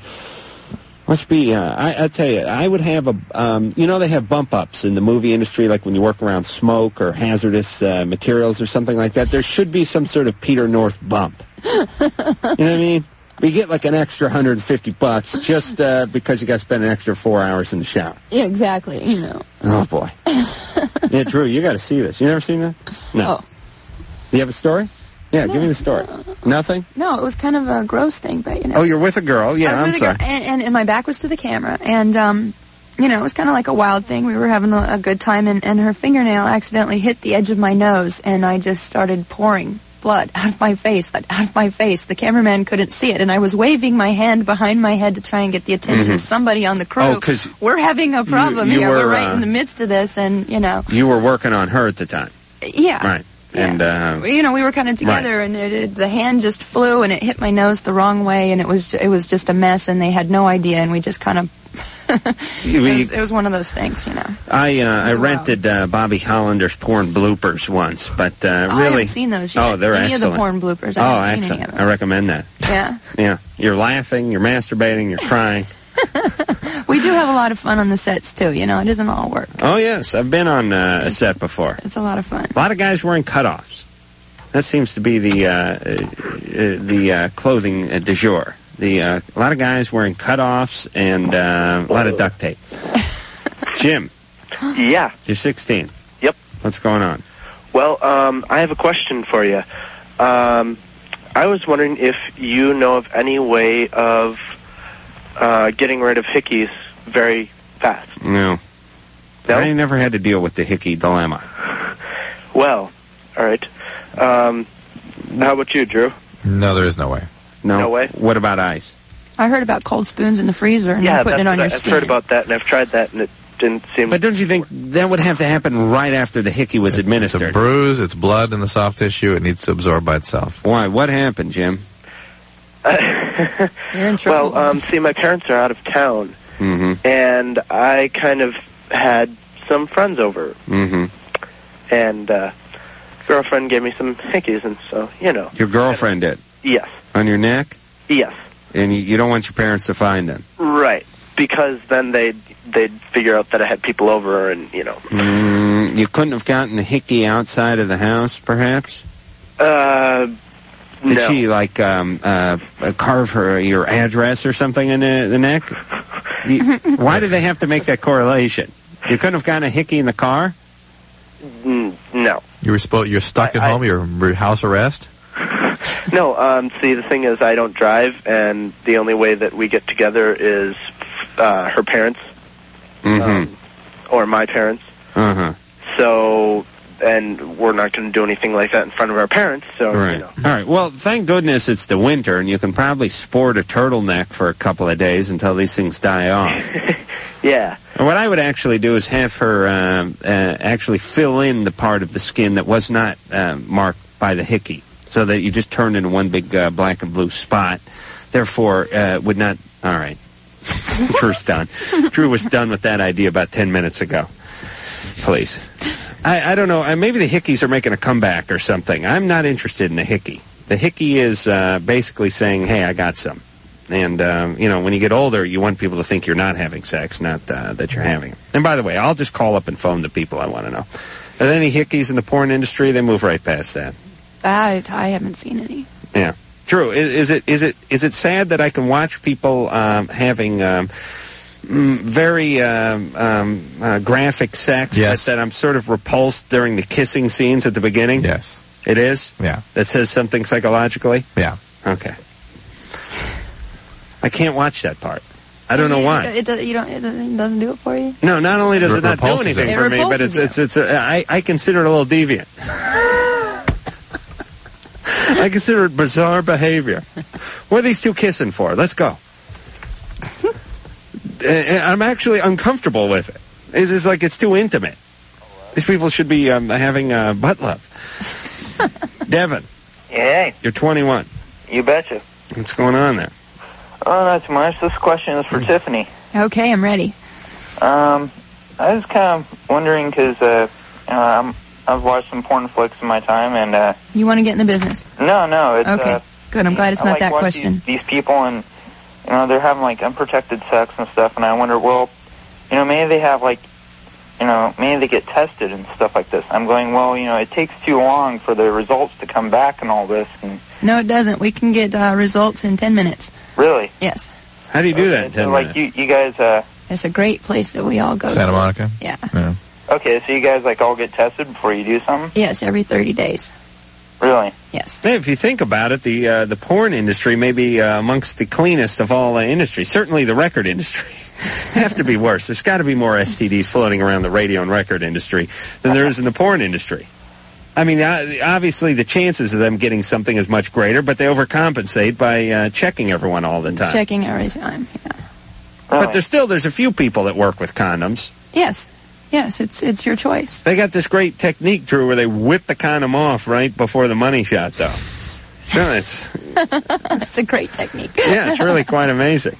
[SPEAKER 2] must be. Uh, I, I tell you, I would have a. Um, you know, they have bump ups in the movie industry, like when you work around smoke or hazardous uh, materials or something like that. There should be some sort of Peter North bump. you know what I mean? We get like an extra 150 bucks just uh, because you got to spend an extra four hours in the shower.
[SPEAKER 11] Yeah, exactly. You know. (laughs)
[SPEAKER 2] Oh boy. yeah, Drew, you got to see this. You never seen that? No. Do you have a story? Yeah, give me the story. Nothing.
[SPEAKER 11] Oh. No, it was kind of a gross thing, but you know.
[SPEAKER 2] Oh, you're with a girl. Yeah,
[SPEAKER 11] I was
[SPEAKER 2] I'm
[SPEAKER 11] with a
[SPEAKER 2] sorry.
[SPEAKER 11] girl, and, and, and my back was to the camera, and um, you know, it was kind of like a wild thing. We were having a, a good time, and, and her fingernail accidentally hit the edge of my nose, and I just started pouring blood (laughs) out of my face, out of my face. The cameraman couldn't see it, and I was waving my hand behind my head to try and get the attention of
[SPEAKER 2] Mhm.
[SPEAKER 11] somebody on the crew.
[SPEAKER 2] Oh, 'cause
[SPEAKER 11] we're having a problem
[SPEAKER 2] you
[SPEAKER 11] here.
[SPEAKER 2] were,
[SPEAKER 11] We're right
[SPEAKER 2] uh,
[SPEAKER 11] in the midst of this, and you know,
[SPEAKER 2] You were working on her at the time.
[SPEAKER 11] yeah.
[SPEAKER 2] Right. And uh,
[SPEAKER 11] you know, we were kind of together, and it, it, the hand just flew, and it hit my nose the wrong way, and it was it was just a mess, and they had no idea, and we just kind of it, was, it was one of those things, you know.
[SPEAKER 2] I uh, I rented uh, Bobby Hollander's porn bloopers once, but uh,
[SPEAKER 11] Oh, I
[SPEAKER 2] really,
[SPEAKER 11] haven't seen those yet.
[SPEAKER 2] Oh, they're
[SPEAKER 11] Any of
[SPEAKER 2] excellent.
[SPEAKER 11] the porn bloopers, I
[SPEAKER 2] oh,
[SPEAKER 11] haven't seen any
[SPEAKER 2] excellent! I recommend that.
[SPEAKER 11] Yeah.
[SPEAKER 2] Yeah, you're laughing, you're masturbating,
[SPEAKER 11] (laughs)
[SPEAKER 2] you're crying.
[SPEAKER 11] We do have a lot of fun on the sets too, you know. It doesn't all work.
[SPEAKER 2] oh yes, I've been on uh, a set before.
[SPEAKER 11] It's a lot of fun.
[SPEAKER 2] A lot of guys wearing cutoffs. That seems to be the uh, uh, the uh, clothing uh, du jour. The uh, a lot of guys wearing cutoffs and uh, a lot of duct
[SPEAKER 14] (laughs)
[SPEAKER 2] tape. Jim,
[SPEAKER 14] (laughs) Yeah.
[SPEAKER 2] you're 16.
[SPEAKER 14] Yep.
[SPEAKER 2] What's going on?
[SPEAKER 14] Well, um, I have a question for you. Um, I was wondering if you know of any way of uh, getting rid of hickeys very fast.
[SPEAKER 2] No. I never had to deal with the hickey dilemma.
[SPEAKER 14] Well, all right. Um, how about you, Drew?
[SPEAKER 1] No, there is no way.
[SPEAKER 2] No,
[SPEAKER 14] way.
[SPEAKER 2] What about ice?
[SPEAKER 11] I heard about cold spoons in the freezer and
[SPEAKER 14] yeah,
[SPEAKER 11] then putting it
[SPEAKER 14] that's
[SPEAKER 11] on
[SPEAKER 14] what
[SPEAKER 11] your
[SPEAKER 14] I, I've
[SPEAKER 11] skin.
[SPEAKER 14] heard about that, and I've tried that, and it didn't seem.
[SPEAKER 2] But don't you think that would have to happen right after the hickey was administered?
[SPEAKER 1] It's a bruise. It's blood in the soft tissue. It needs to absorb by itself.
[SPEAKER 2] Why? What happened, Jim?
[SPEAKER 14] (laughs) You're in trouble. Well, um, see, my parents are out of town,
[SPEAKER 2] Mm-hmm.
[SPEAKER 14] and I kind of had some friends over,
[SPEAKER 2] Mm-hmm.
[SPEAKER 14] and uh, girlfriend gave me some hickeys, and so you know,
[SPEAKER 2] Your girlfriend did
[SPEAKER 14] yes,
[SPEAKER 2] on your neck,
[SPEAKER 14] yes,
[SPEAKER 2] and you, you don't want your parents to find them.
[SPEAKER 14] right, because then they'd they'd figure out that I had people over, and you know,
[SPEAKER 2] Mm, you couldn't have gotten the hickey outside of the house, perhaps.
[SPEAKER 14] uh,
[SPEAKER 2] Did
[SPEAKER 14] no,
[SPEAKER 2] she like um, uh, carve her your address or something in the, the neck? You- why did they have to make that correlation? You couldn't have gotten a hickey in the car.
[SPEAKER 14] Mm, no,
[SPEAKER 1] You were spo- you're stuck at home. You're re- house arrest.
[SPEAKER 14] no. Um, see, the thing is, I don't drive, and the only way that we get together is uh, her parents Um,
[SPEAKER 2] Mm-hmm.
[SPEAKER 14] or my parents.
[SPEAKER 2] Uh huh.
[SPEAKER 14] So, and we're not going to do anything like that in front of our parents. So,
[SPEAKER 2] Right. All right. Well, thank goodness it's the winter, and you can probably sport a turtleneck for a couple of days until these things die off.
[SPEAKER 14] yeah.
[SPEAKER 2] And what I would actually do is have her um, uh, actually fill in the part of the skin that was not uh, marked by the hickey, so that you just turn into one big uh, black and blue spot. Therefore, uh, would not. All right. (laughs) Drew's done. Drew was done with that idea about ten minutes ago. Please. I, I don't know. uh, Maybe the hickeys are making a comeback or something. I'm not interested in the hickey. The hickey is uh, basically saying, "Hey, I got some." And um, you know, when you get older, you want people to think you're not having sex, not uh, that you're having. it. And by the way, I'll just call up and phone the people I want to know. Are there any hickeys in the porn industry? They move right past that.
[SPEAKER 11] I, I haven't seen any.
[SPEAKER 2] Yeah, true. Is, is it is it is it sad that I can watch people um, having um, mm, very um, um, uh, graphic sex,
[SPEAKER 1] Yes.
[SPEAKER 2] but that I'm sort of repulsed during the kissing scenes at the beginning?
[SPEAKER 1] Yes,
[SPEAKER 2] it is.
[SPEAKER 1] Yeah.
[SPEAKER 2] that says something psychologically.
[SPEAKER 1] Yeah.
[SPEAKER 2] Okay. I can't watch that part. I don't know why.
[SPEAKER 11] It, it, does- you don't, it doesn't- doesn't do it for you.
[SPEAKER 2] No, not only does
[SPEAKER 11] Re-
[SPEAKER 2] it not do
[SPEAKER 11] repulses
[SPEAKER 2] anything
[SPEAKER 11] it.
[SPEAKER 2] for
[SPEAKER 11] It
[SPEAKER 2] me, but it's
[SPEAKER 11] repulses
[SPEAKER 2] it's it's uh, I I consider it a
[SPEAKER 11] (gasps)
[SPEAKER 2] little deviant. I consider it bizarre behavior. What are these two kissing for? Let's go.
[SPEAKER 11] (laughs)
[SPEAKER 2] Uh, I'm actually uncomfortable with it. It's, it's like it's too intimate. These people should be um, having uh, butt love.
[SPEAKER 11] (laughs)
[SPEAKER 2] Devin,
[SPEAKER 23] Hey,
[SPEAKER 2] you're 21.
[SPEAKER 23] you betcha.
[SPEAKER 2] What's going on there?
[SPEAKER 23] Oh, not too much. This question is
[SPEAKER 11] Hmm.
[SPEAKER 23] for Tiffany.
[SPEAKER 11] Okay, I'm ready.
[SPEAKER 23] Um, I was kind of wondering because uh, um, I've watched some porn flicks in my time, and uh,
[SPEAKER 11] You want to get in the business?
[SPEAKER 23] no, no, it's
[SPEAKER 11] Okay.
[SPEAKER 23] uh,
[SPEAKER 11] Good. I'm glad it's
[SPEAKER 23] I
[SPEAKER 11] not
[SPEAKER 23] like
[SPEAKER 11] that
[SPEAKER 23] watch
[SPEAKER 11] question.
[SPEAKER 23] These, these people and you know they're having like unprotected sex and stuff, and I wonder, well, you know, maybe they have like, you know, maybe they get tested and stuff like this. I'm going, well, you know, it takes too long for the results to come back and all this, and
[SPEAKER 11] No, it doesn't. We can get uh, results in 10 minutes.
[SPEAKER 23] really,
[SPEAKER 11] Yes.
[SPEAKER 2] How do you do that? in 10
[SPEAKER 23] so, like
[SPEAKER 2] minutes?
[SPEAKER 23] you, you guys, uh,
[SPEAKER 11] It's a great place that we all go
[SPEAKER 1] Santa
[SPEAKER 11] to.
[SPEAKER 1] Monica.
[SPEAKER 11] Yeah.
[SPEAKER 23] okay, so you guys like all get tested before you do something,
[SPEAKER 11] Yes, every 30 days.
[SPEAKER 23] really?
[SPEAKER 11] Yes.
[SPEAKER 2] Yeah, if you think about it, the uh, the porn industry may be uh, amongst the cleanest of all uh, industries. Certainly, the record industry (laughs) have to be worse. There's got to be more STDs floating around the radio and record industry than there is in the porn industry. I mean, uh, obviously, the chances of them getting something is much greater, but they overcompensate by uh, checking everyone all the time.
[SPEAKER 11] Checking every time.
[SPEAKER 2] But there's still there's a few people that work with condoms.
[SPEAKER 11] Yes. Yes, it's it's your choice. (laughs)
[SPEAKER 2] They got this great technique, Drew, where they whip the condom off right before the money shot, though. Sure, it's,
[SPEAKER 11] That's a great technique.
[SPEAKER 2] yeah, it's really quite amazing.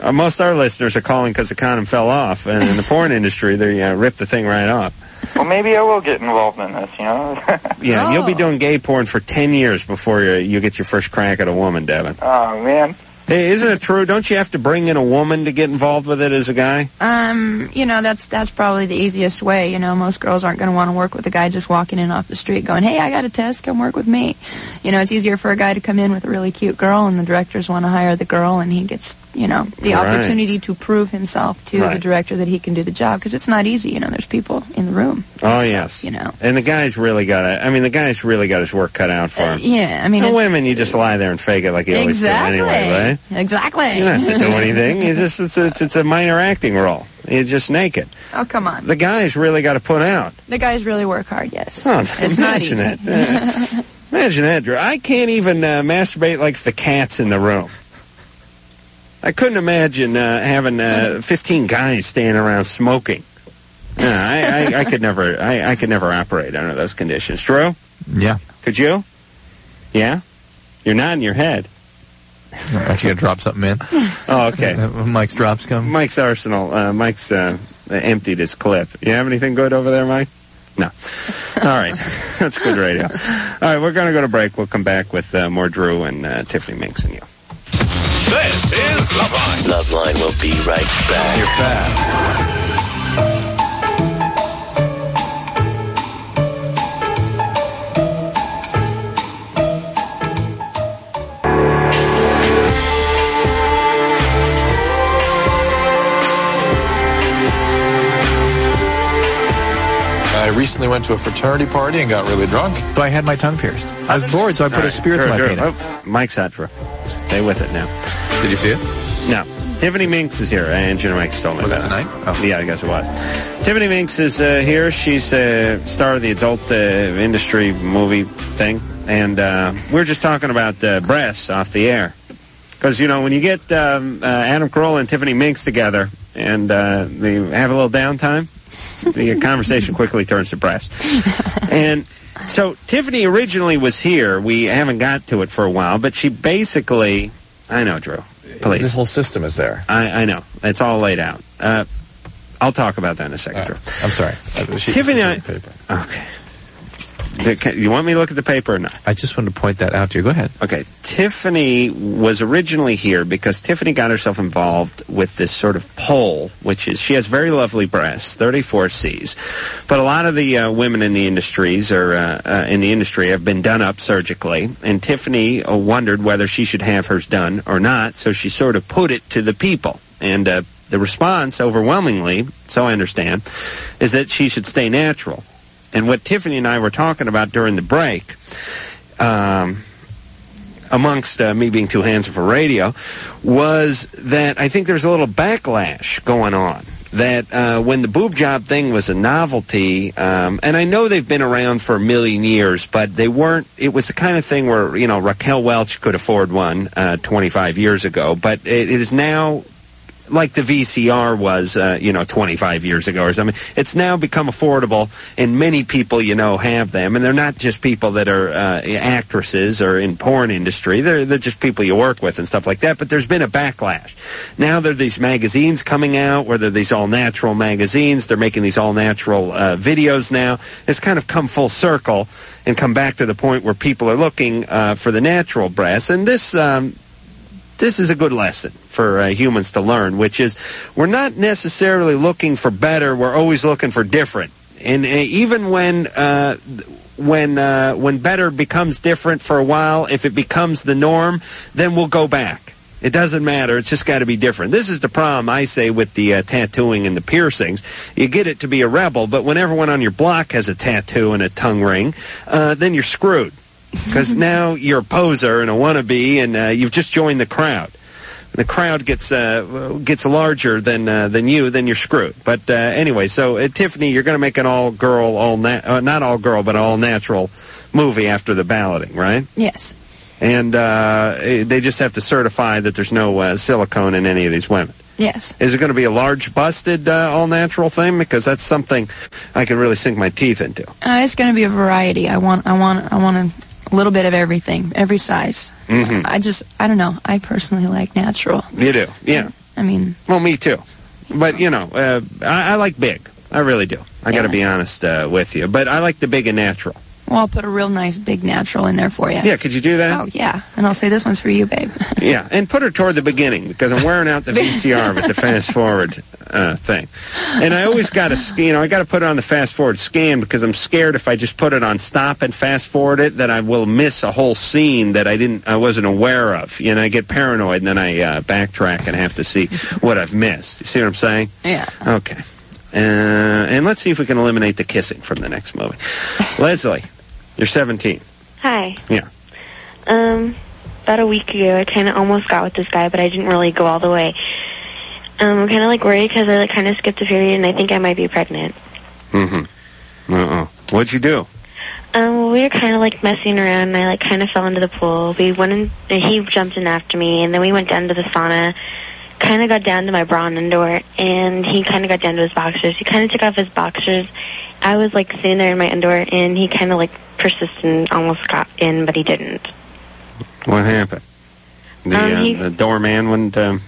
[SPEAKER 2] Uh, most of our listeners are calling because the condom fell off, and in the porn industry, they uh, rip the thing right off.
[SPEAKER 23] Well, maybe I will get involved in this, you know? (laughs)
[SPEAKER 2] Yeah, and you'll
[SPEAKER 11] Oh.
[SPEAKER 2] be doing gay porn for 10 years before you, you get your first crack at a woman, Devin.
[SPEAKER 23] oh, man.
[SPEAKER 2] Hey, isn't it true? Don't you have to bring in a woman to get involved with it as a guy?
[SPEAKER 11] (laughs) Um, you know, that's that's probably the easiest way. You know, most girls aren't going to want to work with a guy just walking in off the street going, "Hey, I got a test, come work with me." You know, it's easier for a guy to come in with a really cute girl, and the directors want to hire the girl, and he gets you know the
[SPEAKER 2] Right.
[SPEAKER 11] opportunity to prove himself to the
[SPEAKER 2] Right.
[SPEAKER 11] director that he can do the job because it's not easy. You know, there's people in the room.
[SPEAKER 2] Oh, yes.
[SPEAKER 11] You know.
[SPEAKER 2] And the guy's really got it. I mean, the guy's really got his work cut out for him.
[SPEAKER 11] Uh, Yeah, I mean,
[SPEAKER 2] the
[SPEAKER 11] it's,
[SPEAKER 2] women, you just lie there and fake it like you always do
[SPEAKER 11] exactly,
[SPEAKER 2] anyway, right?
[SPEAKER 11] exactly.
[SPEAKER 2] You don't have
[SPEAKER 11] (laughs)
[SPEAKER 2] to do anything. It's just it's, it's, it's a minor acting role. You're just naked.
[SPEAKER 11] oh, come on.
[SPEAKER 2] The guy's really got to put out.
[SPEAKER 11] The guys really work hard. Yes,
[SPEAKER 2] Oh,
[SPEAKER 11] it's not easy. Mm-hmm.
[SPEAKER 2] imagine it. Yeah. Imagine that, Drew. I can't even uh, masturbate like the cats in the room. I couldn't imagine uh, having uh, 15 guys standing around smoking. No, I, I, I could never. I, I could never operate under those conditions. Drew,
[SPEAKER 1] Yeah.
[SPEAKER 2] could you? Yeah, you're nodding your head.
[SPEAKER 1] Aren't you going to drop something in?
[SPEAKER 2] (laughs) Oh, okay.
[SPEAKER 1] (laughs) Mike's drops come.
[SPEAKER 2] Mike's arsenal. Uh, Mike's uh, emptied his clip. You have anything good over there, Mike?
[SPEAKER 1] (laughs)
[SPEAKER 2] No. All right. (laughs) That's good radio. All right, we're going to go to break. We'll come back with uh, more Drew and uh, Tiffany Minks and you.
[SPEAKER 3] This is Loveline. Loveline will be right back. You're fast.
[SPEAKER 1] I recently went to a fraternity party and got really drunk. So I had my tongue pierced. I was bored, so I put
[SPEAKER 2] All
[SPEAKER 1] a
[SPEAKER 2] right,
[SPEAKER 1] spear through my
[SPEAKER 2] Drew, Drew.
[SPEAKER 1] penis.
[SPEAKER 2] Oh, Mike's hot, Drew. Stay with it now.
[SPEAKER 1] Did you see it?
[SPEAKER 2] No. Tiffany Minks is here, and Jenna Mike stole me. Was it tonight? Oh. Yeah, I guess it was. Tiffany Minks is uh, here. She's uh, star of the adult uh, industry movie thing, and uh, we were just talking about uh, breasts off the air. Because you know when you get um, uh, Adam Carolla and Tiffany Minks together, and uh, they have a little downtime, the conversation quickly turns to breasts.
[SPEAKER 20] (laughs)
[SPEAKER 2] and so Tiffany originally was here. We haven't got to it for a while, but she basically, I know, Drew. Please,
[SPEAKER 20] This whole system is there.
[SPEAKER 2] I, I know. It's all laid out. Uh, I'll talk about that in a second. Drew.
[SPEAKER 20] I'm sorry.
[SPEAKER 2] Tiffany, I- The- can- you want me to look at the paper or not?
[SPEAKER 20] I just wanted to point that out to you. Go ahead.
[SPEAKER 2] Okay. Tiffany was originally here because Tiffany got herself involved with this sort of poll, which is she has very lovely breasts, 34 C's, but a lot of the uh, women in the industries or uh, uh, in the industry have been done up surgically, and Tiffany uh, wondered whether she should have hers done or not, so she sort of put it to the people, and uh, the response overwhelmingly, so I understand, is that she should stay natural. And what Tiffany and I were talking about during the break. Um, amongst uh, me being too handsome for radio, was that I think there's a little backlash going on. That uh, when the boob job thing was a novelty, um, and I know they've been around for a million years, but they weren't. It was the kind of thing where you know Raquel Welch could afford one uh, 25 years ago, but it, it is now like the VCR was, uh, you know, 25 years ago or something. It's now become affordable, and many people, you know, have them. And they're not just people that are uh, actresses or in porn industry. They're they're just people you work with and stuff like that. But there's been a backlash. Now there are these magazines coming out, where they're these all natural magazines. They're making these all natural uh, videos now. It's kind of come full circle and come back to the point where people are looking uh, for the natural breasts. And this. Um, this is a good lesson for uh, humans to learn, which is we're not necessarily looking for better. We're always looking for different. And uh, even when uh, th- when uh, when better becomes different for a while, if it becomes the norm, then we'll go back. It doesn't matter. It's just got to be different. This is the problem, I say, with the uh, tattooing and the piercings. You get it to be a rebel, but when everyone on your block has a tattoo and a tongue ring, uh, then you're screwed because now you're a poser and a wannabe, and uh, you've just joined the crowd. The crowd gets uh, gets larger than uh, than you, then you're screwed. But uh, anyway, so uh, Tiffany, you're going to make an all girl, all na- uh, not all girl, but all natural movie after the balloting, right?
[SPEAKER 11] Yes.
[SPEAKER 2] And uh, eh, they just have to certify that there's no uh, silicone in any of these women.
[SPEAKER 11] Yes.
[SPEAKER 2] Is it going to be a large busted uh, all natural thing? Because that's something I could really sink my teeth into.
[SPEAKER 11] Uh, it's going to be a variety. I want, I want, I want to a little bit of everything, every size.
[SPEAKER 2] Mm-hmm.
[SPEAKER 11] I just, I don't know. I personally like natural.
[SPEAKER 2] You do, yeah.
[SPEAKER 11] I mean,
[SPEAKER 2] Well, me too. But you know, uh, I, I like big. I really do. I got to be honest uh, with you. But I like the big and natural.
[SPEAKER 11] well, I'll put a real nice big natural in there for you.
[SPEAKER 2] Yeah, could you do that?
[SPEAKER 11] Oh yeah, and I'll say this one's for you, babe. (laughs)
[SPEAKER 2] Yeah, and put her toward the beginning because I'm wearing out the VCR with the fast forward uh, thing. And I always got to, you know, I got to put it on the fast forward scan because I'm scared if I just put it on stop and fast forward it that I will miss a whole scene that I didn't, I wasn't aware of. You know, I get paranoid and then I uh, backtrack and have to see what I've missed. You see what I'm saying?
[SPEAKER 11] Yeah.
[SPEAKER 2] Okay. Uh, and let's see if we can eliminate the kissing from the next movie. Leslie, you're 17.
[SPEAKER 4] Hi.
[SPEAKER 2] Yeah.
[SPEAKER 4] Um, about a week ago, I kind of almost got with this guy, but I didn't really go all the way. Um, I'm kind of like worried because I like kind of skipped a period, and I think I might be pregnant.
[SPEAKER 2] Mm-hmm. Uh-oh. What'd you do?
[SPEAKER 4] Um, well, we were kind of like messing around, and I like kind of fell into the pool. We went in, and he jumped in after me, and then we went down to the sauna. Kind of got down to my bra and underwear, and he kind of got down to his boxers. He kind of took off his boxers. I was like sitting there in my underwear, and he kind of like persisted, and almost got in, but he didn't.
[SPEAKER 2] What happened? The,
[SPEAKER 4] Um,
[SPEAKER 2] uh,
[SPEAKER 4] he-
[SPEAKER 2] the doorman wouldn't, um,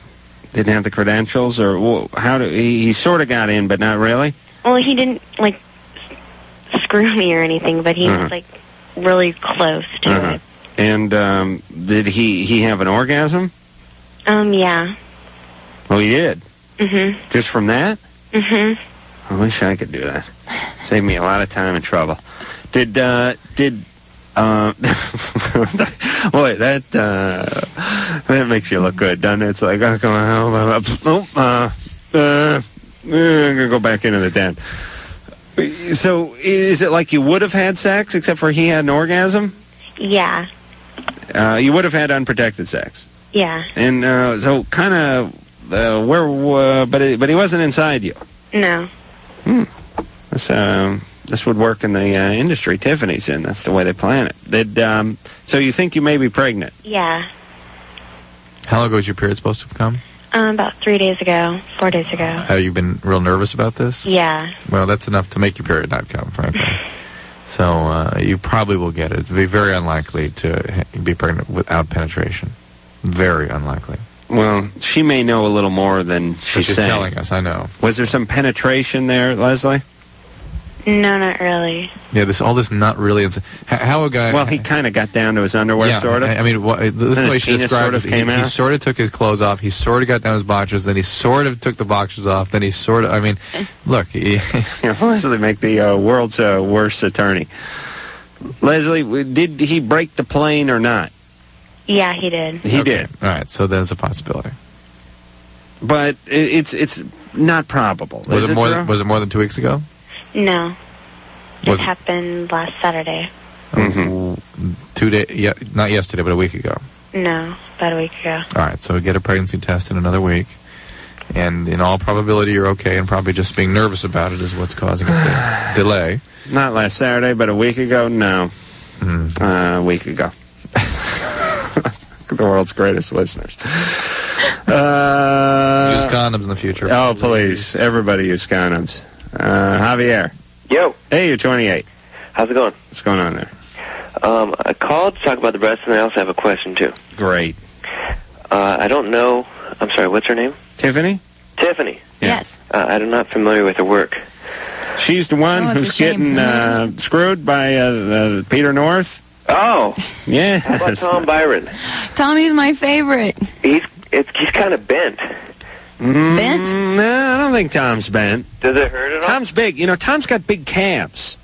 [SPEAKER 2] didn't have the credentials, or wh- how do he, he sort of got in, but not really.
[SPEAKER 4] Well, he didn't like s- screw me or anything, but he
[SPEAKER 2] Uh-huh.
[SPEAKER 4] was like really close.
[SPEAKER 2] Uh-huh. And um, did he he have an orgasm?
[SPEAKER 4] Um, yeah.
[SPEAKER 2] Well, he did.
[SPEAKER 4] Mhm.
[SPEAKER 2] Just from that,
[SPEAKER 4] Mhm.
[SPEAKER 2] I wish I could do that. Save me a lot of time and trouble. Did uh, did. Uh, (laughs) boy, that uh, that makes you look good, doesn't it? It's like, oh, come on, blah, blah, blah. Nope, uh, uh, eh, I'm gonna go back into the den. So, is it like you would have had sex except for he had an orgasm?
[SPEAKER 4] Yeah.
[SPEAKER 2] Uh, you would have had unprotected sex,
[SPEAKER 4] Yeah.
[SPEAKER 2] and uh, so kind of uh, where, uh, but it, but he wasn't inside you.
[SPEAKER 4] No.
[SPEAKER 2] This, um, this would work in the uh, industry Tiffany's in. That's the way they plan it. They'd, um, so you think you may be pregnant?
[SPEAKER 4] Yeah.
[SPEAKER 1] How long ago was your period supposed to come?
[SPEAKER 4] Um, about three days ago, four days ago.
[SPEAKER 1] Have you been real nervous about this?
[SPEAKER 4] Yeah.
[SPEAKER 1] Well, that's enough to make your period not come, frankly. So uh, you probably will get it. It'd be very unlikely to ha- be pregnant without penetration. Very unlikely.
[SPEAKER 2] Well, she may know a little more than she's,
[SPEAKER 1] she's
[SPEAKER 2] saying.
[SPEAKER 1] telling us. I know.
[SPEAKER 2] Was there some penetration there, Leslie?
[SPEAKER 4] No, not really.
[SPEAKER 1] Yeah, this all this not really. Ins- how, how a guy?
[SPEAKER 2] Well, he kind of got down to his underwear,
[SPEAKER 1] yeah,
[SPEAKER 2] sort of.
[SPEAKER 1] I, I mean, what, this
[SPEAKER 2] Then
[SPEAKER 1] is the
[SPEAKER 2] his
[SPEAKER 1] way she
[SPEAKER 2] penis
[SPEAKER 1] described
[SPEAKER 2] sort of
[SPEAKER 1] it.
[SPEAKER 2] came
[SPEAKER 1] he, he
[SPEAKER 2] out. (laughs)
[SPEAKER 1] sort of took his clothes off. He sort of got down his boxers. Then he sort of took the boxers off. Then he sort of. I mean, look. He, (laughs)
[SPEAKER 2] Leslie make the uh, world's uh, worst attorney. Leslie, w- did he break the plane or not?
[SPEAKER 4] Yeah, he did.
[SPEAKER 2] He did.
[SPEAKER 1] All right, so there's a possibility.
[SPEAKER 2] But i it's it's not probable.
[SPEAKER 1] Was
[SPEAKER 2] Is
[SPEAKER 1] it, more?
[SPEAKER 2] true?
[SPEAKER 1] Than, was it more than two weeks ago?
[SPEAKER 4] No.
[SPEAKER 1] Was
[SPEAKER 4] It happened last Saturday.
[SPEAKER 1] Two day? Yeah, not yesterday, but a week ago.
[SPEAKER 4] No, about a week ago.
[SPEAKER 1] All right, so get a pregnancy test in another week, and in all probability, you're okay, and probably just being nervous about it is what's causing the delay.
[SPEAKER 2] Not last Saturday, but a week ago. No,
[SPEAKER 1] Hmm.
[SPEAKER 2] uh, a week ago. (laughs) the world's greatest listeners. Uh,
[SPEAKER 1] use condoms in the future.
[SPEAKER 2] Oh, please! Everybody use condoms. Uh, Javier.
[SPEAKER 7] Yo.
[SPEAKER 2] Hey, you're 28.
[SPEAKER 7] How's it going?
[SPEAKER 2] What's going on there?
[SPEAKER 7] Um, I called to talk about the breast, and I also have a question too.
[SPEAKER 2] Great.
[SPEAKER 7] Uh, I don't know. I'm sorry. What's her name?
[SPEAKER 2] Tiffany.
[SPEAKER 7] Tiffany.
[SPEAKER 2] Yes.
[SPEAKER 7] Uh, I'm not familiar with her work.
[SPEAKER 2] She's the one
[SPEAKER 7] Oh, it's a
[SPEAKER 2] who's
[SPEAKER 7] shame.
[SPEAKER 2] getting uh, screwed by uh, uh, Peter North.
[SPEAKER 7] Oh.
[SPEAKER 2] Yeah.
[SPEAKER 7] How about Tom Byron?
[SPEAKER 11] Tommy's my favorite.
[SPEAKER 7] He's it's, he's kind of bent.
[SPEAKER 2] Bent? No, Mm, I don't think Tom's bent.
[SPEAKER 7] Does it hurt at all?
[SPEAKER 2] Tom's big. You know, Tom's got big
[SPEAKER 11] (laughs)
[SPEAKER 2] calves.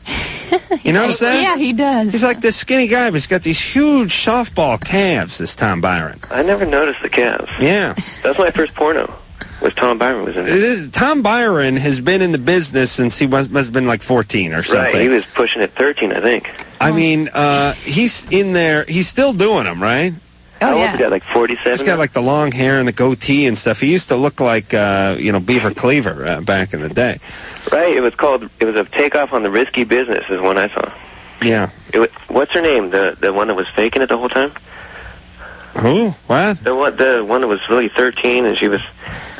[SPEAKER 2] You notice that?
[SPEAKER 11] Yeah, he does.
[SPEAKER 2] He's like this skinny guy, but he's got these huge softball calves. This Tom Byron.
[SPEAKER 7] I never noticed the calves.
[SPEAKER 2] Yeah.
[SPEAKER 7] That's my first porno. Was Tom Byron was in it?
[SPEAKER 2] This- Tom Byron has been in the business since he was, must have been like 14 or something.
[SPEAKER 7] Right. He was pushing at 13, I think.
[SPEAKER 2] I mean, uh, he's in there. He's still doing them, right?
[SPEAKER 7] How old's he got? Like 47?
[SPEAKER 2] He's got like the long hair and the goatee and stuff. He used to look like, uh, you know, Beaver Cleaver uh, back in the day.
[SPEAKER 7] Right. It was called. It was a takeoff on the risky business. Is one I saw.
[SPEAKER 2] Yeah.
[SPEAKER 7] It was, what's her name? The the one that was faking it the whole time.
[SPEAKER 2] Who? What?
[SPEAKER 7] The one the one that was really 13 and she was.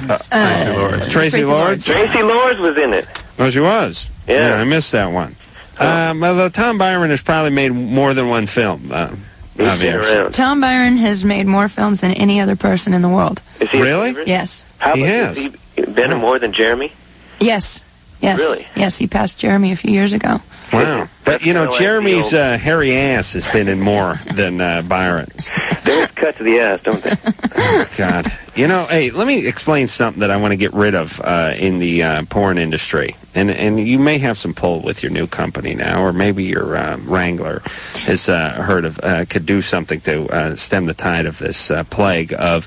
[SPEAKER 2] Uh, Tracy Lords.
[SPEAKER 7] Tracy Lords was in it.
[SPEAKER 2] Oh, she was.
[SPEAKER 7] Yeah. Oh.
[SPEAKER 2] I missed that one. Um, although Tom Byron has probably made more than one film. Um, He's
[SPEAKER 7] been around.
[SPEAKER 11] Tom Byron has made more films than any other person in the world.
[SPEAKER 7] Is he
[SPEAKER 2] really?
[SPEAKER 11] Yes.
[SPEAKER 7] How
[SPEAKER 2] He
[SPEAKER 7] much
[SPEAKER 2] has.
[SPEAKER 7] he been more than Jeremy?
[SPEAKER 11] Yes. Yes.
[SPEAKER 7] Really?
[SPEAKER 11] Yes, he passed Jeremy a few years ago.
[SPEAKER 2] Wow. But, you know,
[SPEAKER 7] kinda like
[SPEAKER 2] Jeremy's
[SPEAKER 7] the
[SPEAKER 2] uh, hairy ass has been in more than uh, Byron's.
[SPEAKER 7] They always cut to the ass, don't they?
[SPEAKER 2] Oh, God. You know, hey, let me explain something that I want to get rid of uh, in the uh, porn industry. And and you may have some pull with your new company now, or maybe your uh, Wrangler has uh, heard of, uh, could do something to uh, stem the tide of this uh, plague of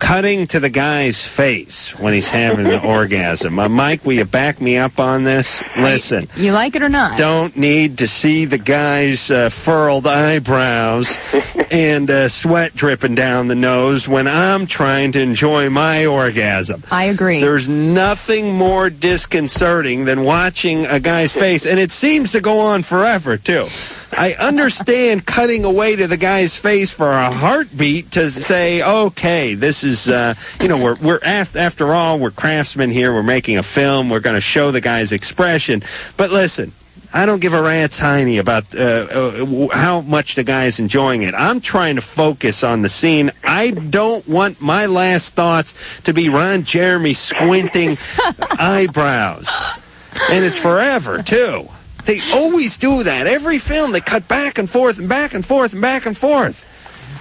[SPEAKER 2] cutting to the guy's face when he's having an (laughs) orgasm. Uh, Mike, will you back me up on this? Listen.
[SPEAKER 11] You like it or not?
[SPEAKER 2] Don't need to see the guy's uh, furled eyebrows and uh, sweat dripping down the nose when I'm trying to enjoy my orgasm.
[SPEAKER 11] I agree.
[SPEAKER 2] There's nothing more disconcerting than watching a guy's face, and it seems to go on forever, too. I understand cutting away to the guy's face for a heartbeat to say, okay, this is, uh, you know, we're, we're af- after all, we're craftsmen here, we're making a film, we're going to show the guy's expression. But listen, I don't give a rat's hiney about uh, uh, w- how much the guy's enjoying it. I'm trying to focus on the scene. I don't want my last thoughts to be Ron Jeremy squinting eyebrows. And it's forever, too. They always do that. Every film, they cut back and forth and back and forth and back and forth.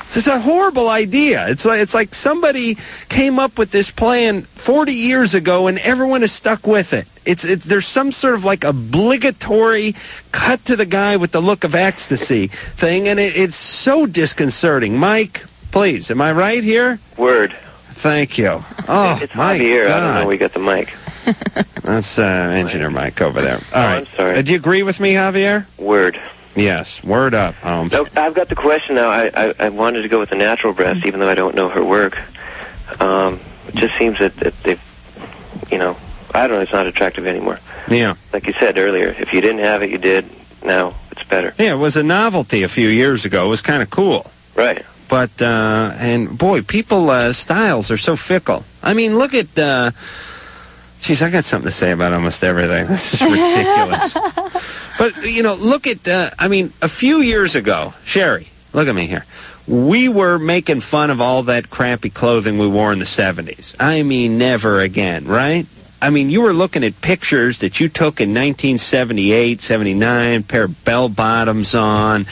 [SPEAKER 2] So It's a horrible idea. It's like, it's like somebody came up with this plan 40 years ago and everyone is stuck with it. It's, it, there's some sort of like obligatory cut to the guy with the look of ecstasy thing and it, it's so disconcerting. Mike, please, am I right here?
[SPEAKER 7] Word.
[SPEAKER 2] Thank you. Oh,
[SPEAKER 7] it's
[SPEAKER 2] my
[SPEAKER 7] Javier.
[SPEAKER 2] God.
[SPEAKER 7] I don't know. We got the mic.
[SPEAKER 2] (laughs) That's uh, engineer Mike over there. All right.
[SPEAKER 7] sorry.
[SPEAKER 2] Uh, do you agree with me, Javier?
[SPEAKER 7] Word.
[SPEAKER 2] Yes. Word up. Um,
[SPEAKER 7] No, I've got the question now. I, I, I wanted to go with the natural breast, even though I don't know her work. Um, it just seems that, that they've, you know, I don't know. It's not attractive anymore.
[SPEAKER 2] yeah.
[SPEAKER 7] Like you said earlier, if you didn't have it, you did. Now it's better.
[SPEAKER 2] Yeah, it was a novelty a few years ago. It was kind of cool.
[SPEAKER 7] Right.
[SPEAKER 2] But, uh, and boy, people, uh, styles are so fickle. I mean, look at, uh, geez, I got something to say about almost everything. This
[SPEAKER 7] (laughs)
[SPEAKER 2] is ridiculous. but, you know, look at, uh, I mean, a few years ago, Sherry, look at me here. We were making fun of all that crappy clothing we wore in the 70s. I mean, never again, right? I mean, you were looking at pictures that you took in 1978, 79, pair of bell bottoms on,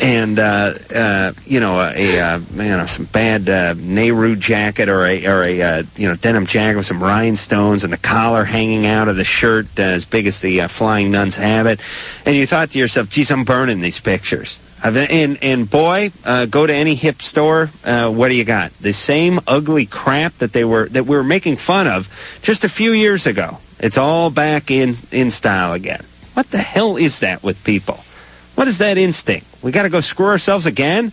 [SPEAKER 2] and uh, uh, you know, a, a uh, man, some bad uh, Nehru jacket or a or a uh, you know denim jacket with some rhinestones and the collar hanging out of the shirt uh, as big as the uh, flying nun's habit, and you thought to yourself, "Geez, I'm burning these pictures." I've, and and boy, uh, go to any hip store. Uh, what do you got? The same ugly crap that they were that we were making fun of just a few years ago. It's all back in in style again. What the hell is that with people? What is that instinct? We got to go screw ourselves again,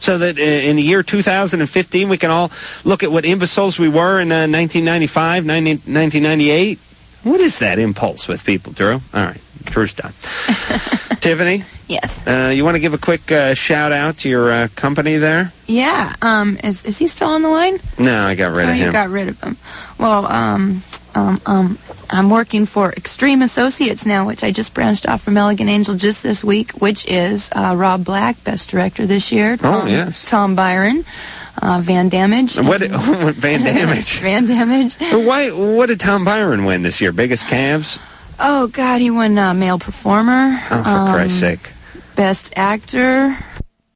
[SPEAKER 2] so that uh, in the year 2015 we can all look at what imbeciles we were in uh, 1995, 90, 1998. What is that impulse with people, Drew? All right,
[SPEAKER 11] (laughs)
[SPEAKER 2] Drew's done. Tiffany.
[SPEAKER 11] Yes.
[SPEAKER 2] Uh, you want to give a quick uh, shout out to your uh, company there?
[SPEAKER 11] Yeah. Um, is, is he still on the line?
[SPEAKER 2] No, I got rid
[SPEAKER 11] oh,
[SPEAKER 2] of
[SPEAKER 11] you
[SPEAKER 2] him.
[SPEAKER 11] got rid of him. Well, um, um, um, I'm working for Extreme Associates now, which I just branched off from Elegant Angel just this week, which is uh, Rob Black, Best Director this year. Tom,
[SPEAKER 2] Oh, yes.
[SPEAKER 11] Tom Byron, uh, Van Damage.
[SPEAKER 2] (laughs) What
[SPEAKER 11] (laughs)
[SPEAKER 2] did, Van Damage?
[SPEAKER 11] Van Damage.
[SPEAKER 2] Why? What did Tom Byron win this year? Biggest calves?
[SPEAKER 11] Oh God, he won uh, Male Performer.
[SPEAKER 2] Oh, for
[SPEAKER 11] um,
[SPEAKER 2] Christ's sake!
[SPEAKER 11] Best Actor.